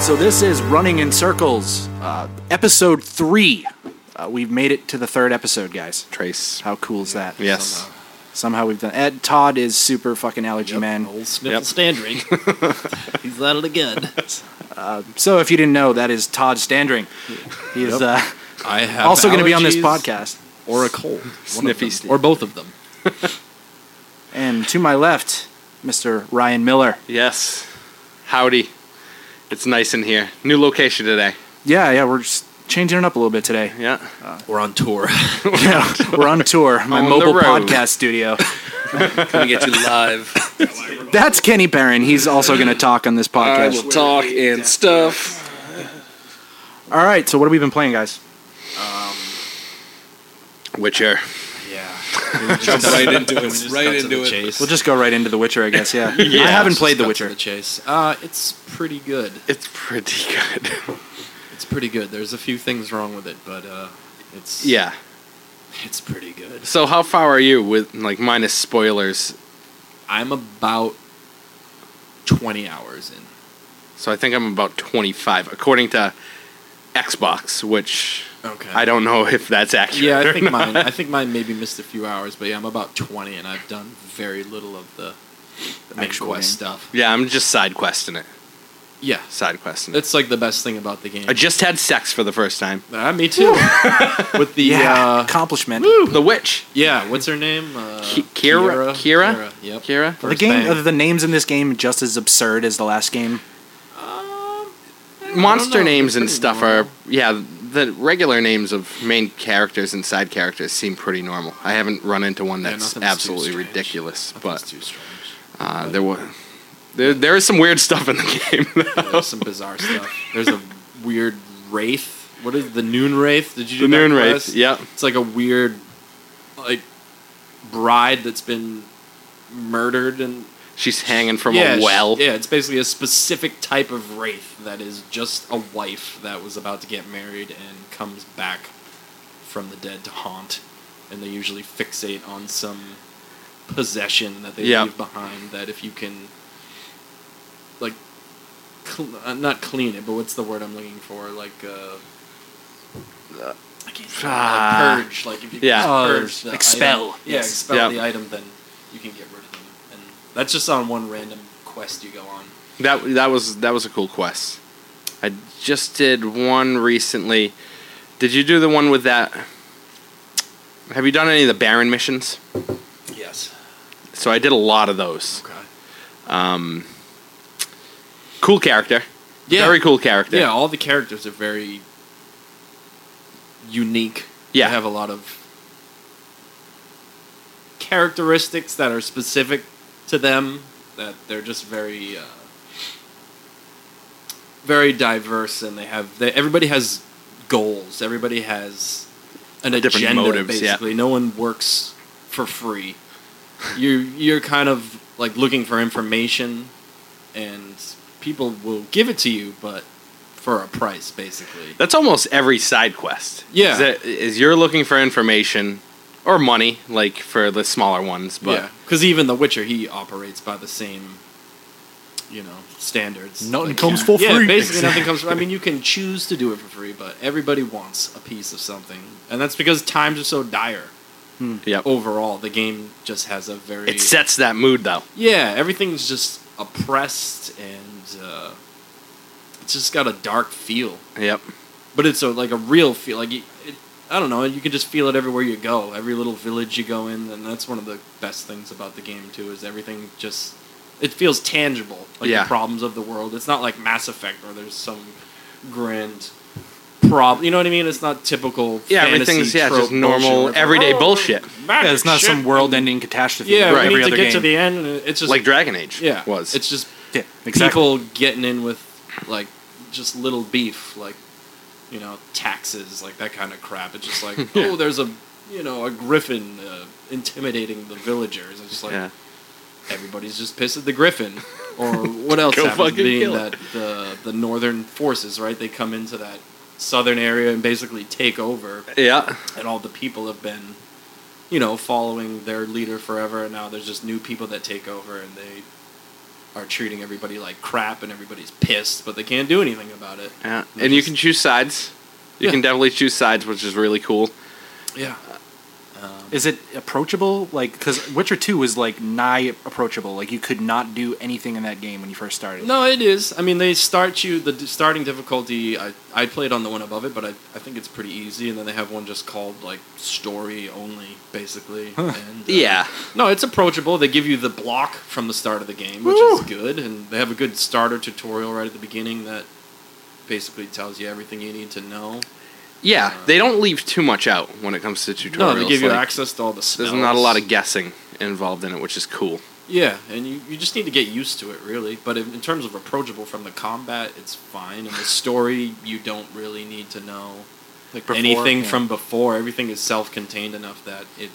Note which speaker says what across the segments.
Speaker 1: So this is Running in Circles, uh, episode three. Uh, we've made it to the third episode, guys.
Speaker 2: Trace.
Speaker 1: How cool is that?
Speaker 2: Yes.
Speaker 1: Somehow we've done. Ed Todd is super fucking allergy man.
Speaker 3: Old Sniffle Standring. He's at it again.
Speaker 1: So if you didn't know, that is Todd Standring. He is uh,
Speaker 4: I have
Speaker 1: also going to be on this
Speaker 4: allergies
Speaker 1: podcast.
Speaker 4: or a cold, One of
Speaker 2: Sniffy
Speaker 4: them.
Speaker 2: Steve.
Speaker 4: or both of them.
Speaker 1: And to my left, Mr. Ryan Miller.
Speaker 2: Yes. Howdy. It's nice in here. New location today.
Speaker 1: Yeah, yeah, we're just changing it up a little bit today.
Speaker 2: Yeah.
Speaker 4: We're on tour.
Speaker 1: Yeah, we're on tour. My
Speaker 2: On the
Speaker 1: mobile
Speaker 2: road.
Speaker 1: podcast studio.
Speaker 5: Gonna get you live.
Speaker 1: That's Kenny Barron. He's also going to talk on this
Speaker 5: I
Speaker 1: podcast.
Speaker 5: will talk and stuff.
Speaker 1: All right. So what have we been playing, guys?
Speaker 2: Witcher.
Speaker 4: yeah.
Speaker 5: Jump right into it. Right into it.
Speaker 4: Chase.
Speaker 1: We'll just go right into The Witcher, I guess. Yeah. I haven't played The
Speaker 4: Cut to
Speaker 1: Witcher.
Speaker 4: The chase. Uh, it's pretty good.
Speaker 2: It's pretty good.
Speaker 4: It's pretty good. There's a few things wrong with it, but uh, it's
Speaker 2: yeah.
Speaker 4: it's pretty good.
Speaker 2: So how far are you with like minus spoilers?
Speaker 4: I'm about twenty hours in.
Speaker 2: So I think I'm about 25 according to Xbox, which
Speaker 4: Okay.
Speaker 2: I don't know if that's accurate.
Speaker 4: Yeah, I
Speaker 2: or
Speaker 4: think
Speaker 2: not.
Speaker 4: mine. I think mine maybe missed a few hours, but yeah, I'm about twenty, and I've done very little of the main
Speaker 1: Actual
Speaker 4: quest
Speaker 1: game.
Speaker 4: stuff.
Speaker 2: Yeah, I'm just side questing it.
Speaker 4: Yeah,
Speaker 2: Side questing. It.
Speaker 4: that's like the best thing about the game.
Speaker 2: I just had sex for the first time.
Speaker 4: Ah, me too. With the
Speaker 1: Yeah.
Speaker 4: yeah. Uh,
Speaker 1: accomplishment.
Speaker 2: The witch.
Speaker 4: yeah, what's her name? Uh,
Speaker 2: Ki- Kira- Kira?
Speaker 4: Yep.
Speaker 1: The
Speaker 2: Kira?
Speaker 4: First Um,
Speaker 1: game.
Speaker 4: thing.
Speaker 1: Are the names in this game just as absurd as the last game?
Speaker 2: monster
Speaker 4: know.
Speaker 2: names
Speaker 4: They're
Speaker 2: and
Speaker 4: pretty
Speaker 2: stuff
Speaker 4: normal.
Speaker 2: are yeah the regular names of main characters and side characters seem pretty normal i haven't run into one
Speaker 4: Yeah,
Speaker 2: that's
Speaker 4: nothing's too
Speaker 2: absolutely
Speaker 4: strange.
Speaker 2: ridiculous
Speaker 4: Nothing's
Speaker 2: but
Speaker 4: too strange.
Speaker 2: uh, there were there, there is some weird stuff in the game
Speaker 4: There's some bizarre stuff. There's a weird wraith. What is the noon wraith? Did you
Speaker 2: the
Speaker 4: do that
Speaker 2: noon wraith
Speaker 4: quest?
Speaker 2: yeah
Speaker 4: It's like a weird, like, bride that's been murdered and
Speaker 2: she's hanging from
Speaker 4: yeah,
Speaker 2: a
Speaker 4: sh-
Speaker 2: well
Speaker 4: Yeah, it's basically a specific type of wraith that is just a wife that was about to get married and comes back from the dead to haunt, and they usually fixate on some possession that they
Speaker 2: Yeah.
Speaker 4: leave behind. That if you can, like, cl- uh, not clean it, but what's the word I'm looking for? Like, uh, I can't think of it.
Speaker 2: Uh, Ah.
Speaker 4: like purge. Like if you
Speaker 2: Yeah.
Speaker 4: can purge,
Speaker 1: Purge.
Speaker 4: Oh, the
Speaker 1: Expel.
Speaker 4: item- yeah,
Speaker 1: Yes.
Speaker 4: expel
Speaker 2: Yeah.
Speaker 4: the item, then you can get rid of them. And that's just on one random quest you go on.
Speaker 2: that that was that was a cool quest i just did one recently did you do the one with that have you done any of the baron missions
Speaker 4: Yes.
Speaker 2: so i did a lot of those
Speaker 4: Okay.
Speaker 2: um, cool character.
Speaker 4: Yeah.
Speaker 2: Very cool character.
Speaker 4: Yeah, all the characters are very unique.
Speaker 2: Yeah.
Speaker 4: They have a lot of characteristics that are specific to them that they're just very uh, very diverse and they have they, everybody has goals. Everybody has an
Speaker 2: Different
Speaker 4: agenda
Speaker 2: motives, yeah.
Speaker 4: basically. No one works for free. You you're kind of like looking for information and people will give it to you but for a price basically.
Speaker 2: That's almost every side quest.
Speaker 4: Yeah.
Speaker 2: Is, that, is you're looking for information or money, like for the smaller ones, but
Speaker 4: yeah, because even The Witcher, he operates by the same, you know, standards.
Speaker 1: Nothing
Speaker 4: Like,
Speaker 1: comes
Speaker 4: yeah.
Speaker 1: for free.
Speaker 4: Yeah, basically nothing comes. For, I mean, you can choose to do it for free, but everybody wants a piece of something, and that's because times are so dire.
Speaker 2: Yep.
Speaker 4: Overall, the game just has a very
Speaker 2: it sets that mood though.
Speaker 4: yeah, everything's just oppressed and uh, it's just got a dark feel.
Speaker 2: Yep.
Speaker 4: But it's a like a real feel. Like you- it, I don't know, you can just feel it everywhere you go. Every little village you go in, and that's one of the best things about the game too. Is everything just it feels tangible, like
Speaker 2: Yeah.
Speaker 4: the problems of the world. It's not like Mass Effect where there's some grand problem. You know what I mean? It's not typical.
Speaker 2: Yeah,
Speaker 4: fantasy
Speaker 2: everything's yeah,
Speaker 4: trope
Speaker 2: just
Speaker 4: bullshit
Speaker 2: normal
Speaker 4: where it's like,
Speaker 2: everyday
Speaker 4: "Oh,
Speaker 2: bullshit.
Speaker 4: magic
Speaker 1: Yeah, it's not
Speaker 4: shit."
Speaker 1: some world-ending catastrophe.
Speaker 4: Yeah,
Speaker 1: like
Speaker 2: Right.
Speaker 4: we
Speaker 1: every
Speaker 4: need to
Speaker 1: other
Speaker 4: get
Speaker 1: game.
Speaker 4: to the end. And it's just
Speaker 2: like Dragon Age
Speaker 4: yeah,
Speaker 2: was.
Speaker 4: It's just
Speaker 1: yeah, exactly.
Speaker 4: people getting in with like just little beef, like you know taxes, like that kind of crap. It's just like oh, there's a you know a griffin uh, intimidating the villagers. It's just like
Speaker 2: yeah.
Speaker 4: everybody's just pissed at the griffin. Or what else
Speaker 2: Go
Speaker 4: happens
Speaker 2: fucking
Speaker 4: being
Speaker 2: kill
Speaker 4: that
Speaker 2: it.
Speaker 4: the the northern forces, right? They come into that southern area and basically take over
Speaker 2: Yeah.
Speaker 4: and all the people have been, you know, following their leader forever, and now there's just new people that take over, and they are treating everybody like crap and everybody's pissed, but they can't do anything about it.
Speaker 2: Yeah. And you can choose sides. You
Speaker 4: Yeah.
Speaker 2: can definitely choose sides, which is really cool.
Speaker 4: Yeah.
Speaker 1: Is it approachable? Like, because Witcher Two was like nigh approachable. Like, you could not do anything in that game when you first started.
Speaker 4: No, it is. I mean, they start you the d- starting difficulty. I I played on the one above it, but I I think it's pretty easy. And then they have one just called like story only, basically. And, uh,
Speaker 2: Yeah.
Speaker 4: No, it's approachable. They give you the block from the start of the game, which is good, and they have a good starter tutorial right at the beginning that basically tells you everything you need to know.
Speaker 2: Yeah, they don't leave too much out when it comes to tutorials.
Speaker 4: No, they give you
Speaker 2: like,
Speaker 4: access to all the spells.
Speaker 2: There's not a lot of guessing involved in it, which is cool.
Speaker 4: Yeah, and you, you just need to get used to it, really. But in, in terms of approachable from the combat, it's fine. And the story, you don't really need to know
Speaker 1: Like before,
Speaker 4: anything
Speaker 1: yeah.
Speaker 4: from before. Everything is self contained enough that it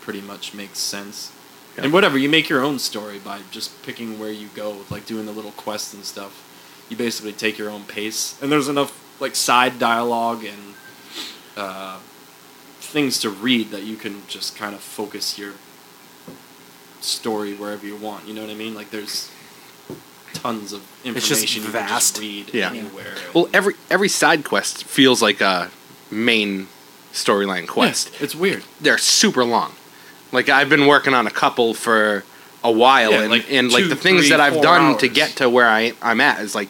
Speaker 4: pretty much makes sense.
Speaker 2: Yeah.
Speaker 4: And whatever, you make your own story by just picking where you go, with, like doing the little quests and stuff. You basically take your own pace. And there's enough, like, side dialogue and uh, things to read that you can just kind of focus your story wherever you want. You know what I mean? Like there's tons of information
Speaker 1: It's just
Speaker 4: you
Speaker 1: vast.
Speaker 4: can just read
Speaker 2: Yeah.
Speaker 4: anywhere.
Speaker 2: Well, every every side quest feels like a main storyline quest.
Speaker 4: Yeah, it's weird.
Speaker 2: They're super long. Like I've been working on a couple for a while,
Speaker 4: Yeah,
Speaker 2: and
Speaker 4: like
Speaker 2: and like
Speaker 4: two,
Speaker 2: the things
Speaker 4: three,
Speaker 2: that I've
Speaker 4: four
Speaker 2: done to
Speaker 4: hours.
Speaker 2: get to where I I'm at is like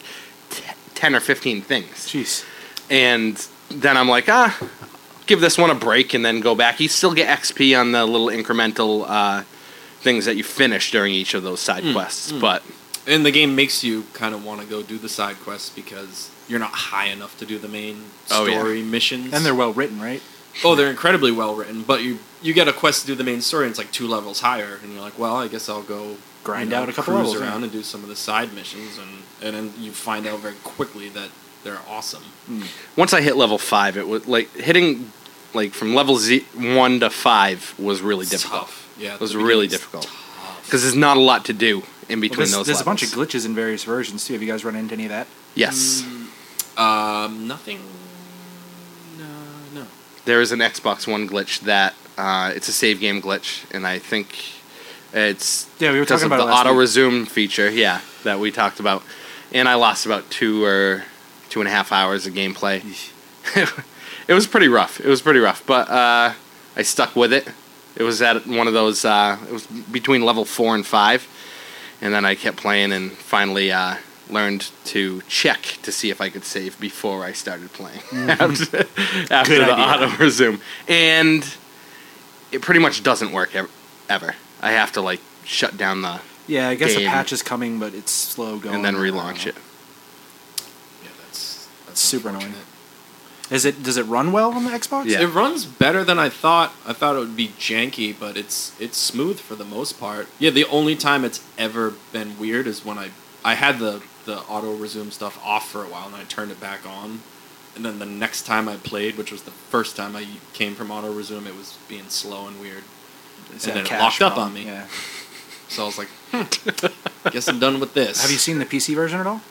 Speaker 2: t- ten or fifteen things.
Speaker 1: Jeez.
Speaker 2: and then I'm like, ah, give this one a break and then go back. You still get XP on the little incremental uh, things that you finish during each of those
Speaker 4: Hmm.
Speaker 2: side quests, but
Speaker 4: And the game makes you kind of want to go do the side quests because you're not high enough to do the main
Speaker 2: Oh,
Speaker 4: story
Speaker 2: yeah.
Speaker 4: missions.
Speaker 1: And they're well written, right?
Speaker 4: oh, they're incredibly well written. But you you get a quest to do the main story, and it's like two levels higher, and you're like, well, I guess I'll go
Speaker 1: Grind
Speaker 4: you know,
Speaker 1: out a couple
Speaker 4: cruise
Speaker 1: levels, yeah.
Speaker 4: around and do some of the side missions, and and then you find out very quickly that they're awesome.
Speaker 2: once I hit level five, it was like hitting like from level Z- one to five was really
Speaker 4: It's
Speaker 2: difficult.
Speaker 4: tough. Yeah,
Speaker 2: It was
Speaker 4: the
Speaker 2: really
Speaker 4: beginning's
Speaker 2: difficult because there's not a lot to do in
Speaker 1: Well,
Speaker 2: between
Speaker 1: there's
Speaker 2: those.
Speaker 1: there's a bunch of
Speaker 2: levels.
Speaker 1: glitches in various versions too. Have you guys run into any of that?
Speaker 2: yes.
Speaker 4: Um, nothing. No, no.
Speaker 2: there is an Xbox One glitch that uh, it's a save game glitch, and I think it's
Speaker 1: Yeah, we were
Speaker 2: because
Speaker 1: talking
Speaker 2: of
Speaker 1: about it
Speaker 2: the
Speaker 1: last
Speaker 2: auto
Speaker 1: week.
Speaker 2: resume feature. Yeah, that we talked about, and I lost about two or two and a half hours of gameplay. it was pretty rough. It was pretty rough, but uh, I stuck with it. It was at one of those. Uh, it was between level four and five, and then I kept playing and finally. Uh, Learned to check to see if I could save before I started playing. after after
Speaker 1: Good
Speaker 2: the
Speaker 1: idea.
Speaker 2: auto resume, and it pretty much doesn't work ever. ever. I have to like shut down the
Speaker 1: Yeah, I guess a
Speaker 2: Game.
Speaker 1: patch is coming, but it's slow going.
Speaker 2: and then
Speaker 1: I don't
Speaker 2: relaunch
Speaker 1: know.
Speaker 2: it.
Speaker 4: Yeah, that's that's
Speaker 1: Super annoying.
Speaker 4: unfortunate.
Speaker 1: Is it? Does it run well on the Xbox?
Speaker 2: Yeah.
Speaker 4: It runs better than I thought. I thought it would be janky, but it's it's smooth for the most part. Yeah, the only time it's ever been weird is when I I had the the auto resume stuff off for a while and I turned it back on. And then the next time I played, which was the first time I came from auto resume, it was being slow and weird.
Speaker 1: Is that
Speaker 4: And then it
Speaker 1: cache
Speaker 4: locked up
Speaker 1: problem?
Speaker 4: on me.
Speaker 1: Yeah.
Speaker 4: So I was like, hmm, guess I'm done with this.
Speaker 1: Have you seen the PC version at all?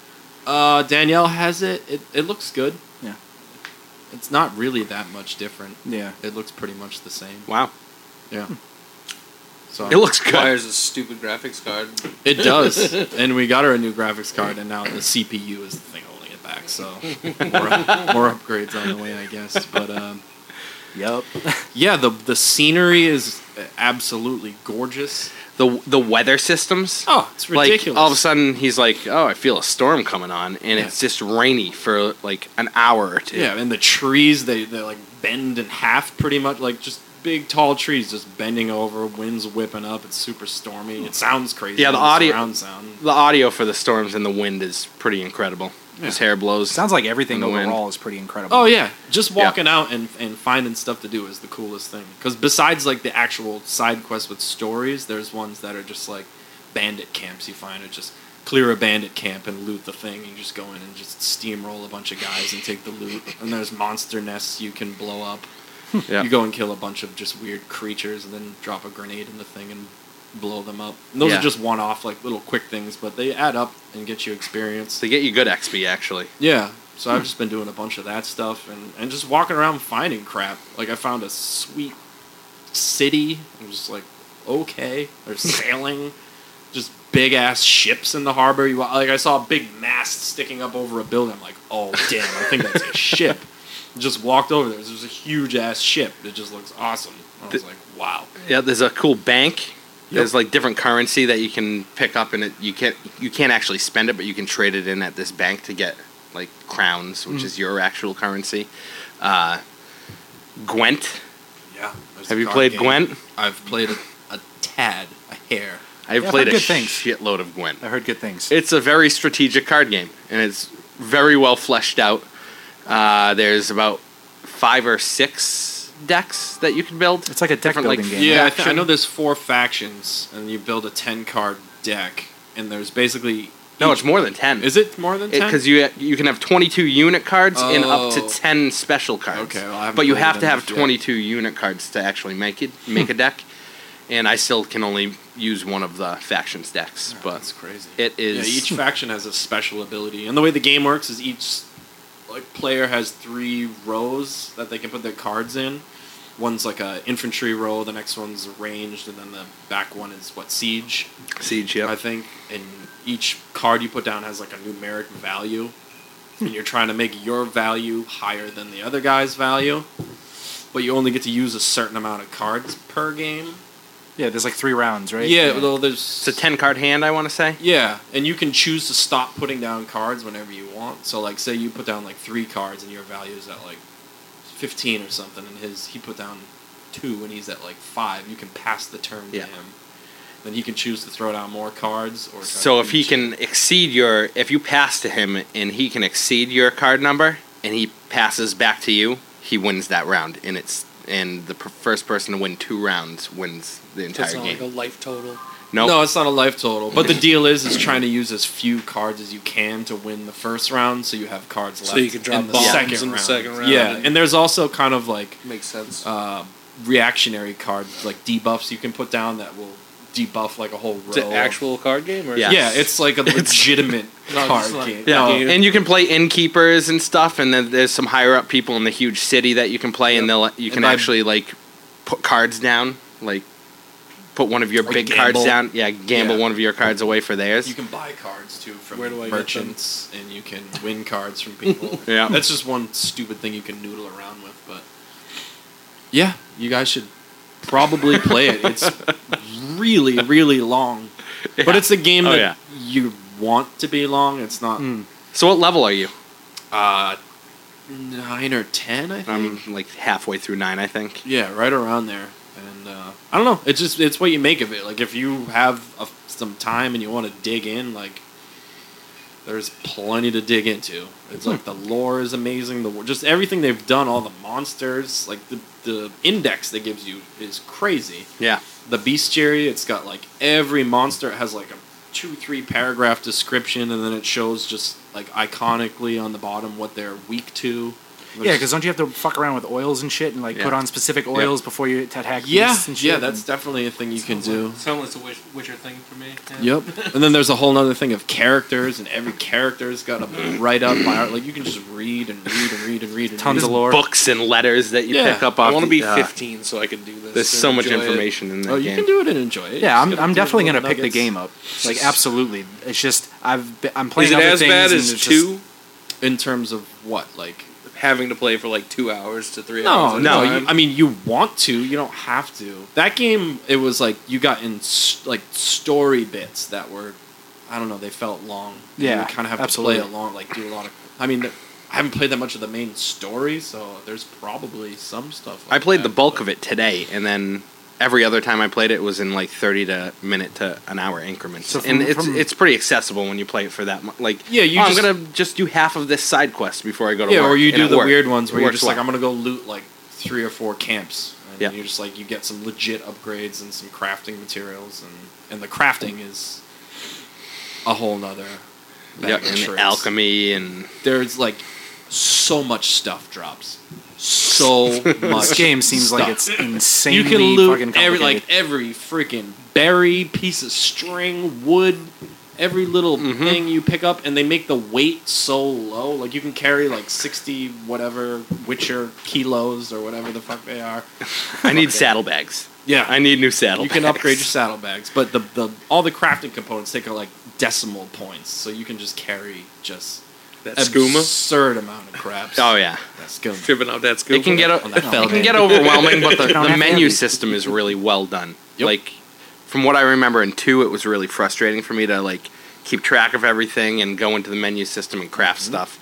Speaker 4: Uh, Danielle has it. It it looks good.
Speaker 1: Yeah.
Speaker 4: It's not really that much different.
Speaker 1: Yeah.
Speaker 4: It looks pretty much the same.
Speaker 2: Wow,
Speaker 4: Yeah. So
Speaker 2: Hmm. it looks good.
Speaker 5: Requires a stupid graphics card.
Speaker 4: it does, and we got her a new graphics card, and now the CPU is the thing holding it back. So more, more upgrades on the way, I guess. But um,
Speaker 1: Yep.
Speaker 4: yeah, the the scenery is absolutely gorgeous.
Speaker 2: The the weather systems.
Speaker 4: Oh, it's ridiculous.
Speaker 2: Like all of a sudden he's like, "Oh, I feel a storm coming on," and
Speaker 4: Yeah.
Speaker 2: it's just rainy for like an hour or two.
Speaker 4: Yeah, and the trees they they like bend in half pretty much, like just big tall trees just bending over, winds whipping up. It's super stormy. It sounds crazy.
Speaker 2: Yeah, the
Speaker 4: on
Speaker 2: audio-
Speaker 4: surround sound.
Speaker 2: The audio for the storms and the wind is pretty incredible. His hair blows.
Speaker 1: Sounds like everything
Speaker 2: In the wind.
Speaker 1: overall is pretty incredible.
Speaker 4: Oh yeah, just
Speaker 2: Yeah.
Speaker 4: walking out and and finding stuff to do is the coolest thing. Because besides like the actual side quests with stories, there's ones that are just like bandit camps. You find it just clear a bandit camp and loot the thing. You just go in and just steamroll a bunch of guys and take the loot. And there's monster nests you can blow up.
Speaker 2: Yeah.
Speaker 4: You go and kill a bunch of just weird creatures and then drop a grenade in the thing and blow them up. And those
Speaker 2: Yeah.
Speaker 4: are just one-off like little quick things, but they add up and get you experience.
Speaker 2: They get you good XP actually.
Speaker 4: Yeah. So
Speaker 2: Hmm.
Speaker 4: I've just been doing a bunch of that stuff and, and just walking around finding crap. Like I found a sweet city. I'm just like, okay. There's sailing. just big ass ships in the harbor. You like I saw a big mast sticking up over a building. I'm like, oh damn, I think that's a ship. Just walked over there. There's a huge ass ship. It just looks awesome. I was like, wow.
Speaker 2: Yeah, there's a cool bank. There's like different currency that you can pick up, and it you can't you can't actually spend it, but you can trade it in at this bank to get like crowns,
Speaker 4: Mm.
Speaker 2: which is your actual currency. Uh, Gwent.
Speaker 4: Yeah. there's
Speaker 2: Have
Speaker 4: a
Speaker 2: you
Speaker 4: card
Speaker 2: played
Speaker 4: game.
Speaker 2: Gwent?
Speaker 4: I've played a, a tad, a hair.
Speaker 1: Yeah,
Speaker 2: I've
Speaker 1: I've
Speaker 2: played a
Speaker 1: heard good things.
Speaker 2: shitload of Gwent.
Speaker 1: I heard good things.
Speaker 2: It's a very strategic card game, and it's very well fleshed out. Uh, there's about five or six decks that you can build.
Speaker 1: It's like a deck
Speaker 2: Different, like,
Speaker 1: building game.
Speaker 4: Yeah, I, th- I
Speaker 2: faction.
Speaker 4: know there's four factions, and you build a ten card deck, and there's basically
Speaker 2: No, it's more than ten.
Speaker 4: is it more than ten?
Speaker 2: because you you can have 22 unit cards and up
Speaker 4: Oh.
Speaker 2: to 10 special cards.
Speaker 4: Okay, well, I haven't
Speaker 2: but you
Speaker 4: played
Speaker 2: have
Speaker 4: it
Speaker 2: to have
Speaker 4: enough yet. Hmm.
Speaker 2: 22 unit cards to actually make it make a deck. And I still can only use one of the factions decks,
Speaker 4: Oh,
Speaker 2: but
Speaker 4: that's crazy.
Speaker 2: it is
Speaker 4: Yeah, each faction has a special ability, and the way the game works is each like player has three rows that they can put their cards in. One's like a infantry row, the next one's ranged, and then the back one is what siege,
Speaker 2: siege. Yep.
Speaker 4: I think. And each card you put down has like a numeric value, and you're trying to make your value higher than the other guy's value. But you only get to use a certain amount of cards per game.
Speaker 1: Yeah, there's like three rounds, right?
Speaker 4: Yeah, although there's
Speaker 2: It's a 10 card hand, I want to say.
Speaker 4: yeah, and you can choose to stop putting down cards whenever you want. So like say you put down like three cards and your value is at like fifteen or something and his he put down two and he's at like five, you can pass the turn
Speaker 2: Yeah.
Speaker 4: to him. Then he can choose to throw down more cards or try
Speaker 2: So
Speaker 4: to
Speaker 2: if he
Speaker 4: reach-
Speaker 2: can exceed your, if you pass to him and he can exceed your card number, and he passes back to you, he wins that round, and it's and the per- first person to win two rounds wins the entire
Speaker 5: It's not
Speaker 2: game.
Speaker 5: like a life total.
Speaker 2: nope.
Speaker 4: No, it's not a life total. But the deal is is trying to use as few cards as you can to win the first round so you have cards left.
Speaker 5: So you can drop
Speaker 4: in the
Speaker 5: bombs
Speaker 4: second
Speaker 5: in the
Speaker 4: round.
Speaker 5: second round
Speaker 4: Yeah,
Speaker 5: and-
Speaker 4: and there's also kind of like
Speaker 5: Makes sense.
Speaker 4: uh, reactionary cards like debuffs you can put down that will debuff like a whole row.
Speaker 5: it's an
Speaker 4: of-
Speaker 5: actual card game, or
Speaker 2: Yeah.
Speaker 4: yeah, it's like a legitimate
Speaker 5: No, it's
Speaker 4: card
Speaker 5: not.
Speaker 4: game.
Speaker 2: Yeah,
Speaker 4: No,
Speaker 5: Dude.
Speaker 2: and you can play innkeepers and stuff, and then there's some higher up people in the huge city that you can play, and they'll you can
Speaker 4: by-
Speaker 2: actually like put cards down, like put one of your
Speaker 4: Or
Speaker 2: big cards
Speaker 4: gamble.
Speaker 2: down. Yeah, gamble
Speaker 4: Yeah.
Speaker 2: one of your cards away for theirs.
Speaker 4: you can buy cards too from
Speaker 5: Where do I get them?
Speaker 4: merchants, and you can win cards from people.
Speaker 2: Yeah.
Speaker 4: that's just one stupid thing you can noodle around with. But yeah, you guys should probably play it. It's really, really long, but it's a game
Speaker 2: Oh,
Speaker 4: that
Speaker 2: yeah.
Speaker 4: you want to be long. It's not
Speaker 2: so what level are you?
Speaker 4: uh, nine or ten, I think.
Speaker 2: I'm like halfway through nine, I think.
Speaker 4: Yeah, right around there. And uh, I don't know. It's just it's what you make of it. Like if you have a, some time and you want to dig in, like there's plenty to dig into. It's like the lore is amazing. The just everything they've done, all the monsters, like the the index they gives you is crazy.
Speaker 2: Yeah.
Speaker 4: The bestiary, it's got like every monster. It has like a two three paragraph description, and then it shows just like iconically on the bottom what they're weak to.
Speaker 1: Yeah, because don't you have to fuck around with oils and shit and like
Speaker 2: Yeah.
Speaker 1: put on specific oils before you attack
Speaker 4: yeah,
Speaker 1: beasts and shit?
Speaker 4: yeah, that's definitely a thing you can do.
Speaker 5: Sounds like the Witch- Witcher thing for me. yeah.
Speaker 4: Yep. And then there's a whole other thing of characters, and every character's got a write up by art. Like you can just read and read and read and read and
Speaker 1: Tons
Speaker 4: read.
Speaker 1: of lore.
Speaker 2: Books and letters that you
Speaker 4: Yeah.
Speaker 2: pick up off.
Speaker 5: I want to
Speaker 2: the-
Speaker 5: be
Speaker 2: uh,
Speaker 5: 15 so I can do this.
Speaker 2: There's
Speaker 5: and
Speaker 2: so much
Speaker 5: enjoy it.
Speaker 2: information in that
Speaker 4: Oh, you
Speaker 2: game.
Speaker 4: can do it and enjoy it.
Speaker 1: Yeah,
Speaker 4: Just
Speaker 1: I'm,
Speaker 4: gotta
Speaker 1: I'm
Speaker 4: do the
Speaker 1: definitely
Speaker 4: little
Speaker 1: gonna pick the
Speaker 4: nuggets.
Speaker 1: game up. Like absolutely. It's just I've been, I'm playing
Speaker 5: Is it
Speaker 1: other
Speaker 5: as
Speaker 1: things
Speaker 5: bad
Speaker 1: and
Speaker 5: as
Speaker 1: it's just-
Speaker 5: two?
Speaker 4: in terms of what like.
Speaker 5: Having to play for like two hours to three hours.
Speaker 4: No,
Speaker 5: at
Speaker 4: no.
Speaker 5: a time?
Speaker 4: You, I mean, you want to. You don't have to. That game, it was like you got in s like story bits that were, I don't know, they felt long. And
Speaker 1: Yeah,
Speaker 4: you kind of have to play
Speaker 1: absolutely.
Speaker 4: along, like do a lot of. I mean, I haven't played that much of the main story, so there's probably some stuff.
Speaker 2: I
Speaker 4: Like
Speaker 2: played
Speaker 4: that,
Speaker 2: the bulk
Speaker 4: but-
Speaker 2: of it today, and then every other time I played it was in like thirty to minute to an hour increments,
Speaker 1: So from-
Speaker 2: and it's
Speaker 1: from-
Speaker 2: it's pretty accessible when you play it for that. Mu- like,
Speaker 4: Yeah, you
Speaker 2: "Oh,
Speaker 4: just-
Speaker 2: I'm gonna just do half of this side quest before I go to
Speaker 4: Yeah,
Speaker 2: work.
Speaker 4: or you
Speaker 2: and
Speaker 4: do
Speaker 2: it
Speaker 4: the
Speaker 2: worked.
Speaker 4: weird ones
Speaker 2: It
Speaker 4: where you're
Speaker 2: works
Speaker 4: just like,
Speaker 2: well.
Speaker 4: I'm gonna go loot like three or four camps, and
Speaker 2: Yeah.
Speaker 4: you're just like you get some legit upgrades and some crafting materials, and and the crafting is a whole nother. bag of
Speaker 2: yeah, and
Speaker 4: tricks.
Speaker 2: alchemy and
Speaker 4: There's like so much stuff drops, so much.
Speaker 1: This game seems like
Speaker 4: stuff.
Speaker 1: it's insanely
Speaker 4: you can
Speaker 1: fucking
Speaker 4: loot every
Speaker 1: complicated.
Speaker 4: like every freaking berry, piece of string, wood, every little thing you pick up, and they make the weight so low. Like you can carry like sixty whatever Witcher kilos or whatever the fuck they are.
Speaker 2: I need saddlebags.
Speaker 4: Yeah.
Speaker 2: I need new saddle.
Speaker 4: You can upgrade your saddlebags, but the, the all the crafting components take like decimal points, so you can just carry just
Speaker 5: That skooma.
Speaker 4: absurd amount of craps.
Speaker 2: Oh yeah,
Speaker 4: That skooma.
Speaker 5: Tripping out that skooma.
Speaker 2: it can get o-
Speaker 4: On
Speaker 2: it
Speaker 4: that fell
Speaker 2: can
Speaker 4: hand.
Speaker 2: get overwhelming, but the,
Speaker 1: Don't
Speaker 2: the
Speaker 1: have
Speaker 2: menu
Speaker 1: to.
Speaker 2: system is really well done.
Speaker 4: Yep.
Speaker 2: Like from what I remember in two, it was really frustrating for me to like keep track of everything and go into the menu system and craft stuff,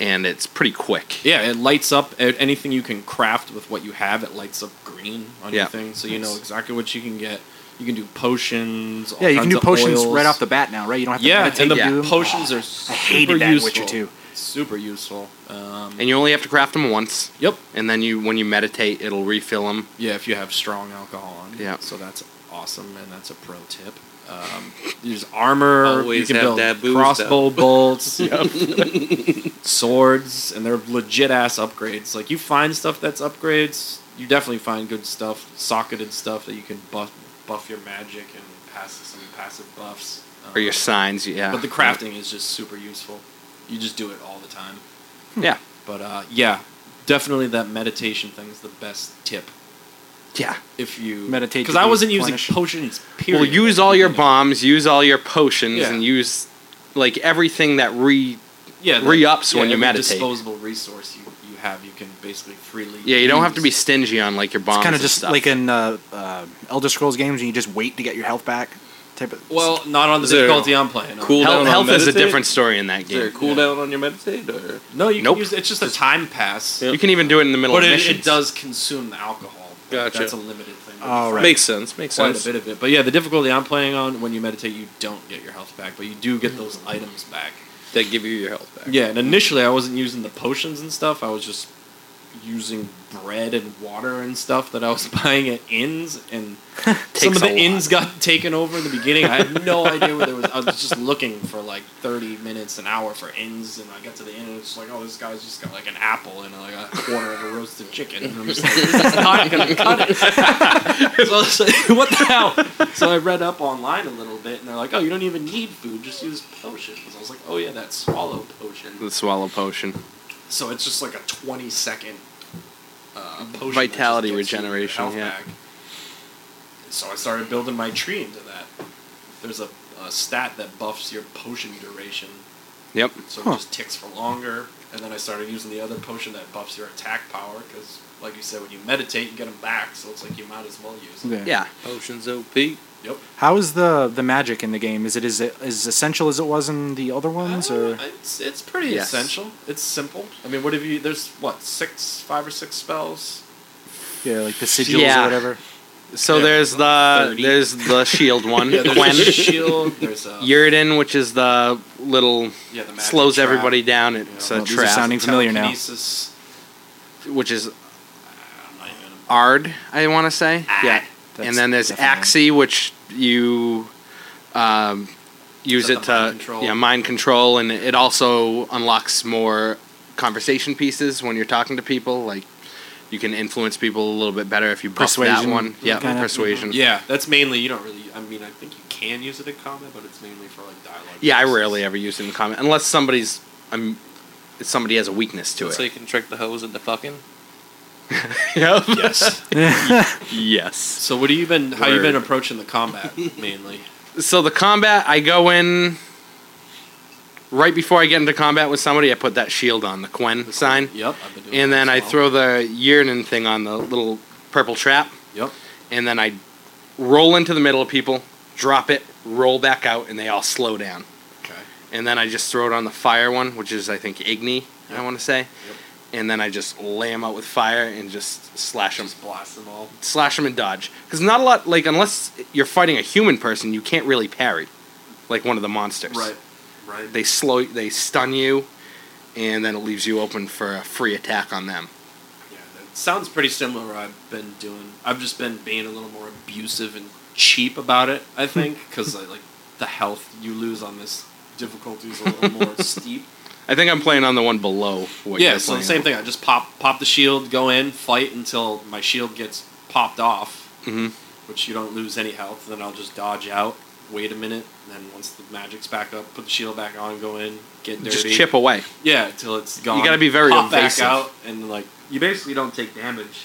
Speaker 2: and it's pretty quick.
Speaker 4: Yeah, it lights up a- anything you can craft with what you have. It lights up green on
Speaker 2: Yeah.
Speaker 4: your thing, so you know exactly what you can get. You can do potions. All
Speaker 1: Yeah, you can
Speaker 4: kinds
Speaker 1: do
Speaker 4: of
Speaker 1: potions
Speaker 4: oils.
Speaker 1: right off the bat now, right? You don't have to
Speaker 4: Yeah,
Speaker 1: meditate
Speaker 4: and the
Speaker 1: to do 'em.
Speaker 4: potions are super
Speaker 1: I hated that in
Speaker 4: useful.
Speaker 1: Witcher 2.
Speaker 4: Super useful. Um,
Speaker 2: And you only have to craft them once,
Speaker 4: yep.
Speaker 2: and then you when you meditate, it'll refill them.
Speaker 4: Yeah, if you have strong alcohol on.
Speaker 2: Yeah.
Speaker 4: So that's awesome, and that's a pro tip. Um, there's armor.
Speaker 5: Always
Speaker 4: you can
Speaker 5: have
Speaker 4: build
Speaker 5: that booze,
Speaker 4: crossbow bolts, swords, and they're legit ass upgrades. Like you find stuff that's upgrades. You definitely find good stuff, socketed stuff that you can buff buff your magic and pass some passive buffs. Um,
Speaker 2: Or your signs, yeah.
Speaker 4: But the crafting is just super useful. You just do it all the time.
Speaker 2: Hmm. yeah,
Speaker 4: But uh, yeah, definitely that meditation thing is the best tip
Speaker 2: yeah.
Speaker 4: if you
Speaker 1: Meditate
Speaker 4: because
Speaker 1: to
Speaker 4: I wasn't
Speaker 1: replenish.
Speaker 4: using potions. Period.
Speaker 2: Well, use all your bombs, use all your potions,
Speaker 4: Yeah.
Speaker 2: and use like everything that re.
Speaker 4: yeah, the-
Speaker 2: re-ups when you
Speaker 4: every
Speaker 2: meditate.
Speaker 4: Disposable resource you, you have, you can basically freely.
Speaker 2: Yeah, you don't have to be
Speaker 4: use.
Speaker 2: stingy on like your bombs.
Speaker 1: It's kind
Speaker 2: and
Speaker 1: of just
Speaker 2: stuff.
Speaker 1: like in uh, uh, Elder Scrolls games, and you just wait to get your health back. Type of
Speaker 4: Well, not on the
Speaker 5: Zero.
Speaker 4: difficulty I'm playing. on.
Speaker 5: Cool. down
Speaker 2: health,
Speaker 5: on
Speaker 2: health is a
Speaker 5: meditate?
Speaker 2: different story in that
Speaker 5: Is there a
Speaker 2: game.
Speaker 5: cool down on your meditate or
Speaker 4: No, you
Speaker 2: Nope.
Speaker 4: can use it's just a time pass,
Speaker 5: Yeah.
Speaker 2: You can even do it in the middle
Speaker 4: but
Speaker 2: of
Speaker 4: it,
Speaker 2: missions.
Speaker 4: it does consume the alcohol. but
Speaker 5: Gotcha.
Speaker 4: That's a limited thing.
Speaker 1: Oh, right.
Speaker 5: makes sense? Makes
Speaker 4: Quite
Speaker 5: sense.
Speaker 4: a bit of it, but yeah, the difficulty I'm playing on when you meditate, you don't get your health back, but you do get those items back.
Speaker 5: That give you your health back.
Speaker 4: Yeah, and initially I wasn't using the potions and stuff. I was just using bread and water and stuff that I was buying at inns, and some
Speaker 2: Takes
Speaker 4: of the
Speaker 2: a lot.
Speaker 4: inns got taken over in the beginning. I had no idea where there was. I was just looking for like thirty minutes, an hour for inns, and I got to the inn and it's like, oh, this guy's just got like an apple and like a quarter of a roasted chicken, and I'm just like, this is not gonna cut it. so I was like, what the hell? So I read up online a little bit, and they're like, oh, you don't even need food, just use potions. I was like, oh yeah, that swallow potion.
Speaker 2: the swallow potion.
Speaker 4: So it's just like a 20 second uh, potion that
Speaker 2: Vitality
Speaker 4: just gets you your
Speaker 2: regeneration,
Speaker 4: health
Speaker 2: yeah.
Speaker 4: back. So I started building my tree into that. There's a, a stat that buffs your potion duration,
Speaker 2: Yep.
Speaker 4: so
Speaker 1: Huh.
Speaker 4: it just ticks for longer. And then I started using the other potion that buffs your attack power, because, like you said, when you meditate, you get them back. So it's like you might as well use them.
Speaker 2: Yeah.
Speaker 5: Potions OP.
Speaker 4: Yep.
Speaker 1: How is the the magic in the game? Is it is it as essential as it was in the other ones, or
Speaker 4: Uh, it's it's pretty
Speaker 2: Yes.
Speaker 4: essential. It's simple. I mean, what have you? There's what six, five or six spells.
Speaker 1: yeah, like the sigils
Speaker 2: Yeah.
Speaker 1: or whatever?
Speaker 2: So
Speaker 4: Yeah.
Speaker 2: there's the
Speaker 4: 30.
Speaker 2: there's the shield one,
Speaker 4: Yeah, there's a
Speaker 2: Quen.
Speaker 4: shield. There's a
Speaker 2: Yuridan, which is the little
Speaker 4: yeah, the magic
Speaker 2: slows
Speaker 4: trap.
Speaker 2: everybody down. It's
Speaker 4: Yeah.
Speaker 2: a
Speaker 1: Well, these are
Speaker 2: trap,
Speaker 1: sounding familiar now.
Speaker 4: Telekinesis.
Speaker 2: which is
Speaker 4: I'm not even-
Speaker 2: Ard, I want to say.
Speaker 4: Ah.
Speaker 2: Yeah.
Speaker 1: That's
Speaker 2: And then there's
Speaker 1: definitely-
Speaker 2: Axie, which you um, use
Speaker 4: that
Speaker 2: it
Speaker 4: the
Speaker 2: to
Speaker 4: mind control?
Speaker 2: yeah mind control, and it also unlocks more conversation pieces when you're talking to people. Like you can influence people a little bit better if you buff that
Speaker 1: Persuasion,
Speaker 2: one. Yeah,
Speaker 1: kinda.
Speaker 2: persuasion.
Speaker 4: Yeah, that's mainly you don't really. I mean, I think you can use it in combat, but it's mainly for like dialogue.
Speaker 2: Yeah, I
Speaker 4: purposes.
Speaker 2: rarely ever use it in combat unless somebody's um, somebody has a weakness to
Speaker 5: So you
Speaker 2: it.
Speaker 5: can trick the hose into fucking.
Speaker 2: Yep.
Speaker 4: Yes.
Speaker 2: yes.
Speaker 4: So what have you been? How you been
Speaker 2: Word.
Speaker 4: approaching the combat mainly?
Speaker 2: so the combat I go in right before I get into combat with somebody, I put that shield on, the Quen sign.
Speaker 4: Yep. I've been doing
Speaker 2: And
Speaker 4: that
Speaker 2: then
Speaker 4: as
Speaker 2: I
Speaker 4: well.
Speaker 2: throw the Yurnin thing on the little purple trap,
Speaker 4: Yep.
Speaker 2: and then I roll into the middle of people, drop it, roll back out, and they all slow down.
Speaker 4: Okay.
Speaker 2: And then I just throw it on the fire one, which is I think Igni, I want to say. And then I just lay them out with fire and just slash them
Speaker 4: Just blast them all.
Speaker 2: slash them and dodge. Because not a lot, like, unless you're fighting a human person, you can't really parry, like one of the monsters.
Speaker 4: Right. Right.
Speaker 2: They slow, they stun you, and then it leaves you open for a free attack on them.
Speaker 4: Yeah, that sounds pretty similar. to what I've been doing. I've just been being a little more abusive and cheap about it. I think because like the health you lose on this difficulty is a little more steep.
Speaker 2: I think I'm playing on the one below what
Speaker 4: yeah,
Speaker 2: you're
Speaker 4: so the
Speaker 2: playing
Speaker 4: same
Speaker 2: on.
Speaker 4: thing. I just pop pop the shield, go in, fight until my shield gets popped off,
Speaker 2: Mhm.
Speaker 4: which you don't lose any health. Then I'll just dodge out, wait a minute, and then once the magic's back up, put the shield back on, go in, get dirty.
Speaker 2: Just chip away.
Speaker 4: Yeah, till it's gone.
Speaker 2: gotta be very
Speaker 4: pop
Speaker 2: evasive.
Speaker 4: back out and like you basically don't take damage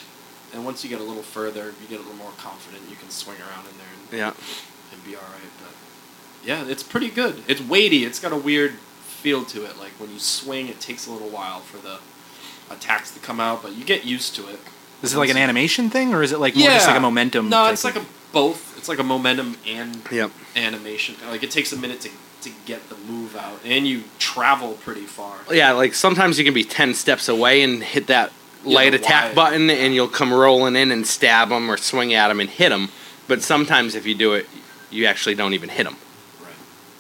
Speaker 4: and once you get a little further, you get a little more confident. You can swing around in there and,
Speaker 2: Yeah.
Speaker 4: and be all right. But yeah, it's pretty good. It's weighty. It's got a weird feel to it. Like when you swing, it takes a little while for the attacks to come out, but you get used to it.
Speaker 1: Is it like an animation thing, or is it like more just like a momentum?
Speaker 4: No,
Speaker 1: type
Speaker 4: it's like a
Speaker 1: thing?
Speaker 4: both. It's like a momentum and
Speaker 2: Yep.
Speaker 4: animation. Like it takes a minute to to get the move out, and you travel pretty far.
Speaker 2: Yeah, like sometimes you can be 10 steps away and hit that light
Speaker 4: Yeah,
Speaker 2: attack
Speaker 4: wide.
Speaker 2: button and you'll come rolling in and stab them or swing at them and hit them. But sometimes if you do it, you actually don't even hit them,
Speaker 4: Right.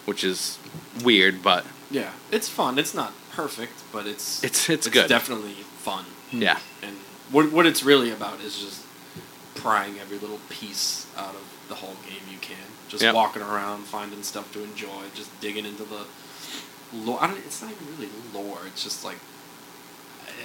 Speaker 2: which is weird, but
Speaker 4: Yeah, it's fun. It's not perfect, but it's
Speaker 2: It's- it's good.
Speaker 4: Definitely fun.
Speaker 2: yeah.
Speaker 4: And what what it's really about is just prying every little piece out of the whole game you can. Just
Speaker 2: Yep.
Speaker 4: walking around, finding stuff to enjoy, just digging into the lore. I don't, it's not even really lore. It's just like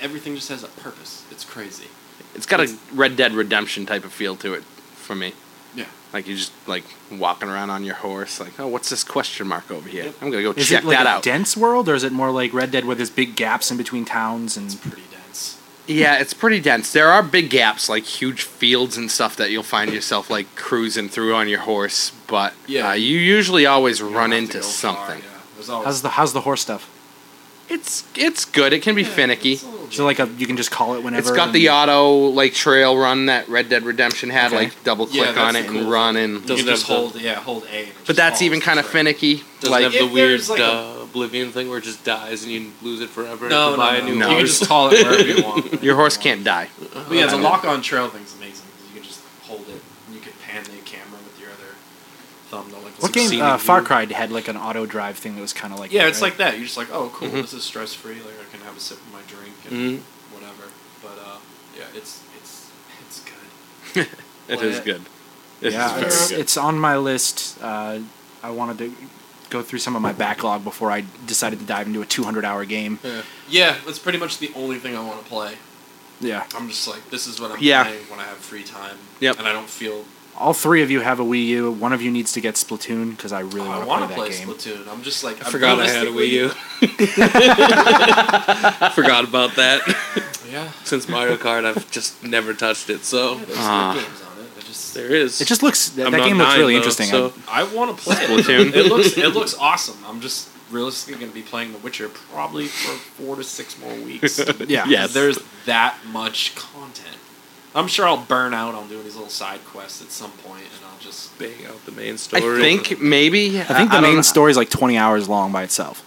Speaker 4: everything just has a purpose. It's crazy.
Speaker 2: It's got a Red Dead Redemption type of feel to it for me.
Speaker 4: Yeah.
Speaker 2: Like you just like walking around on your horse, like, oh, what's this question mark over here? I'm gonna go
Speaker 1: Is
Speaker 2: check
Speaker 1: it like
Speaker 2: that
Speaker 1: a
Speaker 2: out.
Speaker 1: dense world, or is it more like Red Dead where there's big gaps in between towns and?
Speaker 4: Pretty dense.
Speaker 2: Yeah, it's pretty dense. There are big gaps, like huge fields and stuff that you'll find yourself like cruising through on your horse, but
Speaker 4: Yeah.
Speaker 2: uh, you usually always
Speaker 4: You don't
Speaker 2: run
Speaker 4: have to
Speaker 2: into
Speaker 4: go far,
Speaker 2: something.
Speaker 4: yeah. There's always
Speaker 1: How's the how's the horse stuff?
Speaker 2: It's it's good. It can be
Speaker 4: Yeah,
Speaker 2: finicky.
Speaker 4: it's a little
Speaker 1: Is it like a you can just call it whenever?
Speaker 2: It's got
Speaker 1: and-
Speaker 2: the uh, auto like trail run that Red Dead Redemption had,
Speaker 1: Okay.
Speaker 2: like double
Speaker 4: Yeah,
Speaker 2: click
Speaker 4: that's
Speaker 2: on
Speaker 4: the
Speaker 2: it
Speaker 4: cool
Speaker 2: and run
Speaker 4: thing.
Speaker 2: and
Speaker 4: You
Speaker 5: Doesn't
Speaker 4: just
Speaker 5: have the-
Speaker 4: hold, yeah, hold A. and it
Speaker 2: but
Speaker 4: just
Speaker 2: that's
Speaker 4: follows
Speaker 2: even
Speaker 4: the
Speaker 2: kind of
Speaker 4: trail.
Speaker 2: finicky.
Speaker 5: Doesn't
Speaker 2: like
Speaker 5: have the
Speaker 4: If
Speaker 5: weird
Speaker 4: there's, like, a-
Speaker 5: uh, oblivion thing where it just dies and you lose it forever. and you
Speaker 4: No,
Speaker 5: can
Speaker 4: no, no,
Speaker 5: buy a new
Speaker 4: no. You
Speaker 5: horse.
Speaker 4: can just call it wherever you want.
Speaker 2: your horse can't die.
Speaker 4: But yeah, the lock-on trail thing's amazing. 'cause You can just hold it. And you can pan the camera with your other thumb. To, like,
Speaker 1: What
Speaker 4: zoom
Speaker 1: game?
Speaker 4: in.
Speaker 1: Uh, Far Cry had like an auto drive thing that was kind of like.
Speaker 4: Yeah,
Speaker 1: that,
Speaker 4: it's
Speaker 1: right?
Speaker 4: like that. You're just like, oh,
Speaker 5: Mm-hmm.
Speaker 4: cool. This is stress-free. Like I can have a sip of my drink and whatever. But uh, yeah, it's it's it's good.
Speaker 2: It
Speaker 4: Play
Speaker 2: is
Speaker 4: it.
Speaker 2: good. It is
Speaker 1: yeah,
Speaker 2: very
Speaker 1: it's,
Speaker 2: good.
Speaker 1: it's on my list. Uh, I wanted to go through some of my backlog before I decided to dive into a 200 hour game.
Speaker 4: Yeah, that's pretty much the only thing I want to play.
Speaker 1: Yeah.
Speaker 4: I'm just like, this is what I'm
Speaker 2: Yeah.
Speaker 4: playing when I have free time.
Speaker 2: Yep.
Speaker 4: And I don't feel
Speaker 1: All three of you have a Wii U. One of you needs to get Splatoon because I really
Speaker 4: I
Speaker 1: want
Speaker 4: want
Speaker 1: to
Speaker 4: to
Speaker 1: play
Speaker 4: play
Speaker 1: that game.
Speaker 4: Splatoon. I'm just like,
Speaker 5: I forgot I had a Wii U. I forgot about that.
Speaker 4: Yeah.
Speaker 5: Since Mario Kart, I've just never touched it. So
Speaker 4: There's
Speaker 2: Ah.
Speaker 4: good games on it. I just
Speaker 5: there is.
Speaker 1: It just looks that,
Speaker 5: I'm
Speaker 1: that
Speaker 5: not
Speaker 1: game looks
Speaker 5: nine,
Speaker 1: really
Speaker 5: though,
Speaker 1: interesting.
Speaker 5: so-
Speaker 1: I-
Speaker 4: I want to play it.
Speaker 2: Splatoon.
Speaker 4: It looks it looks awesome. I'm just realistically going to be playing The Witcher probably for four to six more weeks.
Speaker 1: yeah.
Speaker 2: Yes.
Speaker 4: There's that much content. I'm sure I'll burn out on doing these little side quests at some point, and I'll just
Speaker 5: bang out the main
Speaker 2: I
Speaker 5: story.
Speaker 2: think maybe.
Speaker 1: I think the
Speaker 2: don't know.
Speaker 1: main story's like 20 hours long by itself.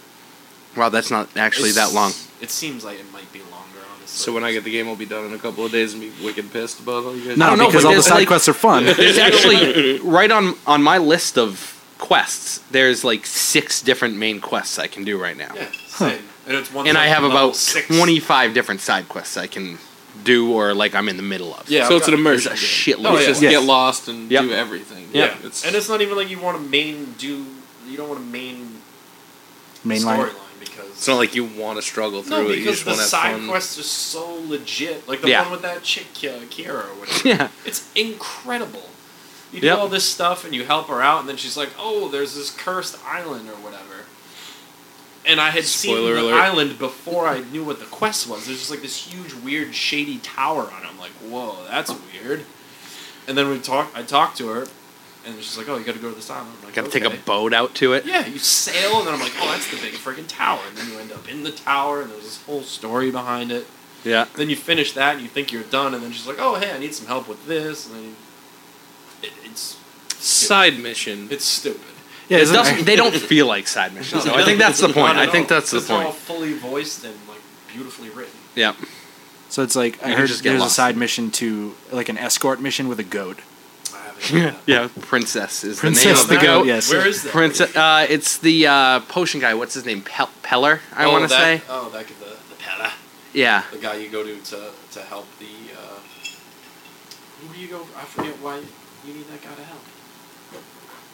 Speaker 2: Wow, that's not actually
Speaker 4: It's-
Speaker 2: that long.
Speaker 4: It seems like it might be longer, honestly.
Speaker 5: So when I get the game, I'll be done in a couple of days and be wicked pissed about all you guys.
Speaker 1: No,
Speaker 2: don't know,
Speaker 1: because
Speaker 2: but
Speaker 1: all the
Speaker 2: there's,
Speaker 1: side
Speaker 2: like-
Speaker 1: quests are fun.
Speaker 2: There's actually right on on my list of quests. There's like six different main quests I can do right now,
Speaker 4: yeah, same. and it's one.
Speaker 2: and I have
Speaker 4: level
Speaker 2: about
Speaker 4: six.
Speaker 2: twenty-five different side quests I can do, or like I'm in the middle of.
Speaker 4: Yeah,
Speaker 5: so
Speaker 4: I've
Speaker 5: it's an
Speaker 4: got-
Speaker 5: immersion.
Speaker 2: a
Speaker 5: game.
Speaker 2: shitload
Speaker 5: Oh,
Speaker 2: of
Speaker 5: yeah. Just
Speaker 2: stuff.
Speaker 5: get lost and
Speaker 2: Yep.
Speaker 5: do everything.
Speaker 4: Yeah,
Speaker 5: It's,
Speaker 4: and it's not even like you want to main do. You don't want to main
Speaker 1: Mainline.
Speaker 4: storyline because
Speaker 5: it's not like you want to struggle through
Speaker 4: No,
Speaker 5: it. You
Speaker 4: because
Speaker 5: just
Speaker 4: the
Speaker 5: want to have
Speaker 4: side
Speaker 5: fun.
Speaker 4: quests are so legit. Like the
Speaker 2: Yeah.
Speaker 4: one with that chick Ki- Kiara or whatever.
Speaker 2: Yeah,
Speaker 4: It's incredible. You do
Speaker 2: Yep.
Speaker 4: all this stuff and you help her out, and then she's like, "Oh, there's this cursed island or whatever." And I had
Speaker 5: Spoiler
Speaker 4: seen
Speaker 5: alert.
Speaker 4: the island before I knew what the quest was. There's just like this huge, weird, shady tower on it. I'm like, "Whoa, that's weird." And then we talk. I talked to her, and she's like, "Oh, you got to go to this island." I'm like,
Speaker 2: got to
Speaker 4: okay.
Speaker 2: take a boat out to it.
Speaker 4: Yeah, you sail, and then I'm like, oh, that's the big freaking tower. And then you end up in the tower, and there's this whole story behind it.
Speaker 2: Yeah,
Speaker 4: Then you finish that, and you think you're done, and then she's like, oh, hey, I need some help with this. And then you- it, it's
Speaker 5: Side mission.
Speaker 4: it's stupid.
Speaker 1: Yeah,
Speaker 2: it
Speaker 1: isn't-
Speaker 2: doesn't. They don't feel like side missions. though. I think that's the point.
Speaker 4: Not
Speaker 2: I
Speaker 4: at
Speaker 2: think
Speaker 4: all.
Speaker 2: that's the
Speaker 4: It's all
Speaker 2: point.
Speaker 4: fully voiced and like beautifully written.
Speaker 2: Yeah,
Speaker 1: So it's like I
Speaker 2: You can
Speaker 1: heard
Speaker 2: just get
Speaker 1: there's a
Speaker 2: lost.
Speaker 1: side mission to like an escort mission with a goat.
Speaker 4: I haven't. done that.
Speaker 2: yeah. Princess is the name
Speaker 1: Princess
Speaker 2: of the
Speaker 1: the
Speaker 2: goat.
Speaker 1: Goat, yes.
Speaker 4: Where is that?
Speaker 2: Prince, uh, it's the uh, potion guy. What's his name? Pel- Peller, I
Speaker 4: Oh,
Speaker 2: want to
Speaker 4: that-
Speaker 2: say.
Speaker 4: Oh, that could, the the pella,
Speaker 2: Yeah,
Speaker 4: the guy you go to to to help the. Uh, who do you go? I forget why you need that guy to help.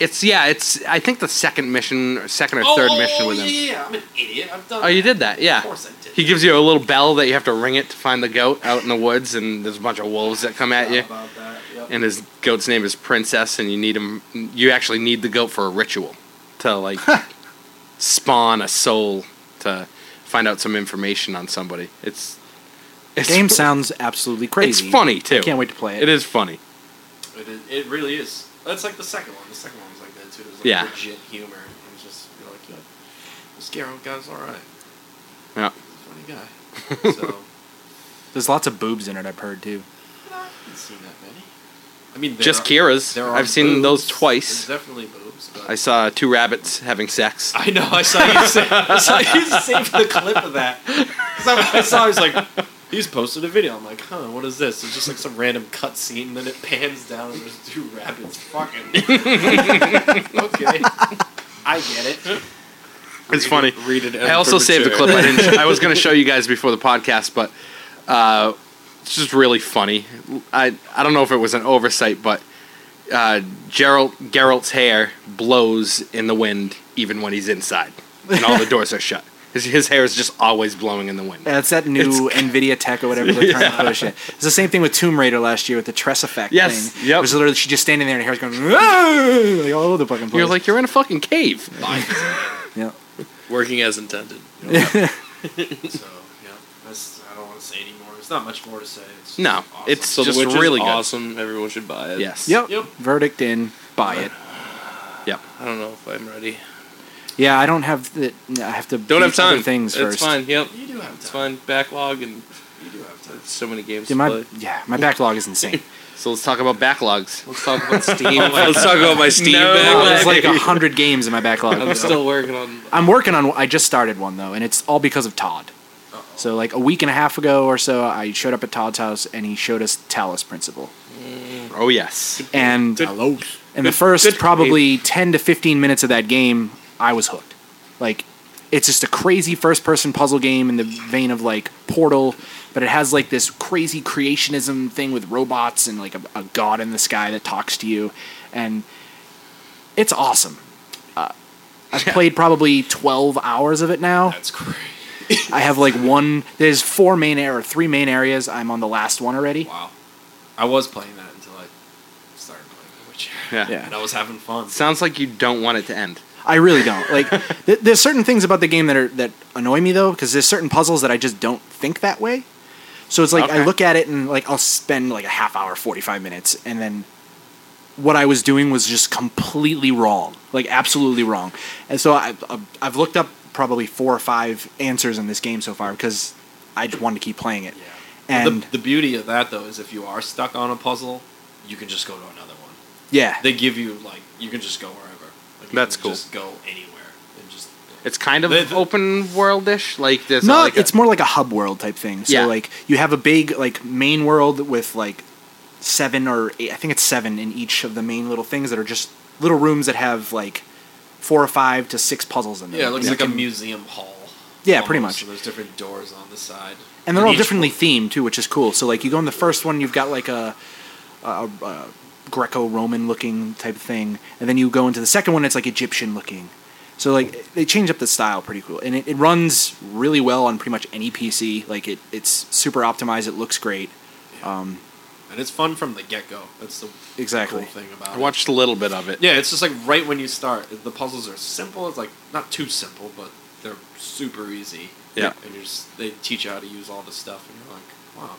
Speaker 2: it's yeah, it's. I think the second mission, or second or
Speaker 4: Oh,
Speaker 2: third
Speaker 4: oh,
Speaker 2: mission
Speaker 4: oh,
Speaker 2: with
Speaker 4: yeah,
Speaker 2: him.
Speaker 4: Yeah, yeah, I'm an idiot. I've done.
Speaker 2: Oh, you did that, yeah.
Speaker 4: Of course I did.
Speaker 2: He gives you a little bell that you have to ring it to find the goat out in the woods, and there's a bunch of wolves that come at you.
Speaker 4: About that. Yep.
Speaker 2: And his goat's name is Princess, and you need him. You actually need the goat for a ritual to like spawn a soul to find out some information on somebody. It's It's
Speaker 1: Game
Speaker 2: fu-
Speaker 1: sounds absolutely
Speaker 2: It's
Speaker 1: crazy.
Speaker 2: funny too.
Speaker 1: I can't wait to play it.
Speaker 2: It is funny.
Speaker 4: It, is, it really is. That's like the second one. The second one was like that too. It was like
Speaker 2: Yeah.
Speaker 4: legit humor. It was just you're like, yeah, this Garrow guy's all right.
Speaker 2: Yeah.
Speaker 4: He's a funny guy. so
Speaker 1: There's lots of boobs in it. I've heard too.
Speaker 4: I haven't seen that many. I mean, there
Speaker 2: Just
Speaker 4: are-
Speaker 2: Kira's.
Speaker 4: there are
Speaker 2: I've seen those
Speaker 4: boobs.
Speaker 2: twice.
Speaker 4: There's definitely boobs. But
Speaker 2: I saw two rabbits having sex.
Speaker 4: I know. I saw you. Sa- I saw you save the clip of that. 'Cause I, I saw. I was like, he's posted a video. I'm like, huh, what is this? It's just like some random cut scene. Then it pans down and there's two rabbits fucking. okay, I get it.
Speaker 2: It's funny.
Speaker 5: Read it.
Speaker 2: I also saved a clip. I didn't. I was going to show you guys before the podcast, but uh, it's just really funny. I I don't know if it was an oversight, but uh, Gerald Geralt's hair blows in the wind even when he's inside and all the doors are shut. His, his hair is just always blowing in the wind.
Speaker 1: Yeah, it's that new NVIDIA tech or whatever they're trying
Speaker 2: Yeah.
Speaker 1: to push it. It's the same thing with Tomb Raider last year with the Tress effect
Speaker 2: Yes,
Speaker 1: thing.
Speaker 2: yep.
Speaker 1: It was literally she just standing there and her hair's going "Whoa!" like all over the fucking place.
Speaker 2: You're like you're in a fucking cave.
Speaker 1: yeah.
Speaker 5: Working as intended.
Speaker 4: So yeah, that's. I don't want to say anymore. There's not much more to say. It's
Speaker 2: No,
Speaker 4: just awesome.
Speaker 2: it's-
Speaker 5: So
Speaker 2: Just
Speaker 5: the witch
Speaker 2: really
Speaker 5: really
Speaker 2: good.
Speaker 5: awesome. Everyone should buy it.
Speaker 2: Yes.
Speaker 1: Yep.
Speaker 4: Yep.
Speaker 1: Verdict in. Buy it.
Speaker 2: Yep.
Speaker 5: I don't know if I'm ready.
Speaker 1: Yeah, I don't have the. I have to.
Speaker 5: Don't have
Speaker 1: beat other
Speaker 5: time.
Speaker 1: Things
Speaker 5: it's
Speaker 1: first.
Speaker 5: fine. Yep.
Speaker 4: You do have
Speaker 5: It's
Speaker 4: time.
Speaker 5: fine. Backlog and
Speaker 4: You do have time.
Speaker 5: so many games
Speaker 1: Dude,
Speaker 5: to
Speaker 1: my
Speaker 5: play.
Speaker 1: yeah, my backlog is insane.
Speaker 2: So let's talk about backlogs.
Speaker 5: Let's talk about Steam. Let's talk about my Steam
Speaker 2: No
Speaker 5: backlog.
Speaker 1: There's like a hundred games in my
Speaker 5: I'm
Speaker 1: backlog.
Speaker 5: still working on.
Speaker 1: I'm working on. I just started one though, and it's all because of Todd. So like a week and a half ago or so, I showed up at Todd's house and he showed us Talus Principle.
Speaker 2: Oh yes.
Speaker 1: And
Speaker 4: Hello.
Speaker 1: and the first probably 10 to 15 minutes of that game i was hooked like it's just a crazy first person puzzle game in the vein of like portal but it has like this crazy creationism thing with robots and like a, a god in the sky that talks to you and it's awesome uh, i've played probably 12 hours of it now
Speaker 4: That's crazy.
Speaker 1: i have like one there's four main or three main areas i'm on the last one already
Speaker 4: Wow. I was playing that until I started playing The Witcher.
Speaker 2: Yeah.
Speaker 1: Yeah.
Speaker 4: And I was having fun.
Speaker 2: Sounds like you don't want it to end.
Speaker 1: I really don't. Like, th- there's certain things about the game that are that annoy me though, because there's certain puzzles that I just don't think that way. So it's like
Speaker 2: Okay.
Speaker 1: I look at it and like I'll spend like a half hour, forty five minutes, and then what I was doing was just completely wrong, like absolutely wrong. And so I, I've- I've looked up probably four or five answers in this game so far because I just wanted to keep playing it.
Speaker 4: Yeah.
Speaker 1: And
Speaker 4: the, the beauty of that though is if you are stuck on a puzzle, you can just go to another one.
Speaker 1: yeah,
Speaker 4: They give you like you can just go wherever. Like, you
Speaker 2: That's
Speaker 4: can
Speaker 2: cool.
Speaker 4: Just go anywhere and just.
Speaker 2: It's kind of
Speaker 4: The- the-
Speaker 2: open world-ish. Like there's
Speaker 1: no,
Speaker 2: not like a-
Speaker 1: it's more like a hub world type thing. So
Speaker 2: Yeah.
Speaker 1: like you have a big like main world with like seven or eight, I think it's seven in each of the main little things that are just little rooms that have like four or five to six puzzles in them.
Speaker 4: Yeah, it looks
Speaker 1: And
Speaker 4: like
Speaker 1: you
Speaker 4: a
Speaker 1: can-
Speaker 4: museum hall.
Speaker 1: Yeah, pretty much.
Speaker 4: So there's different doors on the side.
Speaker 1: and they're all
Speaker 4: each
Speaker 1: differently themed too, which is cool. So like you go in the first one, you've got like a, a, a Greco-Roman looking type of thing, and then you go into the second one, it's like Egyptian looking. So like they change up the style pretty cool, and it, it runs really well on pretty much any PC. Like it, it's super optimized. It looks great.
Speaker 4: And it's fun from the get go. That's the
Speaker 1: Exactly.
Speaker 4: cool thing about
Speaker 2: I
Speaker 4: it.
Speaker 2: watched a little bit of it.
Speaker 4: Yeah, it's just like right when you start, the puzzles are simple. It's like not too simple, but they're super easy.
Speaker 2: Yeah.
Speaker 4: and you're just, they teach you how to use all this stuff, and you're like, wow,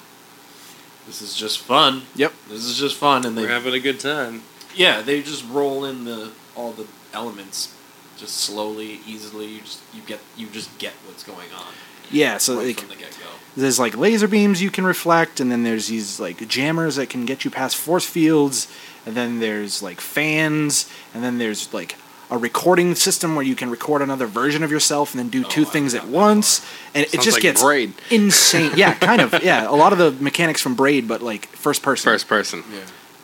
Speaker 4: this is just fun.
Speaker 1: Yep.
Speaker 4: This is just fun, and
Speaker 5: We're
Speaker 4: they
Speaker 5: having a good time.
Speaker 4: yeah they just roll in the all the elements just slowly, easily. You just you get you just get what's going on
Speaker 1: Yeah, so
Speaker 4: right
Speaker 1: like,
Speaker 4: from the get go.
Speaker 1: there's like laser beams you can reflect, and then there's these like jammers that can get you past force fields, and then there's like fans, and then there's like a recording system where you can record another version of yourself and then do
Speaker 4: Oh,
Speaker 1: two
Speaker 4: I
Speaker 1: things at
Speaker 4: forgot that
Speaker 1: once, and it
Speaker 2: Sounds
Speaker 1: just
Speaker 2: like
Speaker 1: gets
Speaker 2: Braid.
Speaker 1: insane. Yeah, kind of. Yeah, a lot of the mechanics from Braid, but like first person.
Speaker 2: First person.
Speaker 4: Yeah,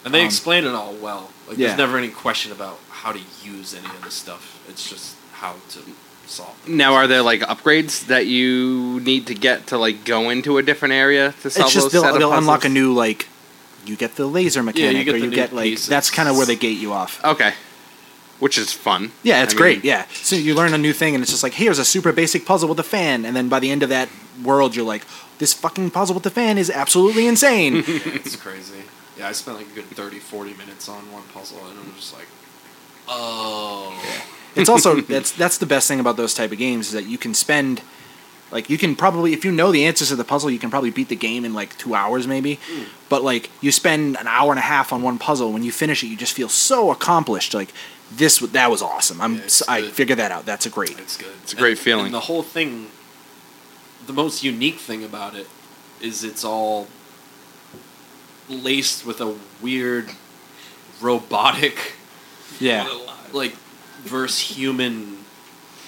Speaker 4: and they
Speaker 1: Um,
Speaker 4: explain it all well. Like
Speaker 1: yeah.
Speaker 4: there's never any question about how to use any of this stuff. It's just how to solve. it.
Speaker 2: Now, are there like upgrades that you need to get to like go into a different area to solve
Speaker 1: It's just
Speaker 2: those
Speaker 1: they'll,
Speaker 2: set of
Speaker 1: they'll unlock a
Speaker 2: puzzles?
Speaker 1: new like. You get the laser mechanic,
Speaker 4: get
Speaker 1: or
Speaker 4: the
Speaker 1: you
Speaker 4: new
Speaker 1: get like
Speaker 4: pieces.
Speaker 1: that's kind of where they gate you off.
Speaker 2: Okay, which is fun.
Speaker 1: Yeah, it's
Speaker 2: I mean,
Speaker 1: great. Yeah, so you learn a new thing, and it's just like here's a super basic puzzle with a fan, and then by the end of that world, you're like, this fucking puzzle with the fan is absolutely insane.
Speaker 4: Yeah, it's crazy. Yeah, I spent like a good 30, 40 minutes on one puzzle, and I'm just like, oh.
Speaker 1: it's also that's that's the best thing about those type of games is that you can spend Like you can probably, if you know the answers to the puzzle, you can probably beat the game in like two hours maybe.
Speaker 4: Hmm.
Speaker 1: But like you spend an hour and a half on one puzzle, when you finish it, you just feel so accomplished. Like this, w- that was awesome. I'm,
Speaker 4: Yeah, it's
Speaker 1: I
Speaker 4: good.
Speaker 1: figured that out. That's a great.
Speaker 4: It's good.
Speaker 2: It's a great
Speaker 4: And-
Speaker 2: feeling.
Speaker 4: And the whole thing, the most unique thing about it is it's all laced with a weird robotic,
Speaker 1: Yeah,
Speaker 4: like, versus human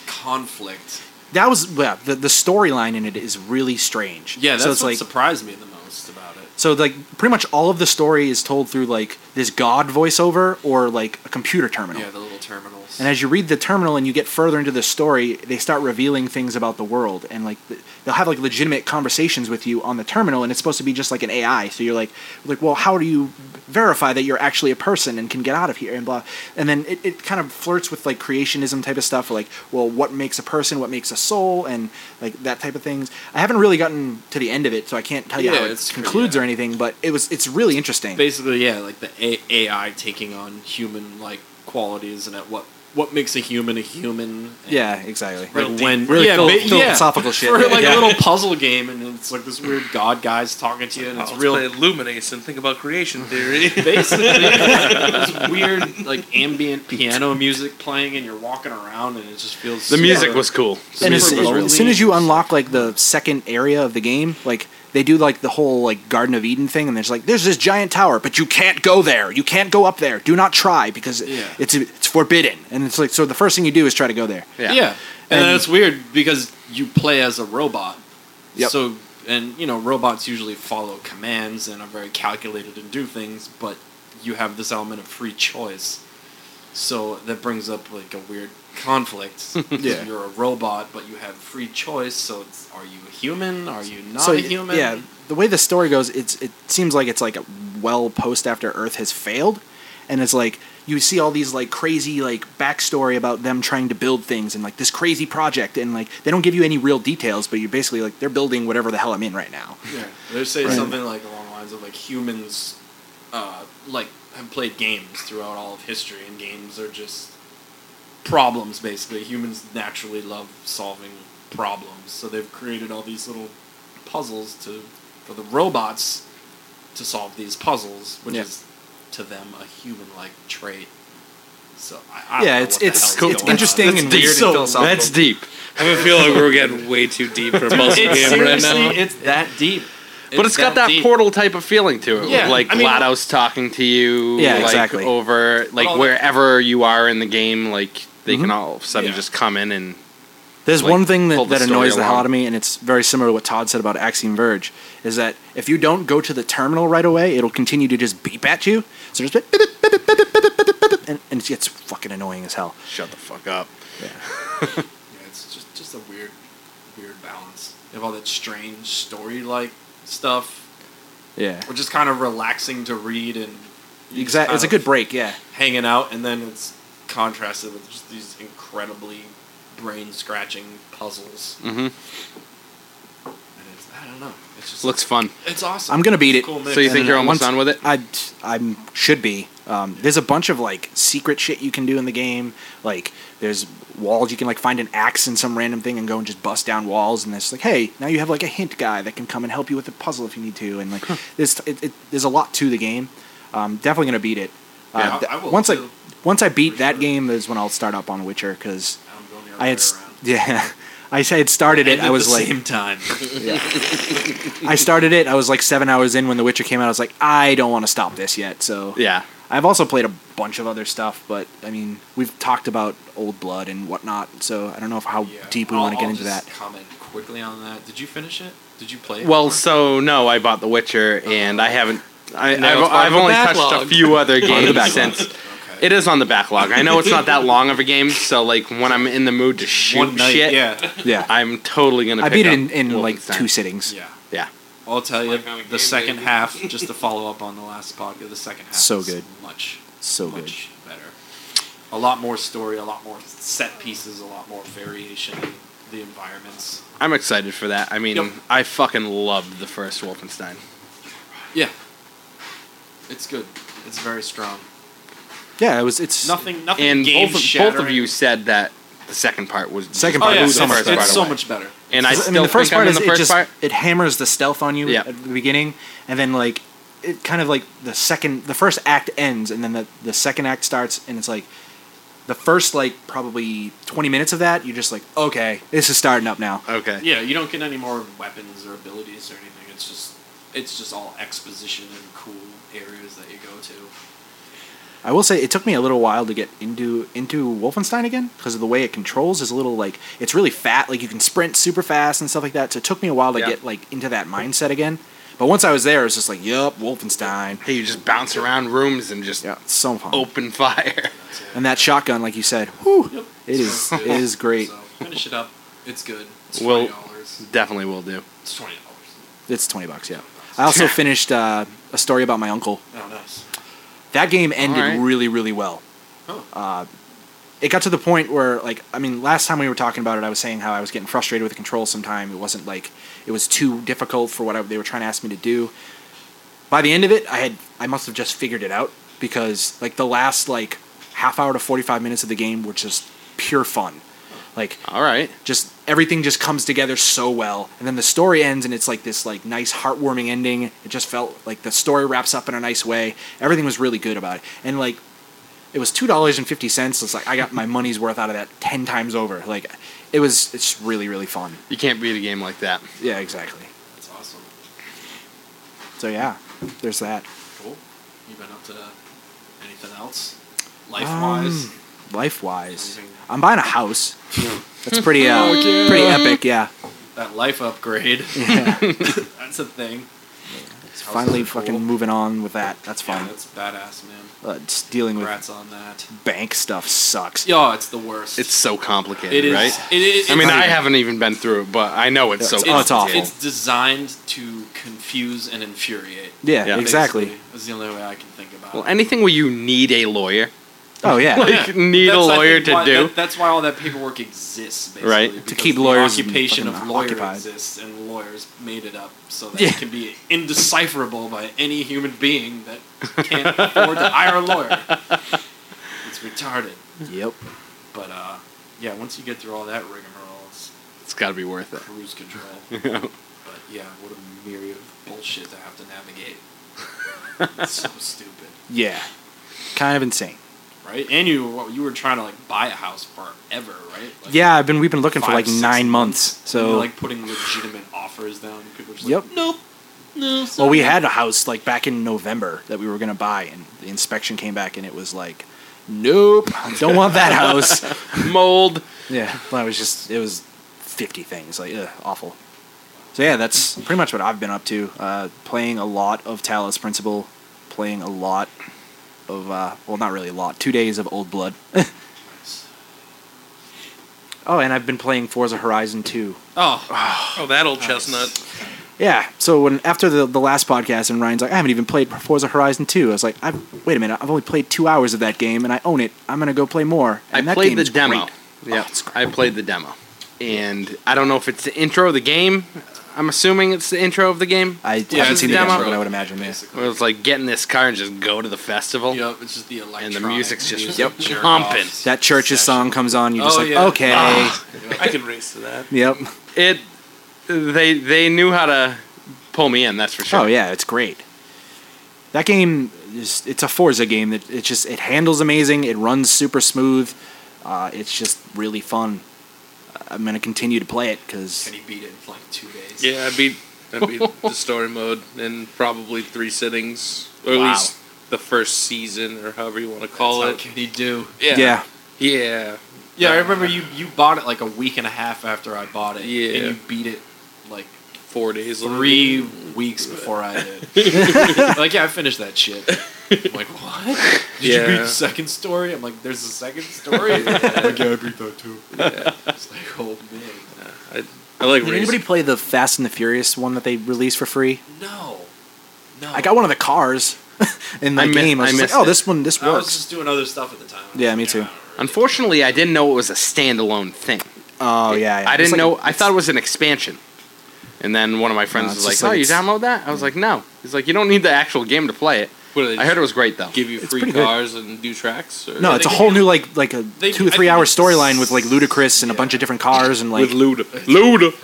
Speaker 4: conflict.
Speaker 1: that was yeah, the the storyline in it is really strange.
Speaker 4: Yeah, that's
Speaker 1: so it's
Speaker 4: what
Speaker 1: like
Speaker 4: surprised me the most about it.
Speaker 1: so like pretty much all of the story is told through like this god voiceover or like a computer terminal.
Speaker 4: Yeah, the little terminals.
Speaker 1: And as you read the terminal and you get further into the story, they start revealing things about the world, and like th- they'll have like legitimate conversations with you on the terminal, and it's supposed to be just like an AI. So you're like, like, well, how do you verify that you're actually a person and can get out of here and blah? And then it, it kind of flirts with like creationism type of stuff, like, well, what makes a person, what makes a soul, and like that type of things. I haven't really gotten to the end of it, so I can't tell you
Speaker 4: Yeah,
Speaker 1: how it
Speaker 4: it's pretty-
Speaker 1: concludes or
Speaker 4: yeah.
Speaker 1: anything. But it was it's really interesting.
Speaker 4: basically yeah like the A- ai taking on human like qualities and at what what makes a human a human and
Speaker 1: yeah, exactly.
Speaker 4: like
Speaker 5: Real deep-
Speaker 4: when
Speaker 1: really
Speaker 4: yeah,
Speaker 1: phil-
Speaker 4: ba- yeah.
Speaker 1: philosophical shit.
Speaker 4: for
Speaker 1: Yeah.
Speaker 4: like
Speaker 1: Yeah.
Speaker 4: a little puzzle game and it's like this weird god guy's talking to you and
Speaker 5: It's
Speaker 4: it's
Speaker 5: oh,
Speaker 4: real
Speaker 5: real. Illuminates and think about creation theory.
Speaker 4: basically this weird like ambient piano music playing and you're walking around and it just feels
Speaker 2: The music
Speaker 4: super-
Speaker 2: was cool. The
Speaker 1: and as,
Speaker 2: music
Speaker 4: Super
Speaker 1: as-
Speaker 2: was
Speaker 4: low.
Speaker 2: really
Speaker 1: as soon as you unlock like the second area of the game, like they do like the whole like Garden of Eden thing, and there's like there's this giant tower, but you can't go there. You can't go up there. Do not try because
Speaker 4: Yeah.
Speaker 1: it's it's forbidden. And it's like so the first thing you do is try to go there.
Speaker 4: yeah,
Speaker 2: yeah.
Speaker 4: and,
Speaker 1: And-
Speaker 4: then it's weird because you play as a robot
Speaker 1: Yep.
Speaker 4: so and you know robots usually follow commands and are very calculated and do things but you have this element of free choice so that brings up like a weird conflict because
Speaker 1: Yeah.
Speaker 4: you're a robot but you have free choice so it's, are you a human are you not
Speaker 1: so
Speaker 4: a
Speaker 1: y-
Speaker 4: human
Speaker 1: Yeah, the way the story goes, it's it seems like it's like a well post after Earth has failed, and it's like you see all these like crazy like backstory about them trying to build things and like this crazy project, and like they don't give you any real details, but you're basically like they're building whatever the hell I'm in right now.
Speaker 4: Yeah, they say
Speaker 1: Right.
Speaker 4: something like along the lines of like humans, uh, like have played games throughout all of history, and games are just problems basically. Humans naturally love solving problems, so they've created all these little puzzles to for the robots to solve these puzzles, which
Speaker 1: Yeah.
Speaker 4: is to them a human-like trait. So I, I
Speaker 1: Yeah,
Speaker 4: don't know
Speaker 1: it's-
Speaker 4: what the
Speaker 1: it's-
Speaker 4: hell's
Speaker 1: it's
Speaker 4: going on.
Speaker 1: interesting and
Speaker 4: deep.
Speaker 1: weird and philosophical.
Speaker 2: That's deep.
Speaker 5: I feel like we're getting way too deep for most of the
Speaker 4: It's
Speaker 5: game right
Speaker 4: seriously,
Speaker 5: now.
Speaker 4: it's that deep.
Speaker 2: But it's got that
Speaker 4: deep.
Speaker 2: portal type of feeling to it.
Speaker 4: Yeah,
Speaker 2: Like
Speaker 4: I mean-
Speaker 2: GLaDOS talking to you.
Speaker 1: Yeah,
Speaker 2: like,
Speaker 1: exactly.
Speaker 2: Over, like,
Speaker 4: all that-
Speaker 2: wherever you are in the game, like, they
Speaker 1: Mm-hmm.
Speaker 2: can all of a sudden
Speaker 4: Yeah.
Speaker 2: just come in and.
Speaker 1: There's
Speaker 2: like,
Speaker 1: one thing that,
Speaker 2: pull the
Speaker 1: that annoys
Speaker 2: story
Speaker 1: the hell
Speaker 2: along.
Speaker 1: out of me, and it's very similar to what Todd said about Axiom Verge, is that if you don't go to the terminal right away, it'll continue to just beep at you. So just beep, beep, beep, beep, beep, beep, beep, beep, beep, beep, and, and it gets fucking annoying as hell.
Speaker 2: Shut the fuck up.
Speaker 4: Yeah, it's just just a weird, weird balance. You have all that strange story like stuff,
Speaker 1: Yeah.
Speaker 4: which is kind of relaxing to read and you just
Speaker 1: Exactly. It's a
Speaker 4: kind
Speaker 1: good break, yeah.
Speaker 4: of hanging out, and then it's contrasted with just these incredibly brain scratching puzzles.
Speaker 1: Mm-hmm.
Speaker 2: hmm
Speaker 4: And it's, I don't know. It's just
Speaker 2: Looks fun.
Speaker 4: It's awesome.
Speaker 1: I'm going to beat it.
Speaker 4: Cool mix.
Speaker 2: So you
Speaker 1: And uh,
Speaker 2: think you're almost
Speaker 1: once-
Speaker 2: done with it?
Speaker 1: I I should be. Um, there's a bunch of like secret shit you can do in the game. Like there's walls you can like find an axe in some random thing and go and just bust down walls. And it's like, hey, now you have like a hint guy that can come and help you with a puzzle if you need to. And like there's it, it, there's a lot to the game. Um, definitely gonna beat it.
Speaker 4: Yeah,
Speaker 1: uh, th-
Speaker 4: I- I will,
Speaker 1: once I
Speaker 4: too.
Speaker 1: once I beat
Speaker 4: For
Speaker 1: that
Speaker 4: sure.
Speaker 1: game is when I'll start up on Witcher because
Speaker 4: I'm going the other
Speaker 1: I had
Speaker 4: way
Speaker 1: s-
Speaker 4: around.
Speaker 1: yeah. I had started it.
Speaker 4: And at
Speaker 1: I was
Speaker 4: the
Speaker 1: like,
Speaker 4: same time.
Speaker 1: I started it. I was like seven hours in when The Witcher came out. I was like, I don't want to stop this yet. So
Speaker 2: Yeah.
Speaker 1: I've also played a bunch of other stuff, but I mean, we've talked about Old Blood and whatnot, so I don't know if how
Speaker 4: Yeah,
Speaker 1: deep we
Speaker 4: I'll-
Speaker 1: want to get
Speaker 4: I'll
Speaker 1: into
Speaker 4: just
Speaker 1: that.
Speaker 4: Comment quickly on that. Did you finish it? Did you play it?
Speaker 2: Well, so no, I bought The Witcher, and I haven't. I, I've,
Speaker 5: Now it's part
Speaker 2: I've
Speaker 5: of the
Speaker 2: only touched a
Speaker 5: backlog.
Speaker 2: few other
Speaker 1: backlog.
Speaker 2: games since.
Speaker 4: okay.
Speaker 2: It is on the backlog. I know it's not that long of a game, so like when I'm in the mood to shoot
Speaker 4: one night.
Speaker 2: shit,
Speaker 4: Yeah.
Speaker 1: Yeah, I,
Speaker 2: I'm totally gonna. pick
Speaker 1: beat it
Speaker 2: up
Speaker 1: in, in like
Speaker 2: Wolfenstein.
Speaker 1: two sittings.
Speaker 4: Yeah.
Speaker 2: Yeah,
Speaker 4: I'll tell you,
Speaker 5: Like on a
Speaker 4: the
Speaker 5: game
Speaker 4: second
Speaker 5: day.
Speaker 4: half, just to follow up on the last podcast, the second half
Speaker 1: So
Speaker 4: is
Speaker 1: good.
Speaker 4: much,
Speaker 1: So good.
Speaker 4: much better. A lot more story, a lot more set pieces, a lot more variation in the environments.
Speaker 2: I'm excited for that. I mean,
Speaker 4: Yep.
Speaker 2: I fucking loved the first Wolfenstein.
Speaker 4: Yeah, it's good. It's very strong.
Speaker 1: Yeah, it was. It's
Speaker 4: Nothing, nothing.
Speaker 2: And
Speaker 4: game
Speaker 2: both of, both of you
Speaker 4: shattering.
Speaker 2: said that the the second part was
Speaker 1: Second
Speaker 4: Oh
Speaker 1: part
Speaker 4: yeah,
Speaker 1: blew
Speaker 4: it's,
Speaker 1: the
Speaker 4: so much,
Speaker 1: first
Speaker 4: it's
Speaker 1: part
Speaker 4: so
Speaker 1: away.
Speaker 4: much better.
Speaker 2: And I
Speaker 1: Because,
Speaker 2: still
Speaker 1: mean, the first
Speaker 2: think
Speaker 1: part
Speaker 2: I'm
Speaker 1: is
Speaker 2: in the
Speaker 1: it
Speaker 2: first
Speaker 1: just
Speaker 2: part.
Speaker 1: it hammers the stealth on you
Speaker 2: Yeah.
Speaker 1: at the beginning, and then like it kind of like the second the first act ends, and then the the second act starts, and it's like the first like probably twenty minutes of that you're just like okay this is starting up now.
Speaker 2: Okay.
Speaker 4: Yeah, you don't get any more weapons or abilities or anything. It's just it's just all exposition and cool areas that you go to.
Speaker 1: I will say it took me a little while to get into into Wolfenstein again because of the way it controls is a little like it's really fat like you can sprint super fast and stuff like that. So it took me a while to
Speaker 2: Yeah.
Speaker 1: get like into that mindset again. But once I was there, it was just like yup Wolfenstein.
Speaker 2: Hey, you just Oh, bounce around rooms and just
Speaker 1: Yeah, it's so fun.
Speaker 2: open fire.
Speaker 4: That's it.
Speaker 1: And that shotgun, like you said, whew,
Speaker 4: Yep.
Speaker 1: it is
Speaker 4: Sounds
Speaker 1: it
Speaker 4: good.
Speaker 1: is great.
Speaker 4: So finish it up. It's good. It's
Speaker 2: Well-
Speaker 4: twenty dollars.
Speaker 2: Definitely will do.
Speaker 4: It's twenty dollars.
Speaker 1: It's twenty bucks. Yeah. I also finished uh, a story about my uncle.
Speaker 4: Oh, nice.
Speaker 1: That game ended
Speaker 2: Alright.
Speaker 1: really, really well.
Speaker 4: Oh.
Speaker 1: Uh, it got to the point where, like, I mean, last time we were talking about it, I was saying how I was getting frustrated with the control. Sometime it wasn't like it was too difficult for what I, they were trying to ask me to do. By the end of it, I had I must have just figured it out because like the last like half hour to forty five minutes of the game were just pure fun. Like
Speaker 2: All right.
Speaker 1: just everything just comes together so well and then the story ends and it's like this like nice heartwarming ending it just felt like the story wraps up in a nice way everything was really good about it and like it was two dollars and fifty cents it's like i got my money's worth out of that ten times over like it was it's really really fun
Speaker 2: You can't beat a game like that.
Speaker 1: yeah exactly
Speaker 4: That's awesome.
Speaker 1: so yeah there's that
Speaker 4: Cool. You been up to anything else? Life wise?
Speaker 1: Um, life wise i'm buying a house that's pretty uh, pretty epic yeah
Speaker 4: that life upgrade. that's a thing. It's
Speaker 1: finally fucking moving on with that that's
Speaker 4: Yeah,
Speaker 1: fun
Speaker 4: that's badass, man.
Speaker 1: uh, just dealing with
Speaker 4: Congrats on that.
Speaker 1: bank stuff sucks
Speaker 4: Yeah, it's the worst.
Speaker 2: It's so complicated,
Speaker 4: it is.
Speaker 2: right?
Speaker 4: It is.
Speaker 2: I mean,
Speaker 4: it's-
Speaker 2: I haven't even been through it, but I know it's so.
Speaker 1: It's-
Speaker 4: It's,
Speaker 1: Oh, it's awful.
Speaker 4: It's designed to confuse and infuriate.
Speaker 1: Yeah,
Speaker 2: Yeah.
Speaker 1: exactly.
Speaker 4: basically, Is the only way I can think about
Speaker 2: well,
Speaker 4: it.
Speaker 2: anything where you need a lawyer,
Speaker 1: Oh yeah,
Speaker 2: like need a
Speaker 4: That's, I
Speaker 2: lawyer
Speaker 4: think,
Speaker 2: to
Speaker 4: why-
Speaker 2: do.
Speaker 4: that- that's why all that paperwork exists, basically.
Speaker 2: Right. To
Speaker 4: because
Speaker 1: keep
Speaker 4: the
Speaker 1: lawyers
Speaker 4: occupation
Speaker 1: fucking
Speaker 4: of lawyer
Speaker 1: occupied.
Speaker 4: exists, and lawyers made it up so that
Speaker 1: Yeah.
Speaker 4: it can be indecipherable by any human being that can't afford to hire a lawyer. It's retarded.
Speaker 1: yep.
Speaker 4: But uh, yeah, once you get through all that rigmarole, it's
Speaker 2: it's got to be worth it.
Speaker 4: cruise control. but yeah, what a myriad of bullshit to have to navigate. it's so stupid,
Speaker 1: Yeah, kind of insane.
Speaker 4: right? And you you were trying to like buy a house forever, right? Like,
Speaker 1: yeah, I've been we've been looking for
Speaker 4: five,
Speaker 1: like
Speaker 4: six
Speaker 1: nine months.
Speaker 4: and you're,
Speaker 1: So
Speaker 4: like putting legitimate offers down. and People are just
Speaker 1: Yep.
Speaker 4: like, nope, no. Sorry.
Speaker 1: well, we had a house like back in November that we were gonna buy, and the inspection came back, and it was like, nope, don't want that house.
Speaker 2: Mold.
Speaker 1: yeah, well, it was just it was fifty things like ugh, awful. So yeah, that's pretty much what I've been up to. Uh, playing a lot of Talos Principle, playing a lot of uh, well, not really a lot. Two days of Old Blood. oh, and I've been playing Forza Horizon Two.
Speaker 4: Oh,
Speaker 5: Oh, that old chestnut.
Speaker 1: Yeah. So when after the, the last podcast and Ryan's like, I haven't even played Forza Horizon Two. I was like, I wait a minute, I've only played two hours of that game and I own it. I'm gonna go play more. And that
Speaker 2: I played
Speaker 1: game
Speaker 2: the
Speaker 1: is
Speaker 2: demo.
Speaker 1: great.
Speaker 2: Yeah,
Speaker 1: Oh, it's great.
Speaker 2: I played the demo, and I don't know if it's the intro of the game. I'm assuming it's the intro of the game.
Speaker 1: I
Speaker 4: Yeah,
Speaker 1: haven't
Speaker 4: it's
Speaker 1: seen
Speaker 2: the
Speaker 1: the demo,
Speaker 2: demo.
Speaker 1: but I would imagine. Yeah.
Speaker 2: Where
Speaker 4: basically.
Speaker 2: it's like get in this car and just go to the festival.
Speaker 4: Yep, it's just the
Speaker 2: And
Speaker 4: electronic
Speaker 2: the music's just
Speaker 4: music
Speaker 2: yep,
Speaker 4: jerk
Speaker 2: pumping.
Speaker 4: offs
Speaker 1: That church's
Speaker 4: session.
Speaker 1: song comes on. You're just
Speaker 4: Oh,
Speaker 1: like,
Speaker 4: yeah.
Speaker 1: okay.
Speaker 5: I can race to that.
Speaker 1: Yep.
Speaker 2: It. They they knew how to pull me in. That's for sure.
Speaker 1: Oh yeah, it's great. That game is it's a Forza game that it just it handles amazing. It runs super smooth. Uh, it's just really fun. I'm gonna continue to play it because
Speaker 4: And he beat it in like two days.
Speaker 5: Yeah, I beat I beat the story mode in probably three sittings, or
Speaker 2: Wow.
Speaker 5: at least the first season, or however you want to
Speaker 4: That's
Speaker 5: call
Speaker 4: how
Speaker 5: it.
Speaker 4: can he do?
Speaker 5: Yeah.
Speaker 1: yeah,
Speaker 5: Yeah.
Speaker 4: Yeah, I remember you you bought it like a week and a half after I bought it.
Speaker 5: Yeah.
Speaker 4: And you beat it like
Speaker 5: Four days. later.
Speaker 4: three weeks before I did. like, yeah, I finished that shit. I'm like, what? Did you read
Speaker 5: Yeah.
Speaker 4: the second story? I'm like, there's a second story? I'm like, yeah, I read that too. It's like, oh man.
Speaker 5: I, I like
Speaker 1: Did
Speaker 5: racing.
Speaker 1: anybody play the Fast and the Furious one that they released for free?
Speaker 4: No. No.
Speaker 1: I got one of the cars in the
Speaker 2: I mi-
Speaker 1: game. I
Speaker 2: I
Speaker 1: was just
Speaker 2: missed
Speaker 1: like, oh,
Speaker 2: it.
Speaker 1: this one, this
Speaker 4: I was
Speaker 1: works.
Speaker 4: just doing other stuff at the time.
Speaker 1: Yeah, me too.
Speaker 2: Unfortunately, I didn't know it was a standalone thing.
Speaker 1: oh yeah, yeah.
Speaker 2: I
Speaker 1: It's
Speaker 2: didn't
Speaker 1: like-
Speaker 2: know. I thought it was an expansion. And then one of my friends
Speaker 1: No, it's
Speaker 2: was
Speaker 1: just
Speaker 2: like, "Oh,
Speaker 1: like
Speaker 2: you
Speaker 1: it's-
Speaker 2: download that?" I was like, "No." He's like, "You don't need the actual game to play it."
Speaker 5: What do they
Speaker 2: I heard it was great though.
Speaker 5: give you free
Speaker 1: pretty good.
Speaker 5: cars and new tracks? Or
Speaker 1: No,
Speaker 4: Yeah,
Speaker 1: it's a
Speaker 4: they
Speaker 1: whole
Speaker 4: give
Speaker 1: new like like a
Speaker 4: they-
Speaker 1: two or
Speaker 4: I
Speaker 1: three
Speaker 4: think
Speaker 1: hour
Speaker 4: it's-
Speaker 1: storyline with like Ludacris and a bunch of different cars and like
Speaker 5: with Luda. Luda.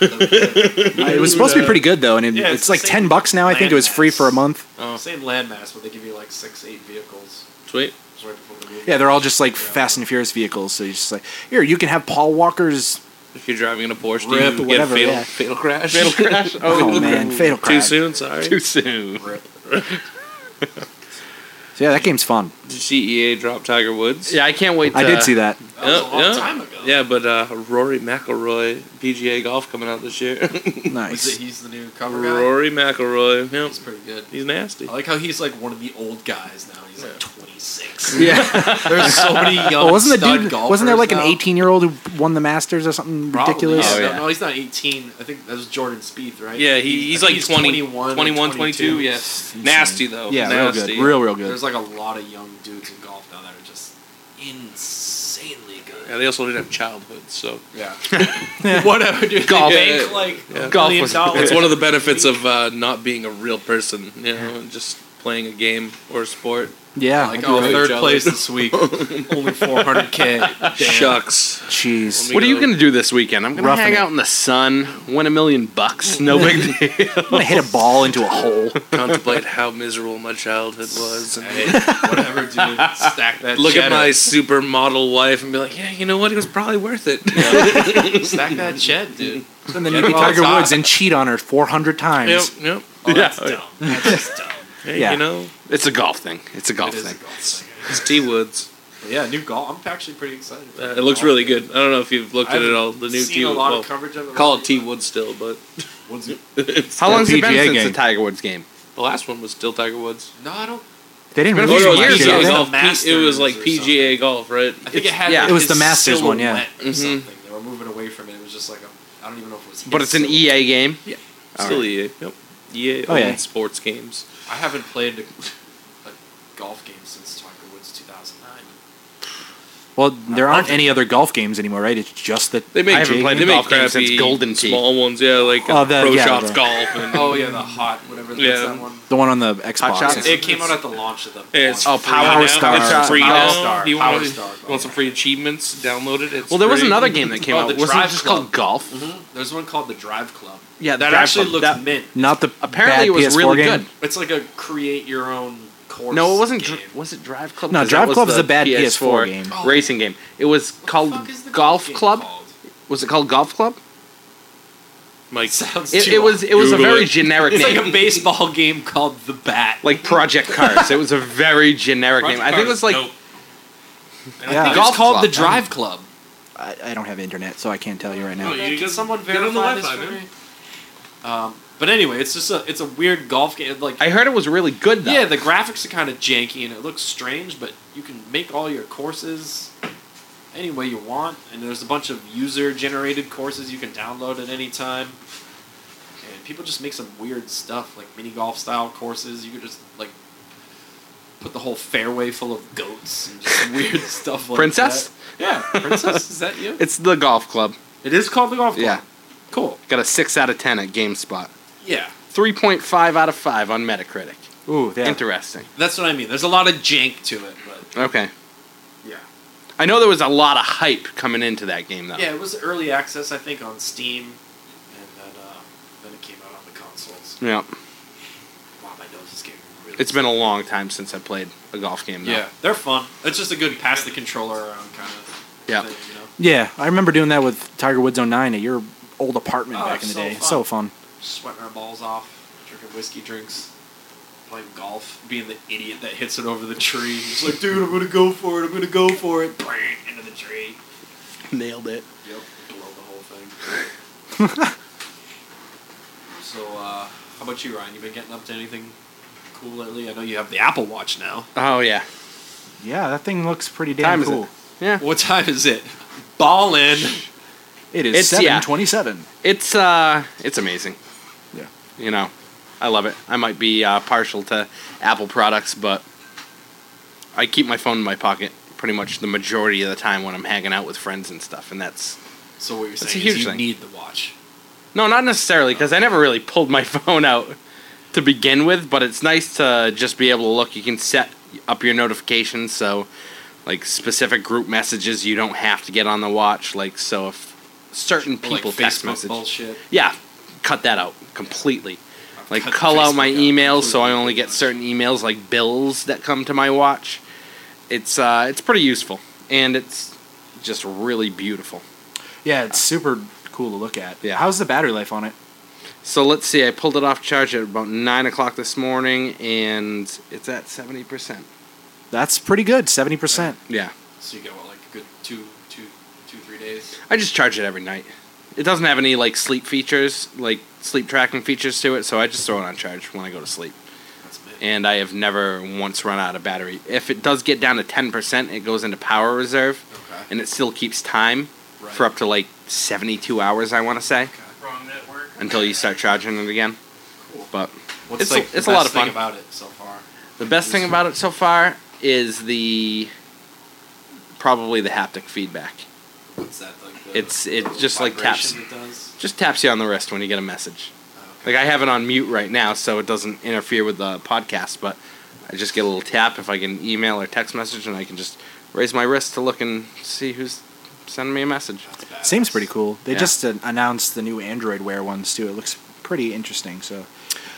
Speaker 1: it was supposed to be pretty good though, and it,
Speaker 4: Yeah,
Speaker 1: it's,
Speaker 4: it's the
Speaker 1: like
Speaker 4: same
Speaker 1: ten bucks now. I think it was free for a month.
Speaker 5: Oh,
Speaker 4: Same landmass, but they give you like six, eight vehicles.
Speaker 5: sweet.
Speaker 4: It's right before the movie.
Speaker 1: Yeah, they're all just like Fast and Furious vehicles. So you're just like, here you can have Paul Walker's.
Speaker 5: If you're driving in a Porsche,
Speaker 4: Rip,
Speaker 5: do you
Speaker 1: whatever,
Speaker 5: get
Speaker 1: yeah.
Speaker 5: fatal, fatal crash.
Speaker 2: Fatal crash.
Speaker 1: Oh,
Speaker 2: Oh,
Speaker 1: man, fatal
Speaker 5: Too
Speaker 1: crash.
Speaker 5: soon, sorry.
Speaker 2: too soon.
Speaker 4: Rip.
Speaker 1: So, yeah, that game's fun.
Speaker 5: Did CEA drop Tiger Woods?
Speaker 2: Yeah, I can't wait. To,
Speaker 1: I did see that.
Speaker 4: That Uh, was a long time ago.
Speaker 5: Yeah, but uh, Rory McIlroy, PGA Golf coming out this year.
Speaker 4: Was
Speaker 1: Nice.
Speaker 4: it, he's the new cover guy.
Speaker 5: Rory McIlroy, yep,
Speaker 4: He's pretty good.
Speaker 5: he's nasty.
Speaker 4: I like how he's like one of the old guys now. He's like 26.
Speaker 1: Yeah.
Speaker 4: There's so many young
Speaker 1: Well, wasn't the
Speaker 4: stud
Speaker 1: dude?
Speaker 4: golfers
Speaker 1: Wasn't there like an
Speaker 4: now.
Speaker 1: eighteen-year-old who won the Masters or something
Speaker 4: Probably,
Speaker 1: ridiculous?
Speaker 4: yeah.
Speaker 2: Oh,
Speaker 4: No,
Speaker 2: yeah.
Speaker 4: No, he's not 18. I think that was Jordan Spieth, right?
Speaker 5: Yeah, he, he's
Speaker 4: I
Speaker 5: like
Speaker 4: think
Speaker 5: 20,
Speaker 4: 21,
Speaker 5: 21 22, yeah.
Speaker 1: Insane.
Speaker 5: Nasty, though.
Speaker 1: Yeah, real
Speaker 5: nasty.
Speaker 1: good, real real good.
Speaker 4: There's like a lot of young dudes in golf now that are just insanely
Speaker 5: Yeah,
Speaker 4: good.
Speaker 5: they also didn't have childhood, so.
Speaker 4: Yeah. Whatever, dude.
Speaker 5: Golf.
Speaker 4: They
Speaker 5: Yeah.
Speaker 4: bank like a
Speaker 2: Golf
Speaker 4: million
Speaker 2: was-
Speaker 4: dollars.
Speaker 5: That's one of the benefits of uh, not being a real person, you know, and just playing a game or a sport.
Speaker 1: Yeah.
Speaker 4: Like,
Speaker 1: I
Speaker 4: oh,
Speaker 1: agree.
Speaker 4: third
Speaker 5: Jealous.
Speaker 4: place this week. Only 400K.
Speaker 5: Shucks.
Speaker 1: Jeez.
Speaker 5: Let
Speaker 2: What are
Speaker 5: me
Speaker 2: you
Speaker 5: go.
Speaker 2: gonna do this weekend? I'm gonna
Speaker 1: Roughing
Speaker 2: hang
Speaker 1: it.
Speaker 2: out in the sun, win a million bucks. No big deal.
Speaker 1: I'm gonna hit a ball into a hole.
Speaker 5: Contemplate how miserable my childhood was. And
Speaker 4: Hey, whatever, dude. Stack that
Speaker 5: look at
Speaker 4: cheddar.
Speaker 5: my supermodel wife and be like, yeah, you know what? It was probably worth it.
Speaker 4: Stack that ched, dude.
Speaker 1: And then you'd be
Speaker 4: well,
Speaker 1: Tiger
Speaker 4: it's hot.
Speaker 1: Woods and cheat on her 400
Speaker 5: yep,
Speaker 1: times.
Speaker 5: yep.
Speaker 4: Oh, that's
Speaker 2: Yeah.
Speaker 4: dumb. That's just dumb.
Speaker 5: Hey,
Speaker 1: Yeah.
Speaker 5: You know,
Speaker 2: It's a golf thing. It's a golf
Speaker 4: It is a
Speaker 2: thing.
Speaker 4: golf thing.
Speaker 5: it's T Woods.
Speaker 4: But yeah, new golf. I'm actually pretty excited.
Speaker 5: Uh, it looks really good. I don't know if you've looked at
Speaker 4: I've
Speaker 5: it all. The new
Speaker 4: seen
Speaker 5: T
Speaker 4: a
Speaker 5: Woods.
Speaker 4: lot
Speaker 5: Well,
Speaker 4: of coverage of it.
Speaker 5: call it T Woods still, but
Speaker 4: Woods.
Speaker 5: it's,
Speaker 2: How
Speaker 1: Yeah,
Speaker 2: long has it been
Speaker 1: PGA
Speaker 2: since
Speaker 1: game.
Speaker 2: the Tiger Woods game?
Speaker 5: the last one was still Tiger Woods.
Speaker 4: No, I don't.
Speaker 1: They didn't
Speaker 2: It's
Speaker 1: release
Speaker 2: been a
Speaker 1: it
Speaker 2: few
Speaker 1: last
Speaker 2: years
Speaker 1: year.
Speaker 2: ago.
Speaker 1: did
Speaker 5: it
Speaker 1: they?
Speaker 4: Yeah.
Speaker 5: was, P- it was like
Speaker 4: Masters or something.
Speaker 5: PGA golf, right?
Speaker 4: I think it had.
Speaker 2: yeah.
Speaker 4: like
Speaker 1: It was
Speaker 4: his
Speaker 1: the Masters one, yeah.
Speaker 4: silhouette Or
Speaker 5: Mhm.
Speaker 4: something. They were moving away from it. It was just like a. I don't even know if it was.
Speaker 2: But
Speaker 4: his
Speaker 2: it's an
Speaker 5: E
Speaker 4: silhouette.
Speaker 2: EA game.
Speaker 5: It's still EA. Yep. EA
Speaker 1: Oh, yeah.
Speaker 5: owns sports games.
Speaker 4: I haven't played a, a golf game since Tiger Woods 2009.
Speaker 1: Well, there aren't any other golf games anymore, right? It's just the.
Speaker 5: They make
Speaker 2: I haven't played
Speaker 5: they
Speaker 2: a
Speaker 5: make
Speaker 2: golf game since
Speaker 5: crappy
Speaker 2: Golden Tee.
Speaker 5: small ones, yeah, like
Speaker 1: Oh, the-
Speaker 5: Pro
Speaker 1: yeah,
Speaker 5: Shots
Speaker 1: the-
Speaker 5: Golf. And,
Speaker 4: Oh yeah, the hot whatever. that's
Speaker 5: Yeah.
Speaker 4: That one.
Speaker 1: The one on the Xbox.
Speaker 2: Shots?
Speaker 1: It's-
Speaker 4: It came out at the launch of the.
Speaker 5: Yeah, it's
Speaker 2: Oh,
Speaker 5: free
Speaker 2: Power
Speaker 5: now.
Speaker 1: Star.
Speaker 5: It's free
Speaker 4: Power
Speaker 5: now.
Speaker 4: Star.
Speaker 5: Do you want,
Speaker 4: Power Star.
Speaker 5: want some free achievements? Download it. It's
Speaker 2: Well, there was
Speaker 5: free.
Speaker 2: another game that came
Speaker 4: Oh,
Speaker 2: out.
Speaker 4: the
Speaker 2: Wasn't it
Speaker 4: Drive
Speaker 2: just
Speaker 4: Club.
Speaker 2: called Golf?
Speaker 4: There's one called the Drive Club.
Speaker 2: Yeah,
Speaker 4: that
Speaker 2: Drive
Speaker 4: actually
Speaker 2: Club.
Speaker 4: looks
Speaker 2: That-
Speaker 4: mint.
Speaker 1: Not the. bad
Speaker 2: Apparently, it was
Speaker 1: PS4
Speaker 2: really
Speaker 1: game.
Speaker 2: good.
Speaker 4: It's like a create your own course.
Speaker 2: No, it wasn't.
Speaker 4: Game.
Speaker 2: Dr- was it Drive Club?
Speaker 1: No,
Speaker 2: 'Cause
Speaker 1: Drive
Speaker 2: that was
Speaker 1: Club is
Speaker 2: the
Speaker 1: a bad PS4 game.
Speaker 4: Oh.
Speaker 2: racing game. It was
Speaker 4: What
Speaker 2: called
Speaker 4: the fuck is the
Speaker 2: Golf
Speaker 4: game
Speaker 2: Club.
Speaker 4: called?
Speaker 2: Was it called Golf Club?
Speaker 5: Mike.
Speaker 4: Sounds
Speaker 2: It,
Speaker 4: too
Speaker 2: it was.
Speaker 4: old.
Speaker 2: It was a
Speaker 5: Google
Speaker 2: very
Speaker 5: it.
Speaker 2: generic
Speaker 4: It's
Speaker 2: name.
Speaker 4: like a baseball game called the Bat.
Speaker 2: like Project Cars. It was a very generic name. I think it was like
Speaker 5: Nope.
Speaker 4: I
Speaker 1: Yeah.
Speaker 4: think
Speaker 2: Golf
Speaker 4: it's called
Speaker 2: Club.
Speaker 4: the Drive Club.
Speaker 1: I, I don't have internet, so I can't tell you right now.
Speaker 5: Oh, you
Speaker 4: Can
Speaker 5: get-
Speaker 4: someone
Speaker 5: get on the
Speaker 4: verify this
Speaker 5: Wi-Fi,
Speaker 4: for
Speaker 5: man.
Speaker 4: me? Um, but anyway, it's just a it's a weird golf game. Like
Speaker 2: I heard it was really good though.
Speaker 4: yeah, the graphics are kind of janky and it looks strange, but you can make all your courses any way you want, and there's a bunch of user generated courses you can download at any time. And people just make some weird stuff, like mini golf style courses. You could just like put the whole fairway full of goats and just weird stuff like
Speaker 2: Princess?
Speaker 4: that. Yeah, princess. Is that you?
Speaker 2: It's the golf club.
Speaker 4: It is called the golf club.
Speaker 2: Yeah.
Speaker 4: Cool.
Speaker 2: Got a six out of ten at GameSpot.
Speaker 4: Yeah.
Speaker 2: Three point five out of five on Metacritic.
Speaker 1: Ooh, yeah.
Speaker 2: Interesting.
Speaker 4: That's what I mean. There's a lot of jank to it, but
Speaker 2: Okay.
Speaker 4: yeah.
Speaker 2: I know there was a lot of hype coming into that game though.
Speaker 4: Yeah, it was early access, I think, on Steam, and then uh, then it came out on the consoles.
Speaker 2: Yeah.
Speaker 4: Wow, my nose is getting really.
Speaker 2: It's been a long time since I played a golf game though.
Speaker 4: yeah, they're fun. It's just a good pass the controller around kind of.
Speaker 2: Yeah.
Speaker 4: Thing, you know,
Speaker 1: Yeah, I remember doing that with Tiger Woods 09 at your old apartment
Speaker 4: Oh,
Speaker 1: back in the
Speaker 4: so
Speaker 1: day.
Speaker 4: fun.
Speaker 1: So fun.
Speaker 4: sweating our balls off, drinking whiskey drinks, playing golf, being the idiot that hits it over the tree. It's like, dude, I'm gonna go for it. I'm gonna go for it. Bang, into the tree.
Speaker 2: Nailed it.
Speaker 4: Yep, blow the whole thing. so, uh, how about you, Ryan? You been getting up to anything cool lately? I know you have the Apple Watch now.
Speaker 2: Oh yeah.
Speaker 1: Yeah, that thing looks pretty damn
Speaker 2: Time is
Speaker 1: cool.
Speaker 2: it? Yeah.
Speaker 4: What time is it? Ballin'.
Speaker 1: it is
Speaker 2: It's- yeah.
Speaker 1: 727.
Speaker 2: It's uh it's amazing.
Speaker 1: Yeah.
Speaker 2: You know. I love it. I might be uh, partial to Apple products, but I keep my phone in my pocket pretty much the majority of the time when I'm hanging out with friends and stuff, and that's
Speaker 4: So what you're
Speaker 2: That's a
Speaker 4: saying
Speaker 2: huge
Speaker 4: is you
Speaker 2: thing.
Speaker 4: need the watch.
Speaker 2: No, not necessarily, because I never really pulled my phone out to begin with, but it's nice to just be able to look. You can set up your notifications so, like, specific group messages you don't have to get on the watch. Like, so if certain
Speaker 4: Or, like,
Speaker 2: people text
Speaker 4: Facebook
Speaker 2: message,
Speaker 4: bullshit.
Speaker 2: yeah, cut that out completely. Like,
Speaker 4: Cut
Speaker 2: cull out my
Speaker 4: Facebook out
Speaker 2: emails so I only
Speaker 4: completely.
Speaker 2: get certain emails like bills that come to my watch. It's uh, it's pretty useful, and it's just really beautiful.
Speaker 1: Yeah, it's super cool to look at.
Speaker 2: Yeah.
Speaker 1: How's the battery life on it?
Speaker 2: So let's see. I pulled it off charge at about nine o'clock this morning, and it's at seventy percent.
Speaker 1: That's pretty good, seventy percent.
Speaker 2: Yeah,
Speaker 4: So you got what, like a good two, two, two, three days.
Speaker 2: I just charge it every night. It doesn't have any like sleep features, like sleep tracking features to it, so I just throw it on charge when I go to sleep.
Speaker 4: That's big.
Speaker 2: And I have never once run out of battery. If it does get down to ten percent, it goes into power reserve,
Speaker 4: okay.
Speaker 2: and it still keeps time
Speaker 4: Right.
Speaker 2: for up to like seventy-two hours. I want to say
Speaker 5: Wrong network.
Speaker 2: until you start charging it again.
Speaker 4: Cool.
Speaker 2: But
Speaker 4: What's
Speaker 2: it's a-
Speaker 4: like the
Speaker 2: it's a lot
Speaker 4: best
Speaker 2: of fun.
Speaker 4: thing about it so far?
Speaker 2: The best thing about it so far is the probably the haptic feedback.
Speaker 4: What's that like? The,
Speaker 2: It's- it
Speaker 4: the
Speaker 2: just, like, taps-
Speaker 4: vibration It does. Oh,
Speaker 2: Just taps you on the wrist when you get a message.
Speaker 4: Okay.
Speaker 2: Like I have it on mute right now, so it doesn't interfere with the podcast. But I just get a little tap if I get an email or text message, and I can just raise my wrist to look and see who's sending me a message.
Speaker 4: That's badass.
Speaker 1: Seems pretty cool. They
Speaker 2: Yeah.
Speaker 1: just uh, announced the new Android Wear ones too. It looks pretty interesting. So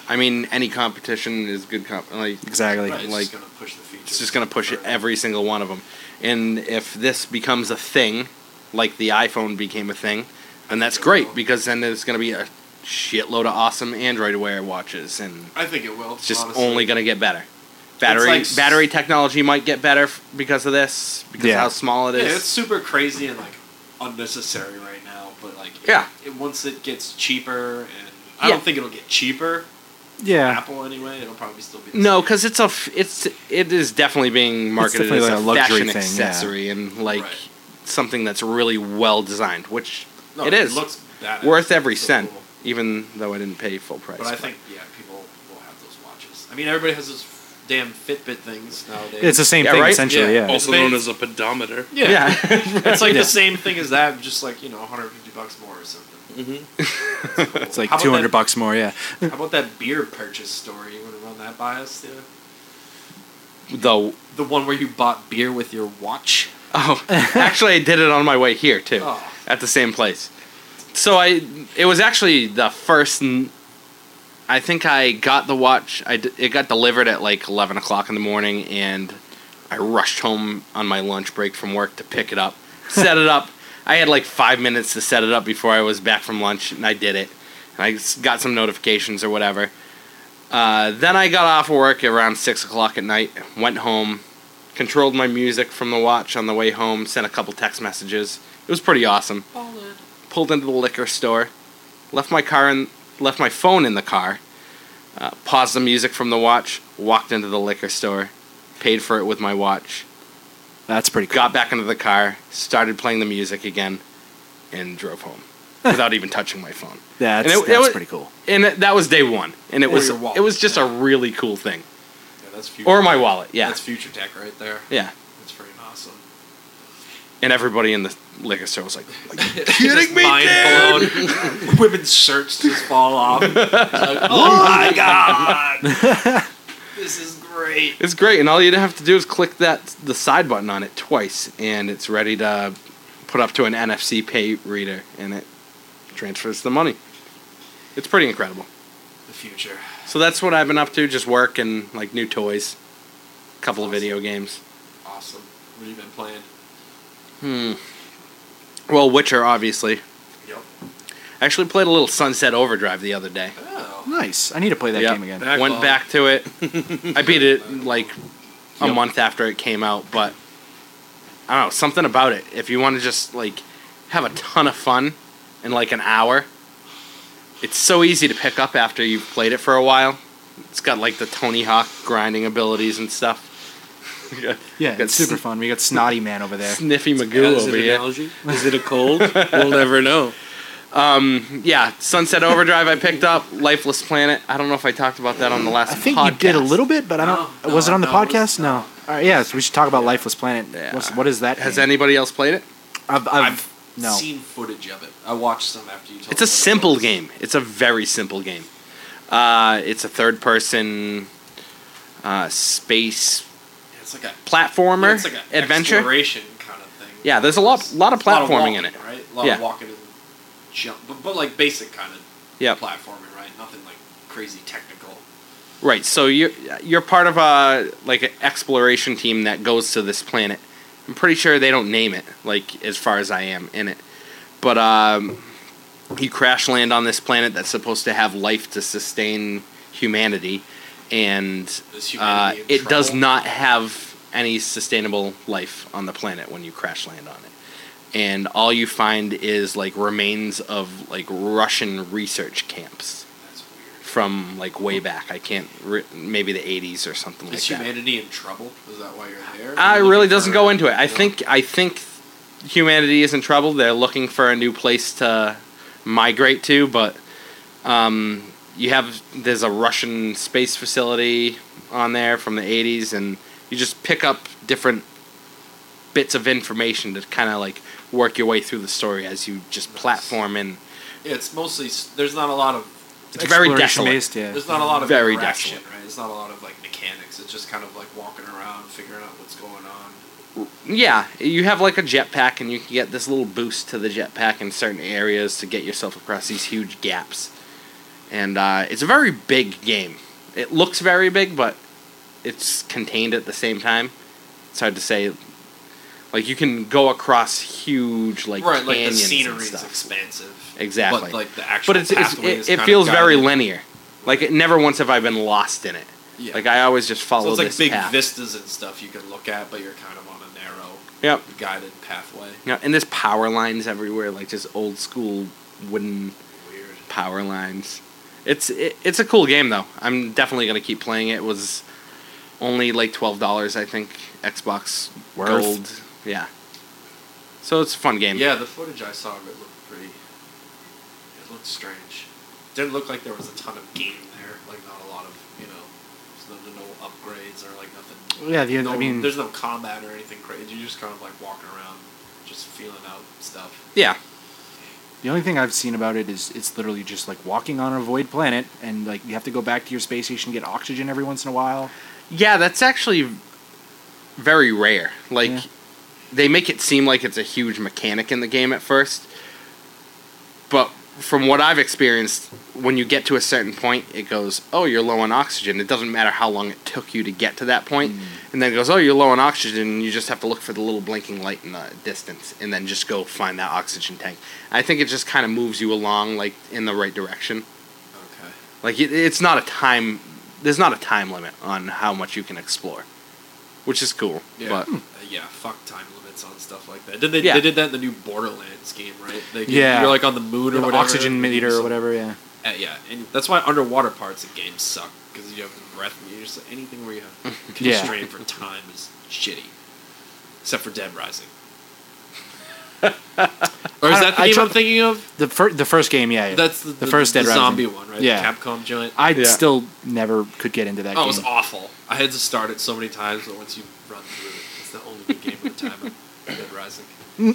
Speaker 2: I mean, any competition is good. Comp- like
Speaker 1: exactly.
Speaker 4: Right, it's
Speaker 2: like-
Speaker 4: just gonna push the features.
Speaker 2: It's just going to push
Speaker 4: further.
Speaker 2: every single one of them. And if this becomes a thing, like the iPhone became a thing, then that's great because then there's going to be a shitload of awesome Android Wear watches, and
Speaker 4: I think it will.
Speaker 2: it's just
Speaker 4: honestly.
Speaker 2: only going to get better. Battery
Speaker 4: like s-
Speaker 2: battery technology might get better f- because of this, because
Speaker 1: Yeah.
Speaker 2: of how small it
Speaker 4: Yeah,
Speaker 2: is.
Speaker 4: it's super crazy and like unnecessary right now, but like it-
Speaker 2: Yeah.
Speaker 4: it, once it gets cheaper and I
Speaker 2: Yeah.
Speaker 4: don't think it'll get cheaper.
Speaker 1: Yeah.
Speaker 4: Apple anyway, it'll probably still be the
Speaker 2: No,
Speaker 4: same.
Speaker 2: because it's a f- it's it is definitely being marketed
Speaker 1: definitely like
Speaker 2: as a,
Speaker 1: a luxury
Speaker 2: fashion
Speaker 1: thing, yeah.
Speaker 2: accessory and like
Speaker 4: Right.
Speaker 2: something that's really well designed, which
Speaker 4: No,
Speaker 2: it is.
Speaker 4: looks badass.
Speaker 2: worth every
Speaker 4: It's so
Speaker 2: cent,
Speaker 4: cool.
Speaker 2: even though I didn't pay full price.
Speaker 4: But I think yeah, people will have those watches. I mean, everybody has those damn Fitbit things nowadays.
Speaker 1: It's the same
Speaker 2: Yeah,
Speaker 1: thing
Speaker 2: right?
Speaker 1: essentially.
Speaker 4: Yeah.
Speaker 1: Yeah.
Speaker 5: Also
Speaker 4: It's
Speaker 5: known
Speaker 4: ba-
Speaker 5: as a pedometer.
Speaker 4: yeah, it's like
Speaker 1: Yeah.
Speaker 4: the same thing as that, just like you know, 150 bucks more or something.
Speaker 5: Mhm.
Speaker 1: It's like two hundred bucks more. Yeah.
Speaker 4: How about that beer purchase story? You want to run that by us? Yeah.
Speaker 2: the
Speaker 4: The one where you bought beer with your watch.
Speaker 2: oh, actually, I did it on my way here too,
Speaker 4: Oh.
Speaker 2: at the same place. So I, it was actually the first. n- I think I got the watch. I d- it got delivered at like eleven o'clock in the morning, and I rushed home on my lunch break from work to pick it up, set it up. I had like five minutes to set it up before I was back from lunch, and I did it. And I s- got some notifications or whatever. Uh, then I got off work around six o'clock at night, went home, controlled my music from the watch on the way home, sent a couple text messages. It was pretty awesome. Pulled into the liquor store, left my car in, left my phone in the car, uh, paused the music from the watch, walked into the liquor store, paid for it with my watch,
Speaker 1: That's pretty cool.
Speaker 2: got back into the car, started playing the music again, and drove home without even touching my phone.
Speaker 1: That's
Speaker 2: And it- it
Speaker 1: that's
Speaker 2: was-
Speaker 1: pretty cool.
Speaker 2: And it- that was day one, and it
Speaker 4: Or
Speaker 2: was
Speaker 4: your wallet,
Speaker 2: it was just
Speaker 4: yeah.
Speaker 2: a really cool thing.
Speaker 4: Yeah, that's future.
Speaker 2: Or my wallet, yeah,
Speaker 4: That's future tech right there.
Speaker 2: yeah.
Speaker 4: That's pretty awesome.
Speaker 2: And everybody in the liquor store was like,
Speaker 4: Kidding me, mind blown. Women's shirts just fall off. It's like, oh my god, this is great.
Speaker 2: It's great, and all you have to do is click that the side button on it twice, and it's ready to put up to an NFC pay reader, and it transfers the money. It's pretty incredible.
Speaker 4: The future.
Speaker 2: So that's what I've been up to: just work and like new toys, a couple of video games.
Speaker 4: Awesome. What have you been playing?
Speaker 2: Hmm. Well, Witcher, obviously.
Speaker 4: Yep.
Speaker 2: I actually played a little Sunset Overdrive the other day.
Speaker 4: Oh.
Speaker 1: Nice. I need to play that
Speaker 2: Yep.
Speaker 1: game again.
Speaker 5: Backlog.
Speaker 2: Went back to it. I beat it like a month after it came out, but I don't know something about it. If you want to just like have a ton of fun in like an hour, it's so easy to pick up after you've played it for a while. It's got like the Tony Hawk grinding abilities and stuff.
Speaker 1: Yeah, it's
Speaker 2: That's-
Speaker 1: super fun. We got Snotty Man over there.
Speaker 2: Sniffy Magoo
Speaker 5: Is it
Speaker 2: over
Speaker 5: an
Speaker 2: here.
Speaker 5: allergy? Is it a cold? we'll never know.
Speaker 2: Yeah, Sunset Overdrive I picked up. Lifeless Planet. I don't know if I talked about that on the last.
Speaker 1: I think
Speaker 2: podcast.
Speaker 1: you did a little bit, but I don't. Uh,
Speaker 4: No, no,
Speaker 1: was it on the
Speaker 4: no, it was-
Speaker 1: podcast? no. All right. Yeah. So we should talk about Lifeless Planet.
Speaker 2: Yeah.
Speaker 1: What's, what is that?
Speaker 2: Has
Speaker 1: game?
Speaker 2: anybody else played it?
Speaker 1: I've, I've, no.
Speaker 4: Seen footage of it. I watched some after you told me.
Speaker 2: It's a
Speaker 4: what it
Speaker 2: simple
Speaker 4: was.
Speaker 2: game. It's a very simple game. Uh, it's a third person uh, space
Speaker 4: It's like a
Speaker 2: platformer
Speaker 4: it's like a
Speaker 2: adventure.
Speaker 4: exploration kind of thing.
Speaker 2: Yeah, there's a lot lot of
Speaker 4: A lot of
Speaker 2: platforming in it.
Speaker 4: walking, right? A lot
Speaker 2: Yeah.
Speaker 4: of walking and jump, but, but like basic kind of
Speaker 2: Yep.
Speaker 4: platforming, right? Nothing like crazy technical.
Speaker 2: Right. So you're you're part of a like an exploration team that goes to this planet. I'm pretty sure they don't name it. Like as far as I am in it, but um, you crash land on this planet that's supposed to have life to sustain humanity, and
Speaker 4: Is
Speaker 2: uh,
Speaker 4: humanity in
Speaker 2: it does
Speaker 4: trouble?
Speaker 2: not have any sustainable life on the planet when you crash land on it. And all you find is like remains of like Russian research camps
Speaker 4: That's weird.
Speaker 2: from like way back. I can't re- maybe the eighties or something
Speaker 4: Is
Speaker 2: like
Speaker 4: humanity in trouble? Is that why you're there?
Speaker 2: that. Uh,
Speaker 4: You're
Speaker 2: it really
Speaker 4: looking
Speaker 2: doesn't
Speaker 4: for-
Speaker 2: go into it. I
Speaker 4: No.
Speaker 2: think I think humanity is in trouble. They're looking for a new place to migrate to, but um, you have there's a Russian space facility on there from the eighties, and you just pick up different bits of information to kind of like work your way through the story as you just platform and
Speaker 4: it's mostly s- there's not a lot of
Speaker 2: it's very
Speaker 1: Exploration
Speaker 2: desolate.
Speaker 1: based, yeah.
Speaker 4: there's not a lot of
Speaker 2: Very
Speaker 4: interaction,
Speaker 2: desolate.
Speaker 4: right? It's not a lot of like mechanics. It's just kind of like walking around, figuring out what's going on.
Speaker 2: Yeah, you have like a jetpack, and you can get this little boost to the jetpack in certain areas to get yourself across these huge gaps. And uh, it's a very big game. It looks very big, but it's contained at the same time. It's hard to say. Like you can go across huge like
Speaker 4: right, like the
Speaker 2: canyons and
Speaker 4: scenery is
Speaker 2: stuff.
Speaker 4: expensive.
Speaker 2: Exactly.
Speaker 4: But like the actual
Speaker 2: but it's, it's
Speaker 4: pathway is
Speaker 2: it, it
Speaker 4: kind of
Speaker 2: feels very
Speaker 4: guided.
Speaker 2: linear. Like it, never once have I been lost in it.
Speaker 4: Yeah.
Speaker 2: Like I always just follow
Speaker 4: so it's like
Speaker 2: this
Speaker 4: big
Speaker 2: path.
Speaker 4: vistas and stuff you can look at, but you're kind of on a narrow
Speaker 2: Yep.
Speaker 4: guided pathway.
Speaker 2: You know, and there's power lines everywhere, like just old school wooden
Speaker 4: Weird.
Speaker 2: power lines. It's it, it's a cool game though. I'm definitely gonna keep playing it. It was only like twelve dollars, I think. Xbox
Speaker 1: Worth.
Speaker 2: Gold, yeah. So it's a fun game.
Speaker 4: Yeah, the footage I saw of it looked pretty. It looked strange. Didn't look like there was a ton of game there. Like not a lot of you know, there's no, no upgrades or like nothing.
Speaker 1: Yeah, the,
Speaker 4: no,
Speaker 1: I mean,
Speaker 4: there's no combat or anything crazy. You're just kind of like walking around, just feeling out stuff.
Speaker 2: yeah,
Speaker 1: the only thing I've seen about it is it's literally just like walking on a void planet, and like you have to go back to your space station to get oxygen every once in a while.
Speaker 2: yeah. That's actually very rare. Like
Speaker 1: Yeah.
Speaker 2: they make it seem like it's a huge mechanic in the game at first, but from what I've experienced, when you get to a certain point, it goes, "Oh, you're low on oxygen." It doesn't matter how long it took you to get to that point, and then it goes, "Oh, you're low on oxygen." And you just have to look for the little blinking light in the distance, and then just go find that oxygen tank. I think it just kind of moves you along, like in the right direction.
Speaker 4: Okay.
Speaker 2: Like it, it's not a time. There's not a time limit on how much you can explore, which is cool.
Speaker 4: Yeah.
Speaker 2: But
Speaker 4: Uh, yeah. Fuck time limits on stuff like that. Did they?
Speaker 2: Yeah.
Speaker 4: They did that in the new Borderlands game, right? They give-
Speaker 1: Yeah.
Speaker 4: You're like on the moon or
Speaker 1: The
Speaker 4: whatever.
Speaker 1: oxygen
Speaker 4: and you
Speaker 1: meter
Speaker 4: just-
Speaker 1: or whatever, yeah.
Speaker 4: Uh, yeah, and that's why underwater parts of games suck because you have the breath meters. Anything where you have
Speaker 1: Yeah.
Speaker 4: constraint for time is shitty, except for Dead Rising. or is
Speaker 1: I-
Speaker 4: that the
Speaker 1: I
Speaker 4: game
Speaker 1: tr-
Speaker 4: I'm thinking of?
Speaker 1: The first, the first game, yeah. yeah.
Speaker 4: That's the,
Speaker 1: the first Dead
Speaker 4: the
Speaker 1: Rising.
Speaker 4: zombie one, right? The
Speaker 1: Yeah.
Speaker 4: Capcom joint.
Speaker 1: I
Speaker 2: Yeah.
Speaker 1: still never could get into that
Speaker 4: oh, it
Speaker 1: game.
Speaker 4: was awful. I had to start it so many times, but once you run through it, it's the only good game of the time. Dead Rising.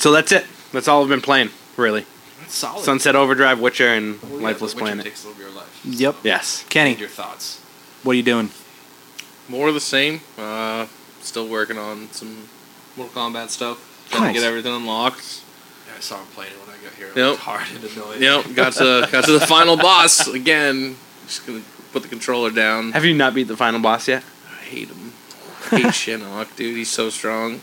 Speaker 2: so that's it. That's all I've been playing, really.
Speaker 4: That's solid.
Speaker 2: Sunset Overdrive, Witcher, and
Speaker 4: Well, yeah,
Speaker 2: Lifeless
Speaker 4: The Witcher
Speaker 2: Planet.
Speaker 4: Takes over your life.
Speaker 1: Yep.
Speaker 4: So,
Speaker 2: Yes.
Speaker 1: Kenny,
Speaker 4: Your thoughts?
Speaker 1: what are you doing?
Speaker 5: More of the same. Uh, still working on some Mortal Kombat stuff. Trying
Speaker 1: Nice.
Speaker 5: to get everything unlocked.
Speaker 4: Yeah, I saw him playing it when I got here. It
Speaker 5: Yep.
Speaker 4: was hard and annoying.
Speaker 5: Yep, got to got to the final boss again. Just gonna put the controller down.
Speaker 2: Have you not beat the final boss yet?
Speaker 5: I hate him. I hate Shinnok, dude. He's so strong.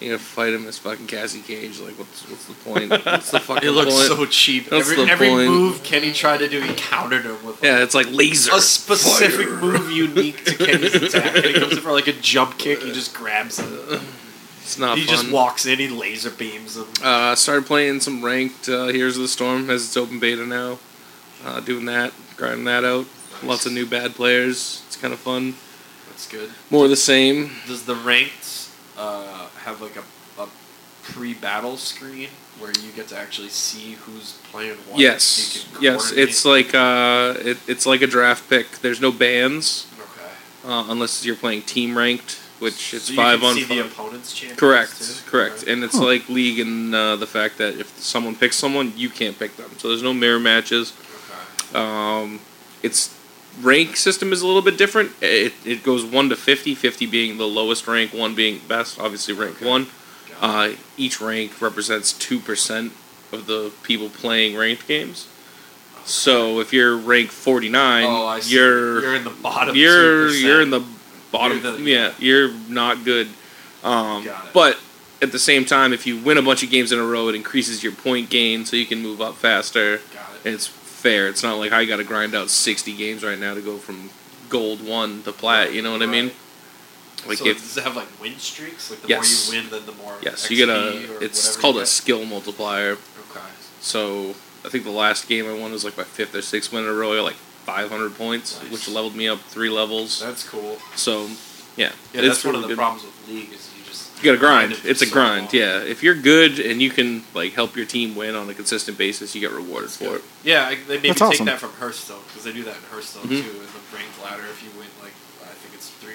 Speaker 5: You gotta fight him as fucking Cassie Cage. Like, what's what's the point? What's the fucking
Speaker 4: It looks
Speaker 5: point?
Speaker 4: so cheap.
Speaker 5: That's
Speaker 4: every
Speaker 5: the
Speaker 4: every
Speaker 5: point.
Speaker 4: move Kenny tried to do, he countered him with
Speaker 5: yeah, it's like laser.
Speaker 4: a specific
Speaker 5: fire.
Speaker 4: move unique to Kenny's attack. And he comes in for like a jump kick, he just grabs him.
Speaker 5: It's not
Speaker 4: He
Speaker 5: fun.
Speaker 4: just walks in, he laser beams him.
Speaker 5: Uh, started playing some ranked uh, Heroes of the Storm as it's open beta now. Uh, doing that, grinding that out. Lots of new bad players. It's kind of fun.
Speaker 4: That's good.
Speaker 5: More of the same.
Speaker 4: Does the ranked uh, have like a, a pre battle screen where you get to actually see who's playing what? You
Speaker 5: Yes,
Speaker 4: can
Speaker 5: yes.
Speaker 4: coordinate?
Speaker 5: It's like uh, it, it's like a draft pick. There's no bans
Speaker 4: Okay.
Speaker 5: uh, unless you're playing team ranked, which it's
Speaker 4: So you
Speaker 5: five
Speaker 4: can
Speaker 5: on
Speaker 4: see the
Speaker 5: five.
Speaker 4: opponent's champions
Speaker 5: Correct,
Speaker 4: too?
Speaker 5: correct.
Speaker 4: Okay.
Speaker 5: And it's like league in uh, the fact that if someone picks someone, you can't pick them. So there's no mirror matches.
Speaker 4: Okay.
Speaker 5: Um, its rank system is a little bit different. It, it goes 1 to 50, 50 being the lowest rank, 1 being best, obviously rank 1. Uh, each rank represents 2% of the people playing ranked games. So if you're rank 49,
Speaker 4: Oh, I see.
Speaker 5: you're
Speaker 4: You're in the bottom.
Speaker 5: you're
Speaker 4: 2%.
Speaker 5: you're in the bottom.
Speaker 4: You're the-
Speaker 5: yeah, you're not good. Um,
Speaker 4: Got it.
Speaker 5: but at the same time, if you win a bunch of games in a row, it increases your point gain, so you can move up faster.
Speaker 4: Got it.
Speaker 5: It's fair. It's not like I got to grind out sixty games right now to go from gold one to plat. You know what I mean? Like
Speaker 4: so
Speaker 5: if
Speaker 4: does it have like win streaks? Like the
Speaker 5: Yes.
Speaker 4: more you win, then the more.
Speaker 5: yes,
Speaker 4: XP
Speaker 5: you get
Speaker 4: or
Speaker 5: a. It's
Speaker 4: whatever
Speaker 5: called
Speaker 4: you
Speaker 5: a
Speaker 4: get?
Speaker 5: skill multiplier.
Speaker 4: Okay.
Speaker 5: So I think the last game I won was like my fifth or sixth win in a row. I got like five hundred points,
Speaker 4: Nice.
Speaker 5: which leveled me up three levels.
Speaker 4: That's cool.
Speaker 5: so yeah,
Speaker 4: Yeah,
Speaker 5: it's
Speaker 4: that's one of
Speaker 5: really
Speaker 4: the
Speaker 5: good.
Speaker 4: problems with League is you just
Speaker 5: You gotta grind.
Speaker 4: it for
Speaker 5: It's a
Speaker 4: so
Speaker 5: grind,
Speaker 4: long.
Speaker 5: yeah. If you're good and you can like help your team win on a consistent basis, you get rewarded for it.
Speaker 4: Yeah, I, they maybe
Speaker 1: That's
Speaker 4: take
Speaker 1: awesome.
Speaker 4: that from Hearthstone because they do that in Hearthstone
Speaker 5: Mhm.
Speaker 4: too. In the ranked ladder, if you win like I think it's three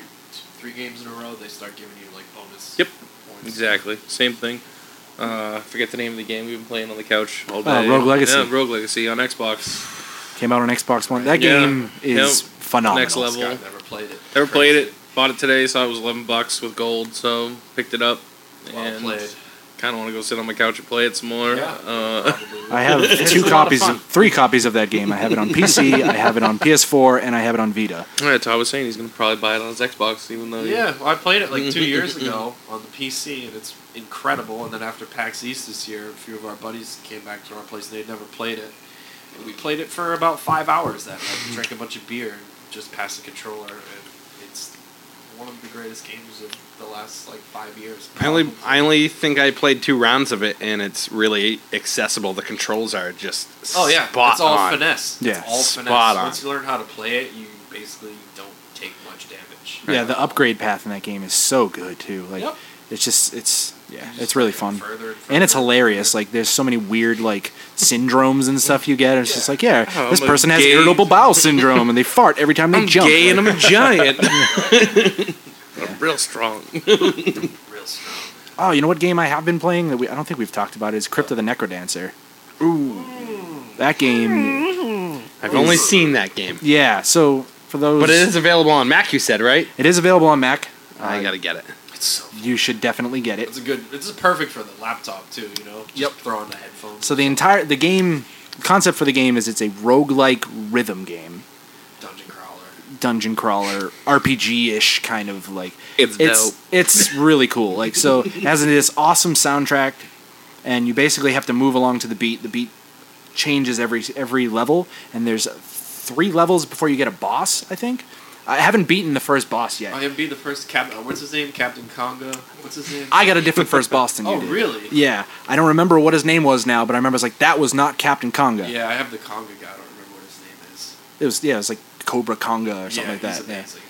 Speaker 4: three games in a row, they start giving you like bonus.
Speaker 5: Yep.
Speaker 4: Points.
Speaker 5: Exactly. Same thing. Uh, I forget the name of the game we've been playing on the couch all day.
Speaker 1: Uh, Rogue Legacy.
Speaker 5: Yeah, Rogue Legacy on Xbox.
Speaker 1: Came out on Xbox One. That
Speaker 5: Yeah.
Speaker 1: game is
Speaker 5: Yep.
Speaker 1: phenomenal.
Speaker 5: Next level.
Speaker 4: Scott never played it.
Speaker 5: Never played it. Bought it today. Saw it was eleven bucks with gold, so picked it up.
Speaker 4: Well
Speaker 5: and
Speaker 4: played.
Speaker 5: Kind of want to go sit on my couch and play it some more.
Speaker 4: Yeah.
Speaker 5: Uh,
Speaker 4: Probably
Speaker 1: I have
Speaker 2: It's a
Speaker 1: two
Speaker 2: lot of
Speaker 1: copies,
Speaker 2: fun.
Speaker 1: of, three copies of that game. I have it on PC, I have it on PS4, and I have it on Vita.
Speaker 5: yeah, Todd was saying he's gonna probably buy it on his Xbox, even though
Speaker 4: would.
Speaker 5: he-
Speaker 4: Yeah, well, I played it like two years ago on the PC, and it's incredible. And then after PAX East this year, a few of our buddies came back to our place, and they'd never played it. And we played it for about five hours that night. We drank a bunch of beer and just passed the controller, and it's one of the greatest games of the last like five years.
Speaker 2: I only, I only think I played two rounds of it, and it's really accessible. The controls are just
Speaker 4: Oh yeah,
Speaker 2: spot
Speaker 4: it's all
Speaker 2: on.
Speaker 4: finesse.
Speaker 1: Yeah.
Speaker 4: it's all
Speaker 2: Spot
Speaker 4: finesse.
Speaker 2: on.
Speaker 4: Once you learn how to play it, you basically don't take much damage.
Speaker 1: Yeah, the upgrade path in that game is so good too. Like,
Speaker 4: Yep.
Speaker 1: it's just it's yeah,
Speaker 4: Just
Speaker 1: it's really
Speaker 4: get
Speaker 1: fun.
Speaker 4: Further and, further
Speaker 1: and it's hilarious. Like there's so many weird like syndromes and stuff you get. And it's just like, yeah,
Speaker 5: Oh,
Speaker 1: this
Speaker 5: I'm a
Speaker 1: person has
Speaker 5: gay-
Speaker 1: irritable bowel syndrome and they fart every time they
Speaker 5: I'm
Speaker 1: jump.
Speaker 5: gay
Speaker 1: Like,
Speaker 5: and I'm a giant. I'm real strong.
Speaker 4: real strong.
Speaker 1: oh, you know what game I have been playing that we I don't think we've talked about is Crypt of the Necrodancer. Ooh, that game.
Speaker 2: I've only seen that game,
Speaker 1: Yeah. So for those,
Speaker 2: but it is available on Mac. You said right?
Speaker 1: it is available on Mac.
Speaker 2: I
Speaker 1: Uh,
Speaker 2: gotta get it.
Speaker 4: It's so.
Speaker 1: You should definitely get it.
Speaker 4: It's a good. It's perfect for the laptop too. You know. Just
Speaker 1: Yep.
Speaker 4: Throw on the headphones.
Speaker 1: So the entire the game concept for the game is it's a roguelike rhythm game.
Speaker 4: dungeon crawler.
Speaker 1: dungeon crawler RPG ish kind of like
Speaker 5: It's
Speaker 1: it's
Speaker 5: dope.
Speaker 1: it's really cool. Like so, it has this awesome soundtrack, and you basically have to move along to the beat. The beat changes every every level, and there's three levels before you get a boss. I think I haven't beaten the first boss yet.
Speaker 4: I
Speaker 1: I,
Speaker 4: am be the first captain. What's his name? Captain Conga. What's his name?
Speaker 1: got a different first boss than you
Speaker 4: oh
Speaker 1: did.
Speaker 4: really?
Speaker 1: Yeah, I don't remember what his name was now, but I remember it's like that was not Captain Conga.
Speaker 4: Yeah, I have the Conga guy. I don't remember what his name is.
Speaker 1: It was yeah, it was like Cobra Conga or something
Speaker 4: yeah,
Speaker 1: like that.
Speaker 4: He's
Speaker 1: yeah.
Speaker 4: amazing.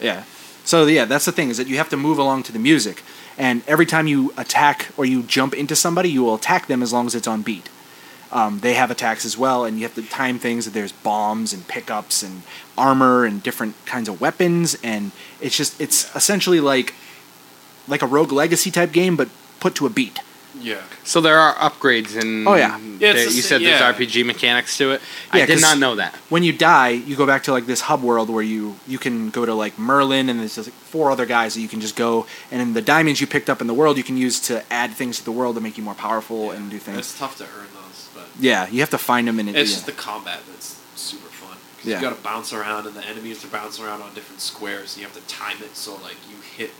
Speaker 1: Yeah. So yeah, that's the thing is that you have to move along to the music, and every time you attack or you jump into somebody, you will attack them as long as it's on beat. Um, they have attacks as well, and you have to time things. That there's bombs and pickups and armor and different kinds of weapons, and it's just it's essentially like like a Rogue Legacy type game, but put to a beat.
Speaker 4: Yeah.
Speaker 2: So there are upgrades and
Speaker 1: Oh, yeah.
Speaker 4: Yeah, it's
Speaker 2: there-
Speaker 4: the
Speaker 2: you
Speaker 4: sa-
Speaker 2: said
Speaker 4: yeah.
Speaker 2: there's RPG mechanics to it.
Speaker 1: Yeah,
Speaker 2: I did
Speaker 1: 'cause-
Speaker 2: not know that.
Speaker 1: when you die, you go back to like this hub world where you you can go to like Merlin and there's just like four other guys that you can just go and then the diamonds you picked up in the world you can use to add things to the world to make you more powerful and do
Speaker 4: And
Speaker 1: things.
Speaker 4: It's tough to earn those, but
Speaker 1: Yeah, you have to find them in it.
Speaker 4: It's
Speaker 1: yeah.
Speaker 4: just the combat that's super fun. 'Cause
Speaker 1: Yeah.
Speaker 4: You got to bounce around, and the enemies are bouncing around on different squares. And you have to time it so like you hit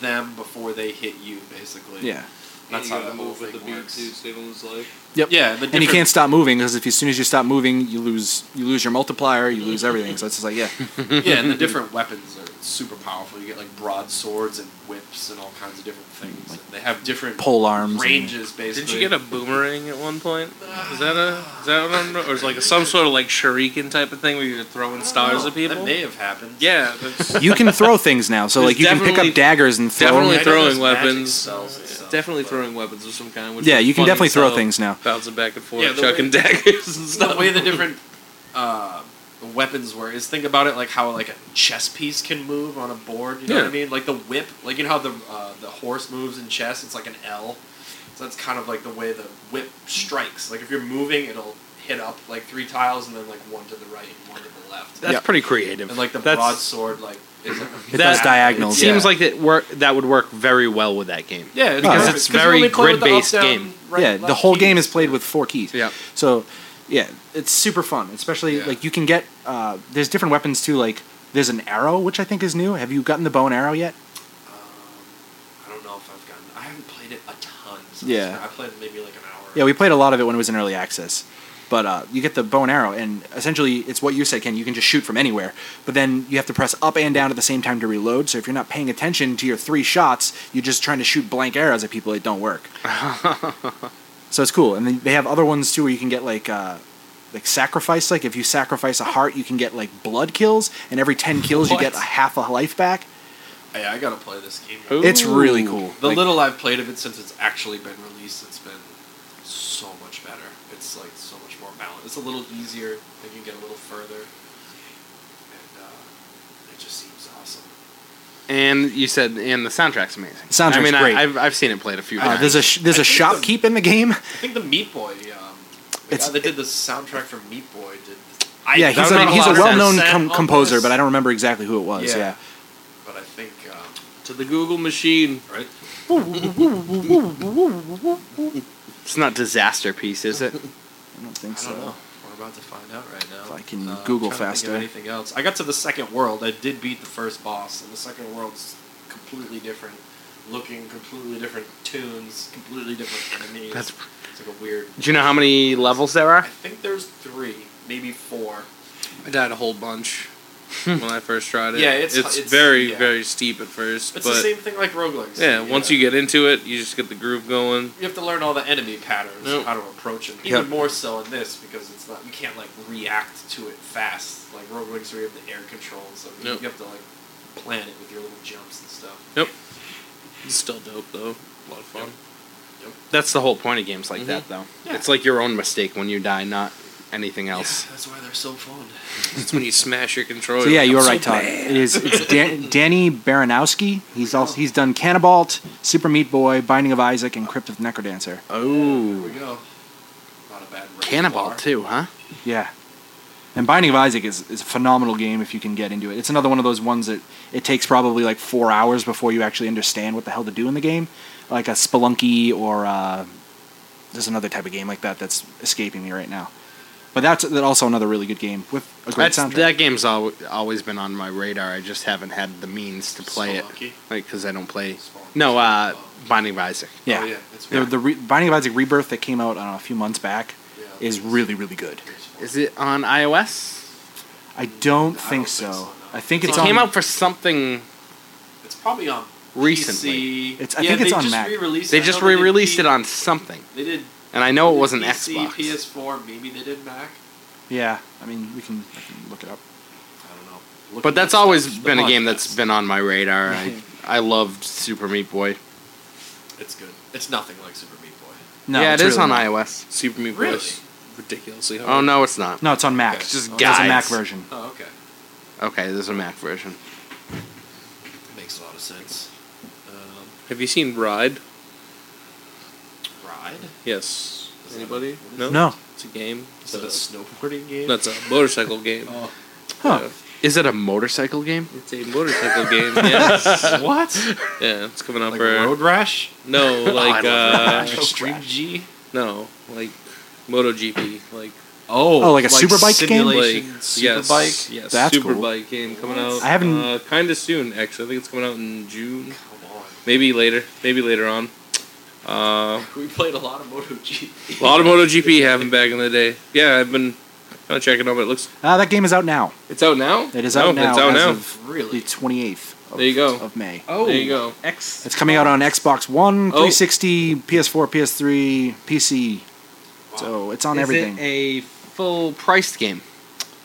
Speaker 4: them before they hit you, basically.
Speaker 1: yeah.
Speaker 4: That's
Speaker 5: uh,
Speaker 4: how the move with the beat too,
Speaker 5: save his life.
Speaker 1: Yep.
Speaker 4: Yeah, and, the
Speaker 1: And you
Speaker 4: different-
Speaker 1: can't stop moving because if as soon as you stop moving, you lose you lose your multiplier, you lose everything. So it's just like yeah,
Speaker 4: yeah,
Speaker 5: Mm-hmm.
Speaker 4: and the different weapons are super powerful. You get like broadswords and whips and all kinds of different things. And they have different
Speaker 1: pole arms.
Speaker 4: ranges, basically.
Speaker 5: Did you get a boomerang at one point? Is that a is that what I'm, or is like some sort of like shuriken type of thing where you're throwing stars
Speaker 4: Oh,
Speaker 5: at people?
Speaker 4: That may have happened.
Speaker 5: yeah, that's
Speaker 1: And you can throw things now, so
Speaker 5: There's
Speaker 1: like you can pick
Speaker 5: definitely-
Speaker 1: up daggers and throw. 'em.
Speaker 5: definitely
Speaker 4: I know there's
Speaker 5: throwing
Speaker 4: magic
Speaker 5: weapons.
Speaker 4: spells and stuff,
Speaker 5: definitely
Speaker 4: but-
Speaker 5: throwing weapons of some kind. Which
Speaker 1: Yeah,
Speaker 5: is
Speaker 1: you can
Speaker 5: fun
Speaker 1: definitely throw
Speaker 5: itself.
Speaker 1: things now.
Speaker 5: bouncing back and forth,
Speaker 4: Yeah, the
Speaker 5: chucking
Speaker 4: way-
Speaker 5: daggers and
Speaker 4: the
Speaker 5: stuff.
Speaker 4: way the different uh, weapons were is think about it like how like a chess piece can move on a board. You know what
Speaker 5: Yeah.
Speaker 4: I mean? Like the whip, like you know how the uh, the horse moves in chess. It's like an L. So that's kind of like the way the whip strikes. Like if you're moving, it'll hit up like three tiles and then like one to the right and one to the left.
Speaker 2: That's
Speaker 1: Yep.
Speaker 2: pretty creative.
Speaker 4: and like the
Speaker 2: That's-
Speaker 4: broadsword, like is like
Speaker 1: It
Speaker 2: That-
Speaker 1: does diagonals.
Speaker 2: Seems
Speaker 1: yeah.
Speaker 2: like that work that would work very well with that game.
Speaker 4: yeah,
Speaker 1: Because
Speaker 2: it's very grid-based game.
Speaker 1: yeah, the whole game is played with four keys.
Speaker 2: Yeah.
Speaker 1: So, yeah, it's super fun. Especially
Speaker 4: Yeah.
Speaker 1: like you can get uh, there's different weapons too. Like there's an arrow, which I think is new. Have you gotten the bow and arrow yet?
Speaker 4: I don't know if I've gotten. I haven't played it a ton. Since
Speaker 1: Yeah.
Speaker 4: I played maybe like an hour.
Speaker 1: Yeah, we played a lot of it when it was in early access. But uh, you get the bow and arrow, and essentially it's what you said, Ken. You can just shoot from anywhere, but then you have to press up and down at the same time to reload. So if you're not paying attention to your three shots, you're just trying to shoot blank arrows at people. It don't work. so it's cool, and then they have other ones too where you can get like uh, like sacrifice. Like if you sacrifice a heart, you can get like blood kills, and every ten kills you
Speaker 4: What?
Speaker 1: get a half a life back.
Speaker 4: Yeah, I gotta play this game.
Speaker 2: Ooh.
Speaker 1: It's really cool.
Speaker 4: The
Speaker 1: Like,
Speaker 4: little I've played of it since it's actually been released, it's been so much better. It's like so much more balanced. It's a little easier. You can get a little further, and uh, it just seems awesome.
Speaker 2: And you said, and the soundtrack's amazing.
Speaker 1: The soundtrack's
Speaker 2: I mean,
Speaker 1: great.
Speaker 2: I, I've I've seen it played a few
Speaker 1: uh,
Speaker 2: times.
Speaker 1: there's a sh- there's a shopkeep in the game.
Speaker 4: I think the Meat Boy, um, the
Speaker 1: It's-
Speaker 4: guy that did the soundtrack for Meat Boy did. I,
Speaker 1: yeah,
Speaker 4: that
Speaker 1: he's
Speaker 4: would
Speaker 1: a,
Speaker 4: make
Speaker 1: he's
Speaker 4: lot
Speaker 1: a
Speaker 4: of
Speaker 1: well-known
Speaker 4: sense
Speaker 1: com-
Speaker 4: on
Speaker 1: composer,
Speaker 4: this,
Speaker 1: but I don't remember exactly who it was.
Speaker 4: Yeah.
Speaker 1: Yeah,
Speaker 4: But I think um,
Speaker 5: To the Google machine.
Speaker 4: right.
Speaker 2: it's not disaster piece, is it?
Speaker 1: I don't think
Speaker 4: I don't
Speaker 1: so.
Speaker 4: know. We're about to find out right now. Uh,
Speaker 1: If I can
Speaker 4: I'm
Speaker 1: Google
Speaker 4: trying to think
Speaker 1: faster.
Speaker 4: of anything else? I got to the second world. I did beat the first boss, and the second world's completely different looking, completely different tunes, completely different enemies.
Speaker 2: That's-
Speaker 4: it's like a weird.
Speaker 2: Do you know how many levels there
Speaker 4: I
Speaker 2: are?
Speaker 4: think there's three, maybe four.
Speaker 5: I died a whole bunch
Speaker 1: Hmm.
Speaker 5: when I first tried it.
Speaker 4: Yeah, it's-
Speaker 5: it's,
Speaker 4: it's-
Speaker 5: very
Speaker 4: yeah.
Speaker 5: very steep at first,
Speaker 4: It's
Speaker 5: but
Speaker 4: the same thing like roguelikes.
Speaker 5: yeah, once you get into it, you just get the groove going.
Speaker 4: You have to learn all the enemy patterns,
Speaker 5: Nope.
Speaker 4: how to approach them.
Speaker 1: Yep.
Speaker 4: Even more so in this because it's not you can't like react to it fast. Like roguelikes where you have the air control, so you-
Speaker 5: Nope.
Speaker 4: you have to like plan it with your little jumps and stuff.
Speaker 5: Nope. It's still dope though. A lot of fun.
Speaker 2: That's the whole point of games like that, though.
Speaker 4: Mm-hmm. Yeah.
Speaker 2: It's like your own mistake when you die, not anything else.
Speaker 4: Yeah, that's why they're so fun.
Speaker 5: It's when you smash your controller.
Speaker 1: So yeah,
Speaker 5: you're
Speaker 1: you were
Speaker 5: like,
Speaker 1: right, Todd. It is it's Dan- Danny Baranowski. He's also he's done Cannibalt, Super Meat Boy, Binding of Isaac, and Crypt of Necrodancer.
Speaker 4: Here we go. Not a bad repertoire.
Speaker 2: Cannibal too, huh?
Speaker 1: Yeah, and Binding of Isaac is, is a phenomenal game if you can get into it. It's another one of those ones that it takes probably like four hours before you actually understand what the hell to do in the game, like a Spelunky or uh, there's another type of game like that that's escaping me right now. But that's that's also another really good game with a great
Speaker 2: That's,
Speaker 1: soundtrack.
Speaker 2: that game's al- always been on my radar. I just haven't had the means to play it,
Speaker 4: Spelunky?
Speaker 2: like because I don't play.
Speaker 4: Spelunky.
Speaker 2: No, uh, Binding of Isaac.
Speaker 1: Yeah.
Speaker 4: Oh, yeah, it's
Speaker 1: The,
Speaker 4: weird.
Speaker 1: the re- Binding of Isaac Rebirth that came out I don't know, a few months back
Speaker 4: Yeah.
Speaker 1: is really, really good.
Speaker 2: Is it on iOS?
Speaker 1: I don't think
Speaker 4: I don't think
Speaker 1: so.
Speaker 4: so, no.
Speaker 1: I think
Speaker 2: It
Speaker 1: it's on.
Speaker 2: came out for something.
Speaker 4: It's probably on
Speaker 2: Recently.
Speaker 4: PC.
Speaker 1: It's- I
Speaker 4: yeah,
Speaker 1: think it's
Speaker 4: they
Speaker 1: on
Speaker 4: just
Speaker 1: Mac.
Speaker 4: Re-released
Speaker 2: They
Speaker 4: I
Speaker 2: just
Speaker 4: know did
Speaker 2: re-released
Speaker 4: P-
Speaker 2: it on something,
Speaker 4: They did.
Speaker 2: and I know it wasn't
Speaker 4: PC,
Speaker 2: Xbox.
Speaker 4: PS4, maybe they did Mac.
Speaker 1: Yeah, I mean we can, I can look it up.
Speaker 4: I don't know. Look
Speaker 2: But
Speaker 4: at
Speaker 2: that's
Speaker 4: that
Speaker 2: always
Speaker 4: stuff.
Speaker 2: been
Speaker 4: The
Speaker 2: a game
Speaker 4: podcast.
Speaker 2: that's been on my radar. I, I loved Super Meat Boy.
Speaker 4: It's good. It's nothing like Super Meat Boy.
Speaker 1: No,
Speaker 2: yeah, it
Speaker 1: it's
Speaker 2: is
Speaker 1: really
Speaker 2: on
Speaker 1: not.
Speaker 2: iOS.
Speaker 5: Super Meat Boy
Speaker 4: Really?
Speaker 5: is ridiculously hard.
Speaker 2: Oh no, it's not.
Speaker 1: No, it's on Mac.
Speaker 4: Okay. Just
Speaker 1: There's a Mac
Speaker 2: guides.
Speaker 1: version.
Speaker 4: Oh, okay.
Speaker 2: Okay, there's a Mac version.
Speaker 4: Makes a lot of sense. Um,
Speaker 5: Have you seen Ride?
Speaker 4: Ride?
Speaker 5: Yes.
Speaker 4: Is that-
Speaker 5: Anybody?
Speaker 4: what is
Speaker 5: No.
Speaker 1: No,
Speaker 5: It's a game.
Speaker 4: Is
Speaker 2: Uh,
Speaker 4: that a snowboarding game?
Speaker 5: That's a motorcycle game.
Speaker 4: Oh.
Speaker 1: Huh.
Speaker 2: Is it a motorcycle game?
Speaker 5: Yeah. It's a motorcycle game. Yes.
Speaker 4: what?
Speaker 5: yeah, it's coming up
Speaker 4: Like
Speaker 5: for
Speaker 4: Road Rash?
Speaker 5: no,
Speaker 4: Oh,
Speaker 5: like uh,
Speaker 4: Extreme G?
Speaker 5: no, like MotoGP, like
Speaker 1: Oh, like a Superbike game?
Speaker 4: simulation
Speaker 5: like
Speaker 4: Superbike?
Speaker 5: yes, yes,
Speaker 1: That's cool.
Speaker 5: Superbike game coming out.
Speaker 1: I haven't-
Speaker 5: uh, kind of soon actually. I think it's coming out in June,
Speaker 4: Come on.
Speaker 5: maybe later, maybe later on. Uh,
Speaker 4: We played a lot of MotoGP.
Speaker 5: a lot of MotoGP happened back in the day. Yeah, I've been kind of checking on it. Looks
Speaker 1: uh, that game is out now.
Speaker 5: it's out now.
Speaker 1: It is
Speaker 5: No,
Speaker 1: out now.
Speaker 5: It's out
Speaker 1: as
Speaker 5: now.
Speaker 1: Of
Speaker 4: Really?
Speaker 1: The twenty eighth.
Speaker 5: There you go.
Speaker 1: Of May.
Speaker 5: oh, there you go.
Speaker 2: X.
Speaker 1: It's coming out on Xbox One,
Speaker 5: Oh.
Speaker 1: 360, PS4, PS3, PC. So it's on
Speaker 2: Is
Speaker 1: everything.
Speaker 2: it a full priced game?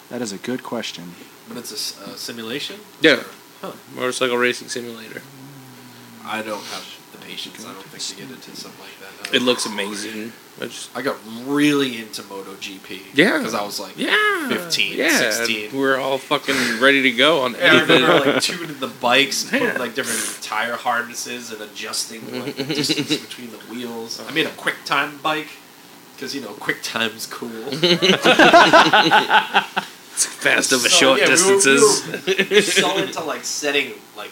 Speaker 1: that is a good question.
Speaker 4: But it's a s- a uh, simulation?
Speaker 5: Yeah.
Speaker 4: Huh.
Speaker 5: Motorcycle racing simulator.
Speaker 4: I don't have the patience, I don't think, to get into something like that.
Speaker 5: It looks amazing. I just
Speaker 4: I got really into MotoGP.
Speaker 5: Yeah.
Speaker 4: Because I was like,
Speaker 5: yeah,
Speaker 4: 15,
Speaker 5: yeah.
Speaker 4: 16.
Speaker 5: We're all fucking ready to go on
Speaker 4: Yeah, I
Speaker 5: anything.
Speaker 4: remember like tuning the bikes, putting like different tire hardnesses and adjusting like the distance between the wheels. I made a quick time bike Because, you know, quick time's cool.
Speaker 5: Fast
Speaker 4: So,
Speaker 5: over short
Speaker 4: yeah, we were- we
Speaker 5: distances.
Speaker 4: were so into like setting like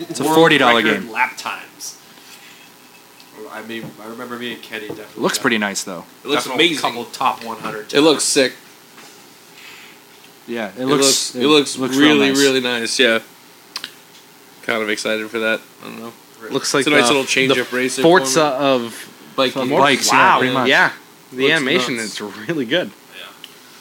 Speaker 4: it's
Speaker 1: a $40 game.
Speaker 4: lap times. I mean, I remember me and Kenny definitely
Speaker 1: Looks
Speaker 4: got-
Speaker 1: pretty nice though.
Speaker 5: it looks
Speaker 4: definitely
Speaker 5: amazing.
Speaker 4: A couple top 100.
Speaker 5: It looks sick.
Speaker 1: Yeah, it
Speaker 5: It
Speaker 1: looks
Speaker 5: looks it, looks,
Speaker 1: real
Speaker 5: really
Speaker 1: nice.
Speaker 5: really nice. Yeah. Kind of excited for that. I don't know.
Speaker 2: Looks like
Speaker 5: it's a nice
Speaker 2: the-
Speaker 5: little
Speaker 2: the
Speaker 5: changeup racer. for me.
Speaker 2: Forza of
Speaker 5: bike.
Speaker 2: Forza
Speaker 5: game.
Speaker 1: Bikes, yeah, pretty much.
Speaker 2: yeah. The
Speaker 5: Looks
Speaker 2: animation
Speaker 5: nuts.
Speaker 2: is really good.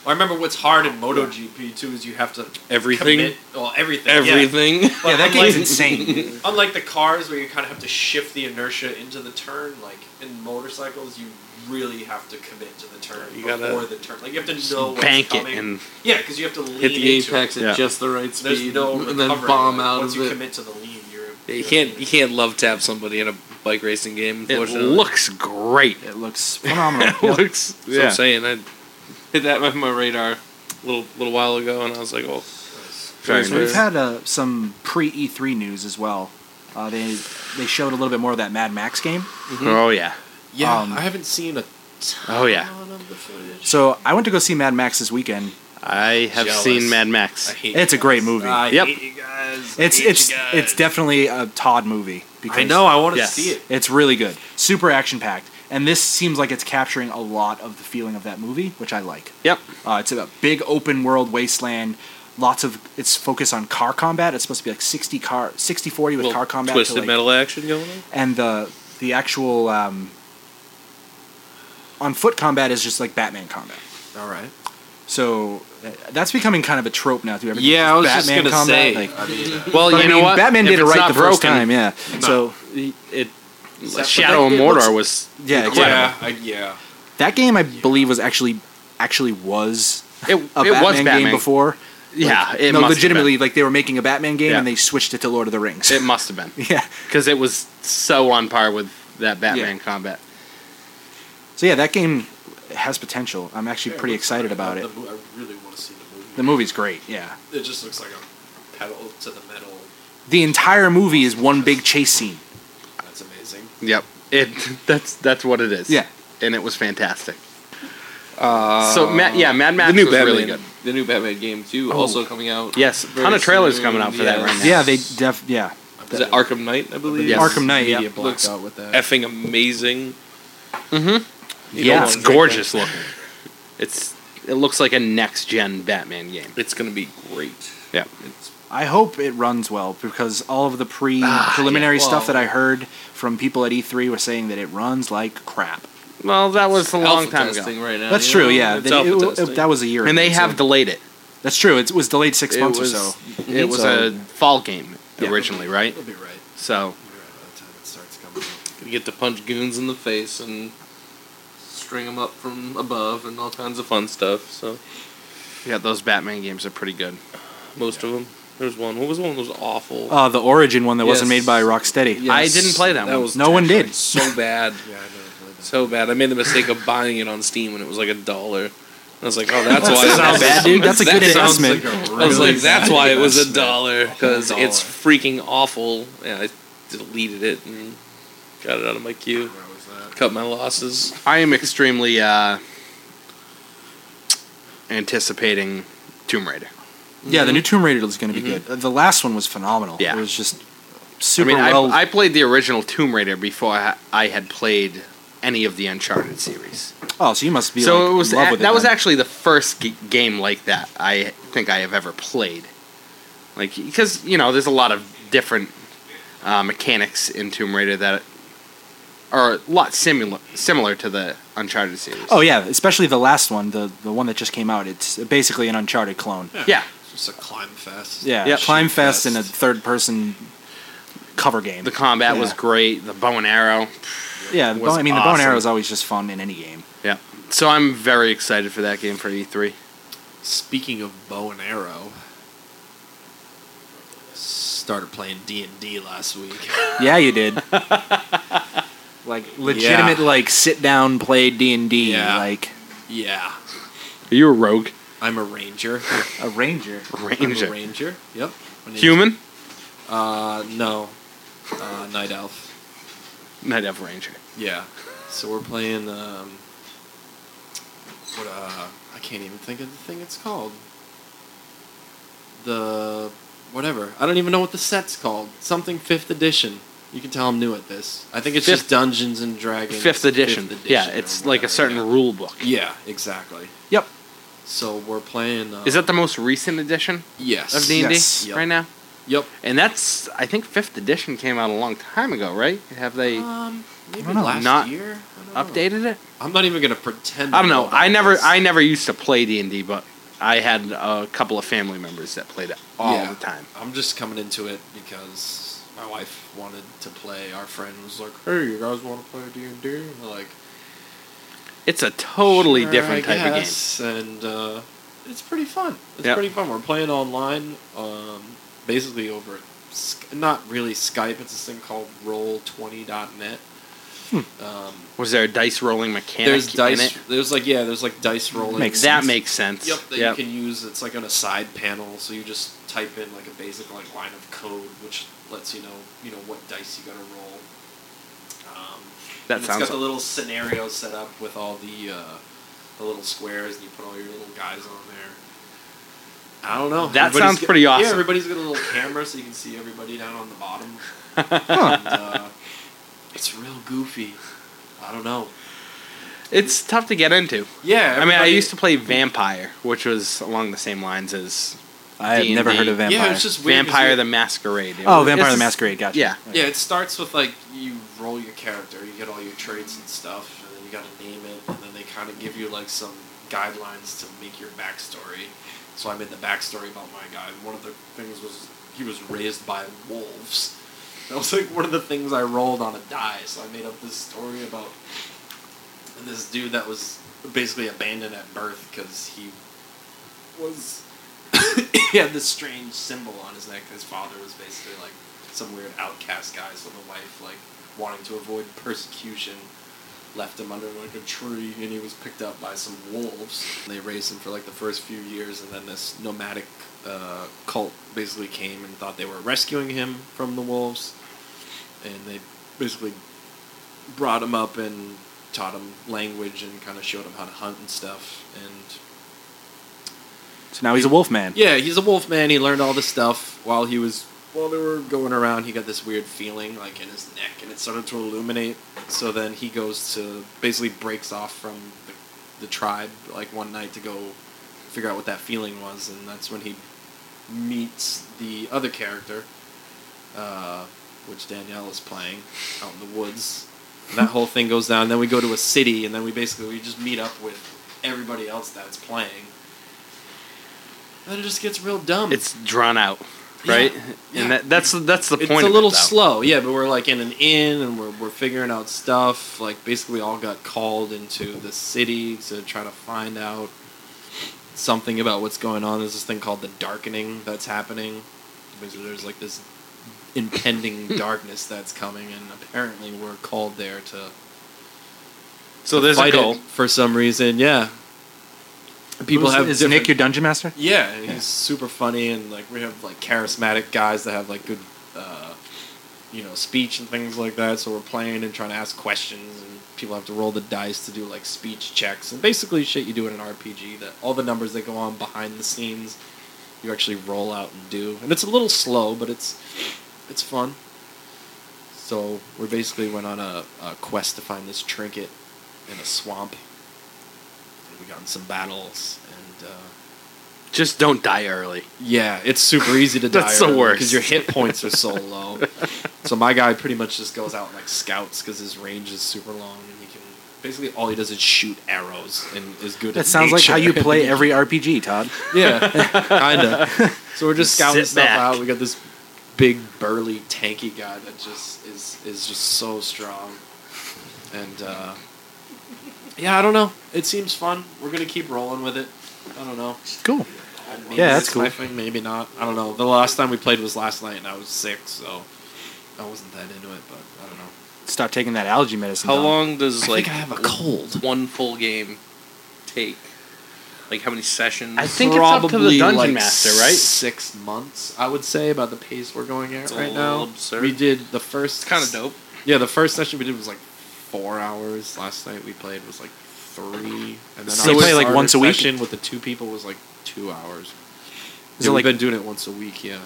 Speaker 4: I remember what's hard in MotoGP too is you have to
Speaker 5: Everything.
Speaker 4: commit, well, everything, yeah.
Speaker 5: Everything.
Speaker 4: But
Speaker 1: Yeah, that
Speaker 4: unlike-
Speaker 1: game's insane.
Speaker 4: Unlike the cars where you kind of have to shift the inertia into the turn, like in motorcycles, you really have to commit to the turn
Speaker 5: You gotta
Speaker 4: before the turn. Like you have to know what's
Speaker 2: Bank it
Speaker 4: coming.
Speaker 2: and
Speaker 4: yeah, because you have to lean
Speaker 5: Hit the
Speaker 4: into
Speaker 5: apex
Speaker 4: It.
Speaker 5: at
Speaker 2: Yeah.
Speaker 5: just the right
Speaker 4: There's
Speaker 5: speed,
Speaker 4: no
Speaker 5: and then
Speaker 4: recovery.
Speaker 5: bomb
Speaker 4: Like,
Speaker 5: out
Speaker 4: once
Speaker 5: of
Speaker 4: you
Speaker 5: it.
Speaker 4: commit to the lean. You're
Speaker 5: Yeah, You can't you can't love tap somebody in a bike racing game.
Speaker 2: it
Speaker 5: Unfortunately,
Speaker 2: looks great.
Speaker 1: It looks phenomenal.
Speaker 2: It
Speaker 1: Yeah.
Speaker 2: looks
Speaker 5: That's what
Speaker 2: yeah.
Speaker 5: I'm saying I hit that on my radar a little little while ago, and I was like, oh,
Speaker 2: Very
Speaker 5: Nice.
Speaker 1: So we've had uh, some pre E3 news as well. Uh, they they showed a little bit more of that Mad Max game.
Speaker 2: Oh yeah.
Speaker 4: Yeah,
Speaker 1: Um,
Speaker 4: I haven't seen a
Speaker 2: Oh yeah.
Speaker 4: ton of the footage.
Speaker 1: So I went to go see Mad Max this weekend.
Speaker 2: I have
Speaker 4: Jealous.
Speaker 2: seen Mad Max.
Speaker 4: hate
Speaker 1: It's a great movie.
Speaker 5: Uh,
Speaker 4: I
Speaker 2: Yep.
Speaker 4: hate you guys. I
Speaker 1: it's
Speaker 4: hate you
Speaker 1: it's
Speaker 4: guys.
Speaker 1: it's definitely a Todd movie. Because
Speaker 4: I know. I want to
Speaker 2: Yes.
Speaker 4: see it.
Speaker 1: It's really good, super action packed, and this seems like it's capturing a lot of the feeling of that movie, which I like.
Speaker 2: Yep.
Speaker 1: Uh, it's a big open world wasteland. Lots of it's focused on car combat. It's supposed to be like 60 car 60 40 with
Speaker 5: little
Speaker 1: car combat to,
Speaker 5: twisted
Speaker 1: like-
Speaker 5: metal action going on.
Speaker 1: and the the actual um, on foot combat is just like Batman combat.
Speaker 4: All right.
Speaker 1: So uh, that's becoming kind of a trope now through everything.
Speaker 5: Yeah, I was just
Speaker 1: Batman
Speaker 5: gonna
Speaker 1: combat.
Speaker 5: say.
Speaker 1: like-
Speaker 4: I mean,
Speaker 2: Well,
Speaker 1: but
Speaker 2: you
Speaker 1: I
Speaker 2: know
Speaker 1: mean,
Speaker 2: what?
Speaker 1: Batman
Speaker 2: If
Speaker 1: did it
Speaker 2: it's
Speaker 1: right
Speaker 2: not
Speaker 1: the first
Speaker 2: broken,
Speaker 1: time. Yeah. So
Speaker 2: It
Speaker 4: that-
Speaker 2: Shadow of
Speaker 1: but that- it
Speaker 2: Mordor
Speaker 1: looks-
Speaker 2: was
Speaker 1: yeah,
Speaker 2: incredible.
Speaker 1: exactly.
Speaker 4: yeah, I, yeah.
Speaker 1: that game I believe was actually actually was a
Speaker 2: It, it
Speaker 1: Batman,
Speaker 2: was Batman
Speaker 1: game before.
Speaker 2: Yeah, it
Speaker 1: no,
Speaker 2: must have
Speaker 1: legitimately, like they were making a Batman game
Speaker 2: Yeah.
Speaker 1: and they switched it to Lord of the Rings.
Speaker 2: been. It must have been
Speaker 1: yeah.
Speaker 2: because it was so on par with that Batman combat.
Speaker 1: So yeah, that game has potential. I'm actually pretty excited about
Speaker 4: the,
Speaker 1: it.
Speaker 4: mo- I really want to see the movie.
Speaker 1: The movie's great. Yeah.
Speaker 4: it just looks like a pedal to the metal.
Speaker 1: The entire movie is one big chase scene.
Speaker 4: That's amazing.
Speaker 2: Yep. It that's that's what it is.
Speaker 1: Yeah.
Speaker 2: and it was fantastic. so Ma- yeah, Mad Max was really good.
Speaker 5: The new Batman game too,
Speaker 1: Oh.
Speaker 5: also coming out.
Speaker 2: Yes,
Speaker 5: very
Speaker 2: ton of trailers
Speaker 5: soon.
Speaker 2: coming out for that
Speaker 5: Yes.
Speaker 2: right now.
Speaker 1: Yeah, they def yeah.
Speaker 5: Is it Arkham Knight? I believe.
Speaker 2: Yes.
Speaker 1: Arkham Knight. Yeah.
Speaker 4: Media blacked
Speaker 5: Looks-
Speaker 4: out with that.
Speaker 5: Effing amazing. You
Speaker 2: Yeah,
Speaker 5: don't
Speaker 2: it's
Speaker 5: wanna drink
Speaker 2: gorgeous looking. It's it looks like a next gen Batman game.
Speaker 5: that. It's gonna be great.
Speaker 2: Yeah.
Speaker 5: It's
Speaker 1: I hope it runs well because all of the pre
Speaker 2: Ah,
Speaker 1: preliminary
Speaker 5: yeah,
Speaker 1: stuff that
Speaker 5: well-
Speaker 1: I heard from people at E3 were saying that it runs like crap.
Speaker 2: Well, that was a long
Speaker 5: alpha
Speaker 2: time ago,
Speaker 5: testing right now.
Speaker 1: That's
Speaker 5: you
Speaker 1: true.
Speaker 5: know?
Speaker 1: Yeah,
Speaker 5: It's
Speaker 1: They-
Speaker 5: alpha
Speaker 1: it- it-
Speaker 5: testing.
Speaker 1: that was a year.
Speaker 2: and
Speaker 1: ago,
Speaker 2: they have
Speaker 1: so-
Speaker 2: delayed it.
Speaker 1: That's true. It was delayed six
Speaker 2: It
Speaker 1: months
Speaker 2: was
Speaker 1: or so.
Speaker 2: it was
Speaker 1: So-
Speaker 2: a fall game
Speaker 1: Yeah.
Speaker 2: originally, right?
Speaker 4: It'll be right.
Speaker 2: So
Speaker 4: It'll be right by the time it starts coming. out.
Speaker 5: You get to punch goons in the face and string them up from above and all kinds of fun stuff. So
Speaker 2: yeah, those Batman games are pretty good.
Speaker 5: most of 'em. of them. There was one. What was one that was awful?
Speaker 1: Uh, the Origin one that wasn't
Speaker 5: Yes.
Speaker 1: made by Rocksteady.
Speaker 5: Yes,
Speaker 2: I didn't play that one.
Speaker 5: was
Speaker 1: No one did.
Speaker 5: terrifying. So bad.
Speaker 4: Yeah, I never played that.
Speaker 5: So bad. I made the mistake of buying it on Steam when it was like a dollar. I was like, oh, that's
Speaker 1: That
Speaker 5: why.
Speaker 1: sounds bad, dude. That's a
Speaker 5: That
Speaker 1: good
Speaker 5: sounds
Speaker 1: investment.
Speaker 5: I was like, that's why it was a dollar because it's freaking awful. And I deleted it and got it out of my queue.
Speaker 4: Where was that?
Speaker 5: Cut my losses.
Speaker 2: I am extremely uh, anticipating Tomb Raider.
Speaker 1: Yeah, the new Tomb Raider is going to be
Speaker 5: Mhm.
Speaker 1: good. Uh, The last one was phenomenal.
Speaker 2: Yeah.
Speaker 1: It was just
Speaker 2: I
Speaker 1: super
Speaker 2: mean,
Speaker 1: well.
Speaker 2: I, I played the original Tomb Raider before I, I had played any of the Uncharted series.
Speaker 1: oh, so you must be
Speaker 2: so
Speaker 1: like,
Speaker 2: it was
Speaker 1: in love
Speaker 2: a-
Speaker 1: with it
Speaker 2: that was
Speaker 1: then.
Speaker 2: actually the first g- game like that I think I have ever played. Like because you know there's a lot of different uh, mechanics in Tomb Raider that are a lot similar similar to the Uncharted series.
Speaker 1: Oh yeah, especially the last one, the the one that just came out. It's basically an Uncharted clone.
Speaker 2: yeah,
Speaker 4: It's just a climb fest.
Speaker 1: Yeah,
Speaker 2: Yeah.
Speaker 1: climb fest
Speaker 4: Shoot
Speaker 1: in a
Speaker 4: fest.
Speaker 1: third person cover game.
Speaker 2: the combat was
Speaker 1: Yeah.
Speaker 2: great. The bow and arrow.
Speaker 1: yeah, the
Speaker 2: was
Speaker 1: bone, I mean the bow and
Speaker 2: awesome.
Speaker 1: arrow is always just fun in any game.
Speaker 2: Yeah. So I'm very excited for that game for E E3.
Speaker 4: Speaking of bow and arrow, started playing D and D last week.
Speaker 1: Yeah, you did. like legitimate, like sit down, play D and D,
Speaker 4: Yeah.
Speaker 1: like
Speaker 4: yeah,
Speaker 2: Are you a rogue?
Speaker 4: I'm a ranger.
Speaker 1: a ranger.
Speaker 4: I'm a
Speaker 2: Ranger.
Speaker 4: ranger. Yep. My name's-
Speaker 2: Human?
Speaker 4: Uh, no. Uh, night elf.
Speaker 2: Night Elf Ranger.
Speaker 4: Yeah. So we're playing um, what uh I can't even think of the thing it's called. The whatever. I don't even know what the set's called. Something fifth edition. You can tell I'm new at this. I think it's
Speaker 2: Fifth-
Speaker 4: just Dungeons and Dragons.
Speaker 2: Fifth edition. Yeah,
Speaker 4: or
Speaker 2: it's like a
Speaker 4: whatever,
Speaker 2: certain rule book.
Speaker 4: Yeah, Yeah, exactly.
Speaker 1: Yep.
Speaker 4: So we're playing. Uh,
Speaker 2: Is that the most recent edition
Speaker 4: yes?
Speaker 2: of D and
Speaker 1: Yes.
Speaker 2: D
Speaker 4: Yep.
Speaker 2: right now?
Speaker 4: Yep.
Speaker 2: And that's I think fifth edition came out a long time ago, right? Have they
Speaker 4: Um, maybe
Speaker 1: don't know.
Speaker 4: last
Speaker 2: Not
Speaker 4: year. I don't know.
Speaker 2: updated it?
Speaker 4: I'm not even gonna pretend.
Speaker 2: I don't know.
Speaker 4: about
Speaker 2: I never
Speaker 4: this.
Speaker 2: I never used to play D and D, but I had a couple of family members that played it all
Speaker 4: Yeah.
Speaker 2: the time.
Speaker 4: I'm just coming into it because my wife wanted to play. Our friend was like, "Hey, you guys want to play D and D?" And we're like,
Speaker 2: It's a totally
Speaker 4: "Sure,
Speaker 2: different
Speaker 4: I
Speaker 2: type
Speaker 4: guess." And uh, it's pretty fun. It's
Speaker 2: Yep.
Speaker 4: pretty fun. We're playing online, um, basically over Sk- not really Skype. It's this thing called Roll20.net. Um,
Speaker 2: of game. Was there a dice rolling mechanic
Speaker 4: there's
Speaker 2: in
Speaker 4: dice.
Speaker 2: it?
Speaker 4: There's like yeah. There's like dice rolling.
Speaker 1: Makes
Speaker 2: that
Speaker 1: sense.
Speaker 2: makes sense.
Speaker 4: Yep, that you can use. It's like on a side panel, so you just type in like a basic like line of code, which lets you know you know what dice you got to roll. Um,
Speaker 2: that
Speaker 4: and
Speaker 2: sounds.
Speaker 4: It's got the little scenario set up with all the uh, the little squares, and you put all your little guys on there. I don't know.
Speaker 2: That
Speaker 4: Everybody's
Speaker 2: sounds
Speaker 4: got-
Speaker 2: pretty awesome.
Speaker 4: Yeah, everybody's got a little camera, so you can see everybody down on the bottom. And, uh, it's real goofy. I don't know.
Speaker 2: it's tough to get into.
Speaker 4: Yeah,
Speaker 2: I mean, I
Speaker 4: everybody-
Speaker 2: used to play Vampire, which was along the same lines as
Speaker 1: I have
Speaker 2: D&D.
Speaker 1: never heard of Vampire.
Speaker 4: Yeah, it's just weird 'cause
Speaker 2: Vampire
Speaker 4: you-
Speaker 2: the Masquerade. It
Speaker 1: oh,
Speaker 2: was-
Speaker 1: Vampire the
Speaker 2: it's just-
Speaker 1: Masquerade. Gotcha.
Speaker 2: Yeah.
Speaker 4: Yeah, it starts with like you roll your character, you get all your traits and stuff, and then you gotta name it, and then they kind of give you like some guidelines to make your backstory. So I made the backstory about my guy. and One of the things was he was raised by wolves. That was like one of the things I rolled on a die. So I made up this story about this dude that was basically abandoned at birth because he was he had this strange symbol on his neck. His father was basically like some weird outcast guy, so the wife like wanting to avoid persecution left him under like a tree and he was picked up by some wolves. They raised him for like the first few years and then this nomadic uh, cult basically came and thought they were rescuing him from the wolves and they basically brought him up and taught him language and kind of showed him how to hunt and stuff and
Speaker 1: So now he's a wolf man.
Speaker 4: yeah, he's a wolf man. He learned all this stuff while he was while they were going around. He got this weird feeling like in his neck, and it started to illuminate. So then he goes to basically breaks off from the, the tribe like one night to go figure out what that feeling was, and that's when he meets the other character, uh, which Danielle is playing out in the woods. And that whole thing goes down. Then we go to a city, and then we basically we just meet up with everybody else that's playing. And then it just gets real dumb.
Speaker 2: It's drawn out, right?
Speaker 4: Um, Yeah, yeah.
Speaker 2: And that, that's that's the
Speaker 4: it's
Speaker 2: point.
Speaker 4: a
Speaker 2: of it,
Speaker 4: little
Speaker 2: though.
Speaker 4: slow, yeah. But we're like in an inn, and we're we're figuring out stuff. Like basically, all got called into the city to try to find out something about what's going on. There's this thing called the darkening that's happening. Basically, There's like this impending darkness that's coming, and apparently we're called there to
Speaker 2: So there's a
Speaker 4: fight
Speaker 2: goal.
Speaker 4: it for some reason. Yeah, people
Speaker 1: Who's-
Speaker 4: have
Speaker 1: is
Speaker 4: different-
Speaker 1: Nick your dungeon master?
Speaker 4: yeah, and he's super funny, and like we have like charismatic guys that have like good, uh, you know, speech and things like that. So we're playing and trying to ask questions, and people have to roll the dice to do like speech checks and basically shit you do in an RPG. That all the numbers that go on behind the scenes, you actually roll out and do, and it's a little slow, but it's it's fun. So we basically went on a, a quest to find this trinket in a swamp. And we got in some battles and. Uh,
Speaker 2: Just don't die early.
Speaker 4: yeah, it's super easy to die.
Speaker 2: That's the worst.
Speaker 4: because your hit points are so low. so my guy pretty much just goes out and like scouts because his range is super long and he can basically all he does is shoot arrows and is good.
Speaker 1: That
Speaker 4: at
Speaker 1: sounds like how you
Speaker 4: nature.
Speaker 1: play every RPG, Todd.
Speaker 4: yeah, kinda. So we're just scouting
Speaker 2: Sit
Speaker 4: stuff
Speaker 2: back.
Speaker 4: out. We got this big burly tanky guy that just is is just so strong, and uh, yeah, I don't know. It seems fun. We're gonna keep rolling with it. I don't know.
Speaker 1: Cool.
Speaker 4: Maybe
Speaker 1: Yeah, that's
Speaker 4: it's
Speaker 1: cool.
Speaker 4: my thing, maybe not. I don't know. The last time we played was last night, and I was sick, so I wasn't that into it. But I don't know.
Speaker 1: Stop taking that allergy medicine.
Speaker 5: How
Speaker 1: Don.
Speaker 5: long does
Speaker 4: I
Speaker 5: like
Speaker 4: think I have a cold.
Speaker 5: one full game take? Like how many sessions?
Speaker 2: I think it's up to the dungeon master, right?
Speaker 4: Six months, I would say, about the pace we're going at
Speaker 5: It's a
Speaker 4: right
Speaker 5: little
Speaker 4: now.
Speaker 5: absurd.
Speaker 4: We did the first
Speaker 5: it's kind of dope.
Speaker 4: Yeah, the first session we did was like four hours. Last night we played was like three, and then
Speaker 1: So
Speaker 4: I
Speaker 1: you play, like,
Speaker 4: started
Speaker 1: once a week?
Speaker 4: Session with the two people was like two hours.
Speaker 1: Is
Speaker 4: yeah,
Speaker 1: it
Speaker 4: we've
Speaker 1: like-
Speaker 4: been doing it once a week. Yeah,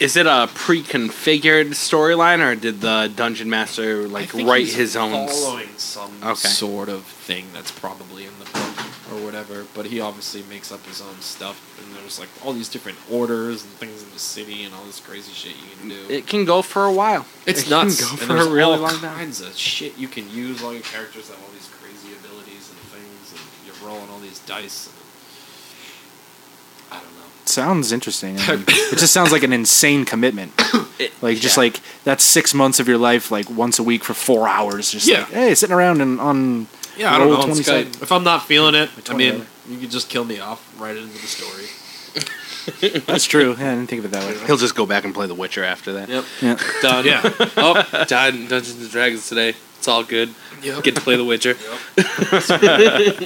Speaker 2: Is it a pre-configured storyline, or did the dungeon master like write his own? s-
Speaker 4: following some
Speaker 2: Okay.
Speaker 4: sort of thing that's probably in the book or whatever. But he obviously makes up his own stuff, and there's like all these different orders and things in the city and all this crazy shit you can do.
Speaker 2: It can go for a while.
Speaker 4: It's
Speaker 2: it
Speaker 4: nuts.
Speaker 2: Can go
Speaker 4: and
Speaker 2: for
Speaker 4: there's
Speaker 2: a really
Speaker 4: all
Speaker 2: long time.
Speaker 4: kinds of shit you can use. All your characters have all these crazy abilities and things, and you're rolling all these dice. And I don't know.
Speaker 1: Sounds interesting. I mean, it just sounds like an insane commitment. Like just like that's six months of your life, like once a week for four hours, just
Speaker 4: Yeah.
Speaker 1: like hey, sitting around and on.
Speaker 4: Yeah, I
Speaker 1: roll
Speaker 4: don't know.
Speaker 1: 20
Speaker 4: It's good.
Speaker 1: side.
Speaker 4: If I'm not feeling it, I
Speaker 1: 20
Speaker 4: mean,
Speaker 1: hour.
Speaker 4: you could just kill me off, write it into the story.
Speaker 1: That's true. Yeah, I didn't think of it that way.
Speaker 2: He'll just go back and play The Witcher after that.
Speaker 4: Yep.
Speaker 1: Yeah.
Speaker 5: Done.
Speaker 4: Yeah.
Speaker 5: oh, died in Dungeons and Dragons today. It's all good.
Speaker 4: Yep.
Speaker 5: Get to play The Witcher.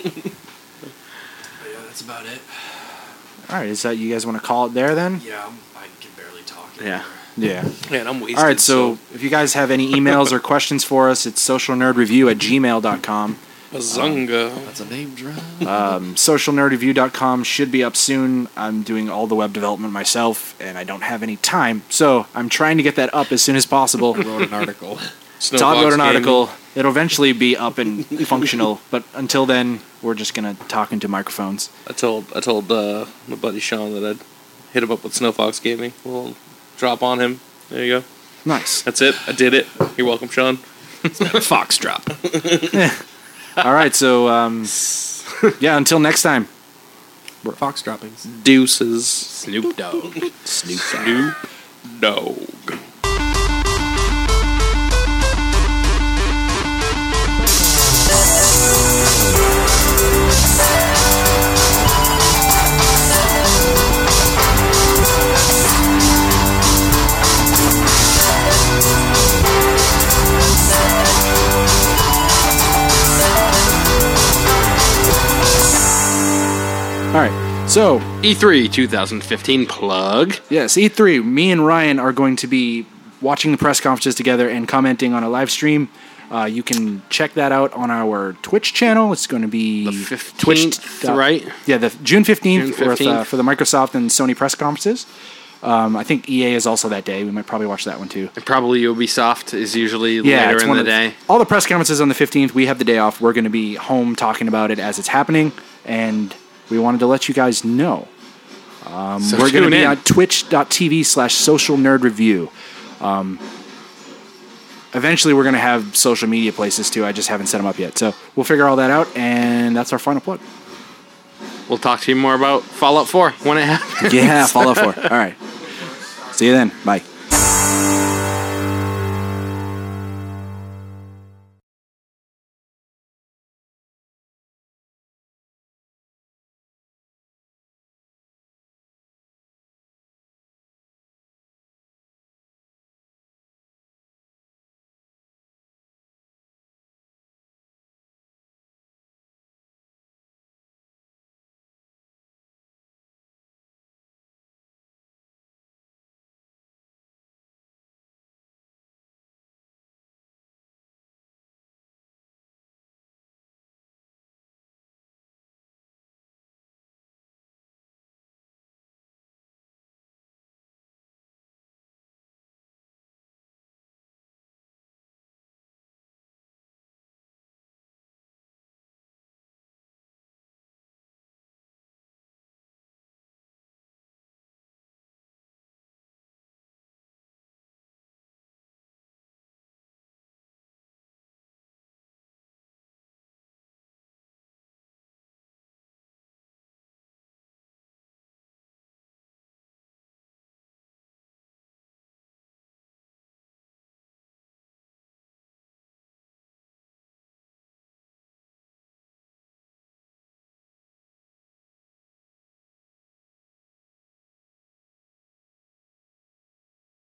Speaker 4: But yeah, that's about it.
Speaker 1: All right, is that you guys want to call it there then?
Speaker 4: Yeah, I'm, I can barely talk.
Speaker 2: Yeah.
Speaker 1: Yeah.
Speaker 5: Man, I'm wasted.
Speaker 1: All right, so if you guys have any emails or questions for us, it's socialnerdreview at gmail.com.
Speaker 5: Bazunga.
Speaker 4: That's a name drop.
Speaker 1: Um, socialnerdreview.com should be up soon. I'm doing all the web development myself, and I don't have any time, so I'm trying to get that up as soon as possible.
Speaker 4: wrote an article.
Speaker 1: So I'll wrote
Speaker 5: Snowbox
Speaker 1: an
Speaker 5: gaming.
Speaker 1: article. It'll eventually be up and functional, but until then, we're just gonna talk into microphones.
Speaker 5: I told I told uh, my buddy Sean that I'd hit him up with Snowfox Gaming. We'll drop on him. There you go.
Speaker 1: Nice.
Speaker 5: That's it. I did it. You're welcome, Sean.
Speaker 4: Fox drop.
Speaker 1: All right, so um, yeah, until next time.
Speaker 4: Fox droppings.
Speaker 5: Deuces.
Speaker 2: Snoop Dogg.
Speaker 1: Snoop.
Speaker 5: Snoop Dogg.
Speaker 1: All right, so
Speaker 2: E3 2015 plug.
Speaker 1: Yes, E3. Me and Ryan are going to be watching the press conferences together and commenting on a live stream. Uh, you can check that out on our Twitch channel. It's going to be
Speaker 2: The 15th,
Speaker 1: Twitch- uh,
Speaker 2: right?
Speaker 1: Yeah, the June fifteenth
Speaker 2: June
Speaker 1: with, uh,
Speaker 2: 15th.
Speaker 1: for the Microsoft and Sony press conferences. Um, I think EA is also that day. We might probably watch that one too.
Speaker 2: And probably Ubisoft is usually
Speaker 1: Yeah,
Speaker 2: later
Speaker 1: it's
Speaker 2: in
Speaker 1: one
Speaker 2: the
Speaker 1: of
Speaker 2: day.
Speaker 1: all the press conferences on the fifteenth. We have the day off. We're going to be home talking about it as it's happening, and we wanted to let you guys know. Um,
Speaker 2: So
Speaker 1: We're going to
Speaker 2: tune
Speaker 1: be
Speaker 2: in.
Speaker 1: on twitch.tv slash social nerd review. Um, eventually, we're going to have social media places too. I just haven't set them up yet. So we'll figure all that out, and that's our final plug.
Speaker 2: We'll talk to you more about Fallout 4 when it happens.
Speaker 1: Yeah, follow 4. All right. See you then. Bye.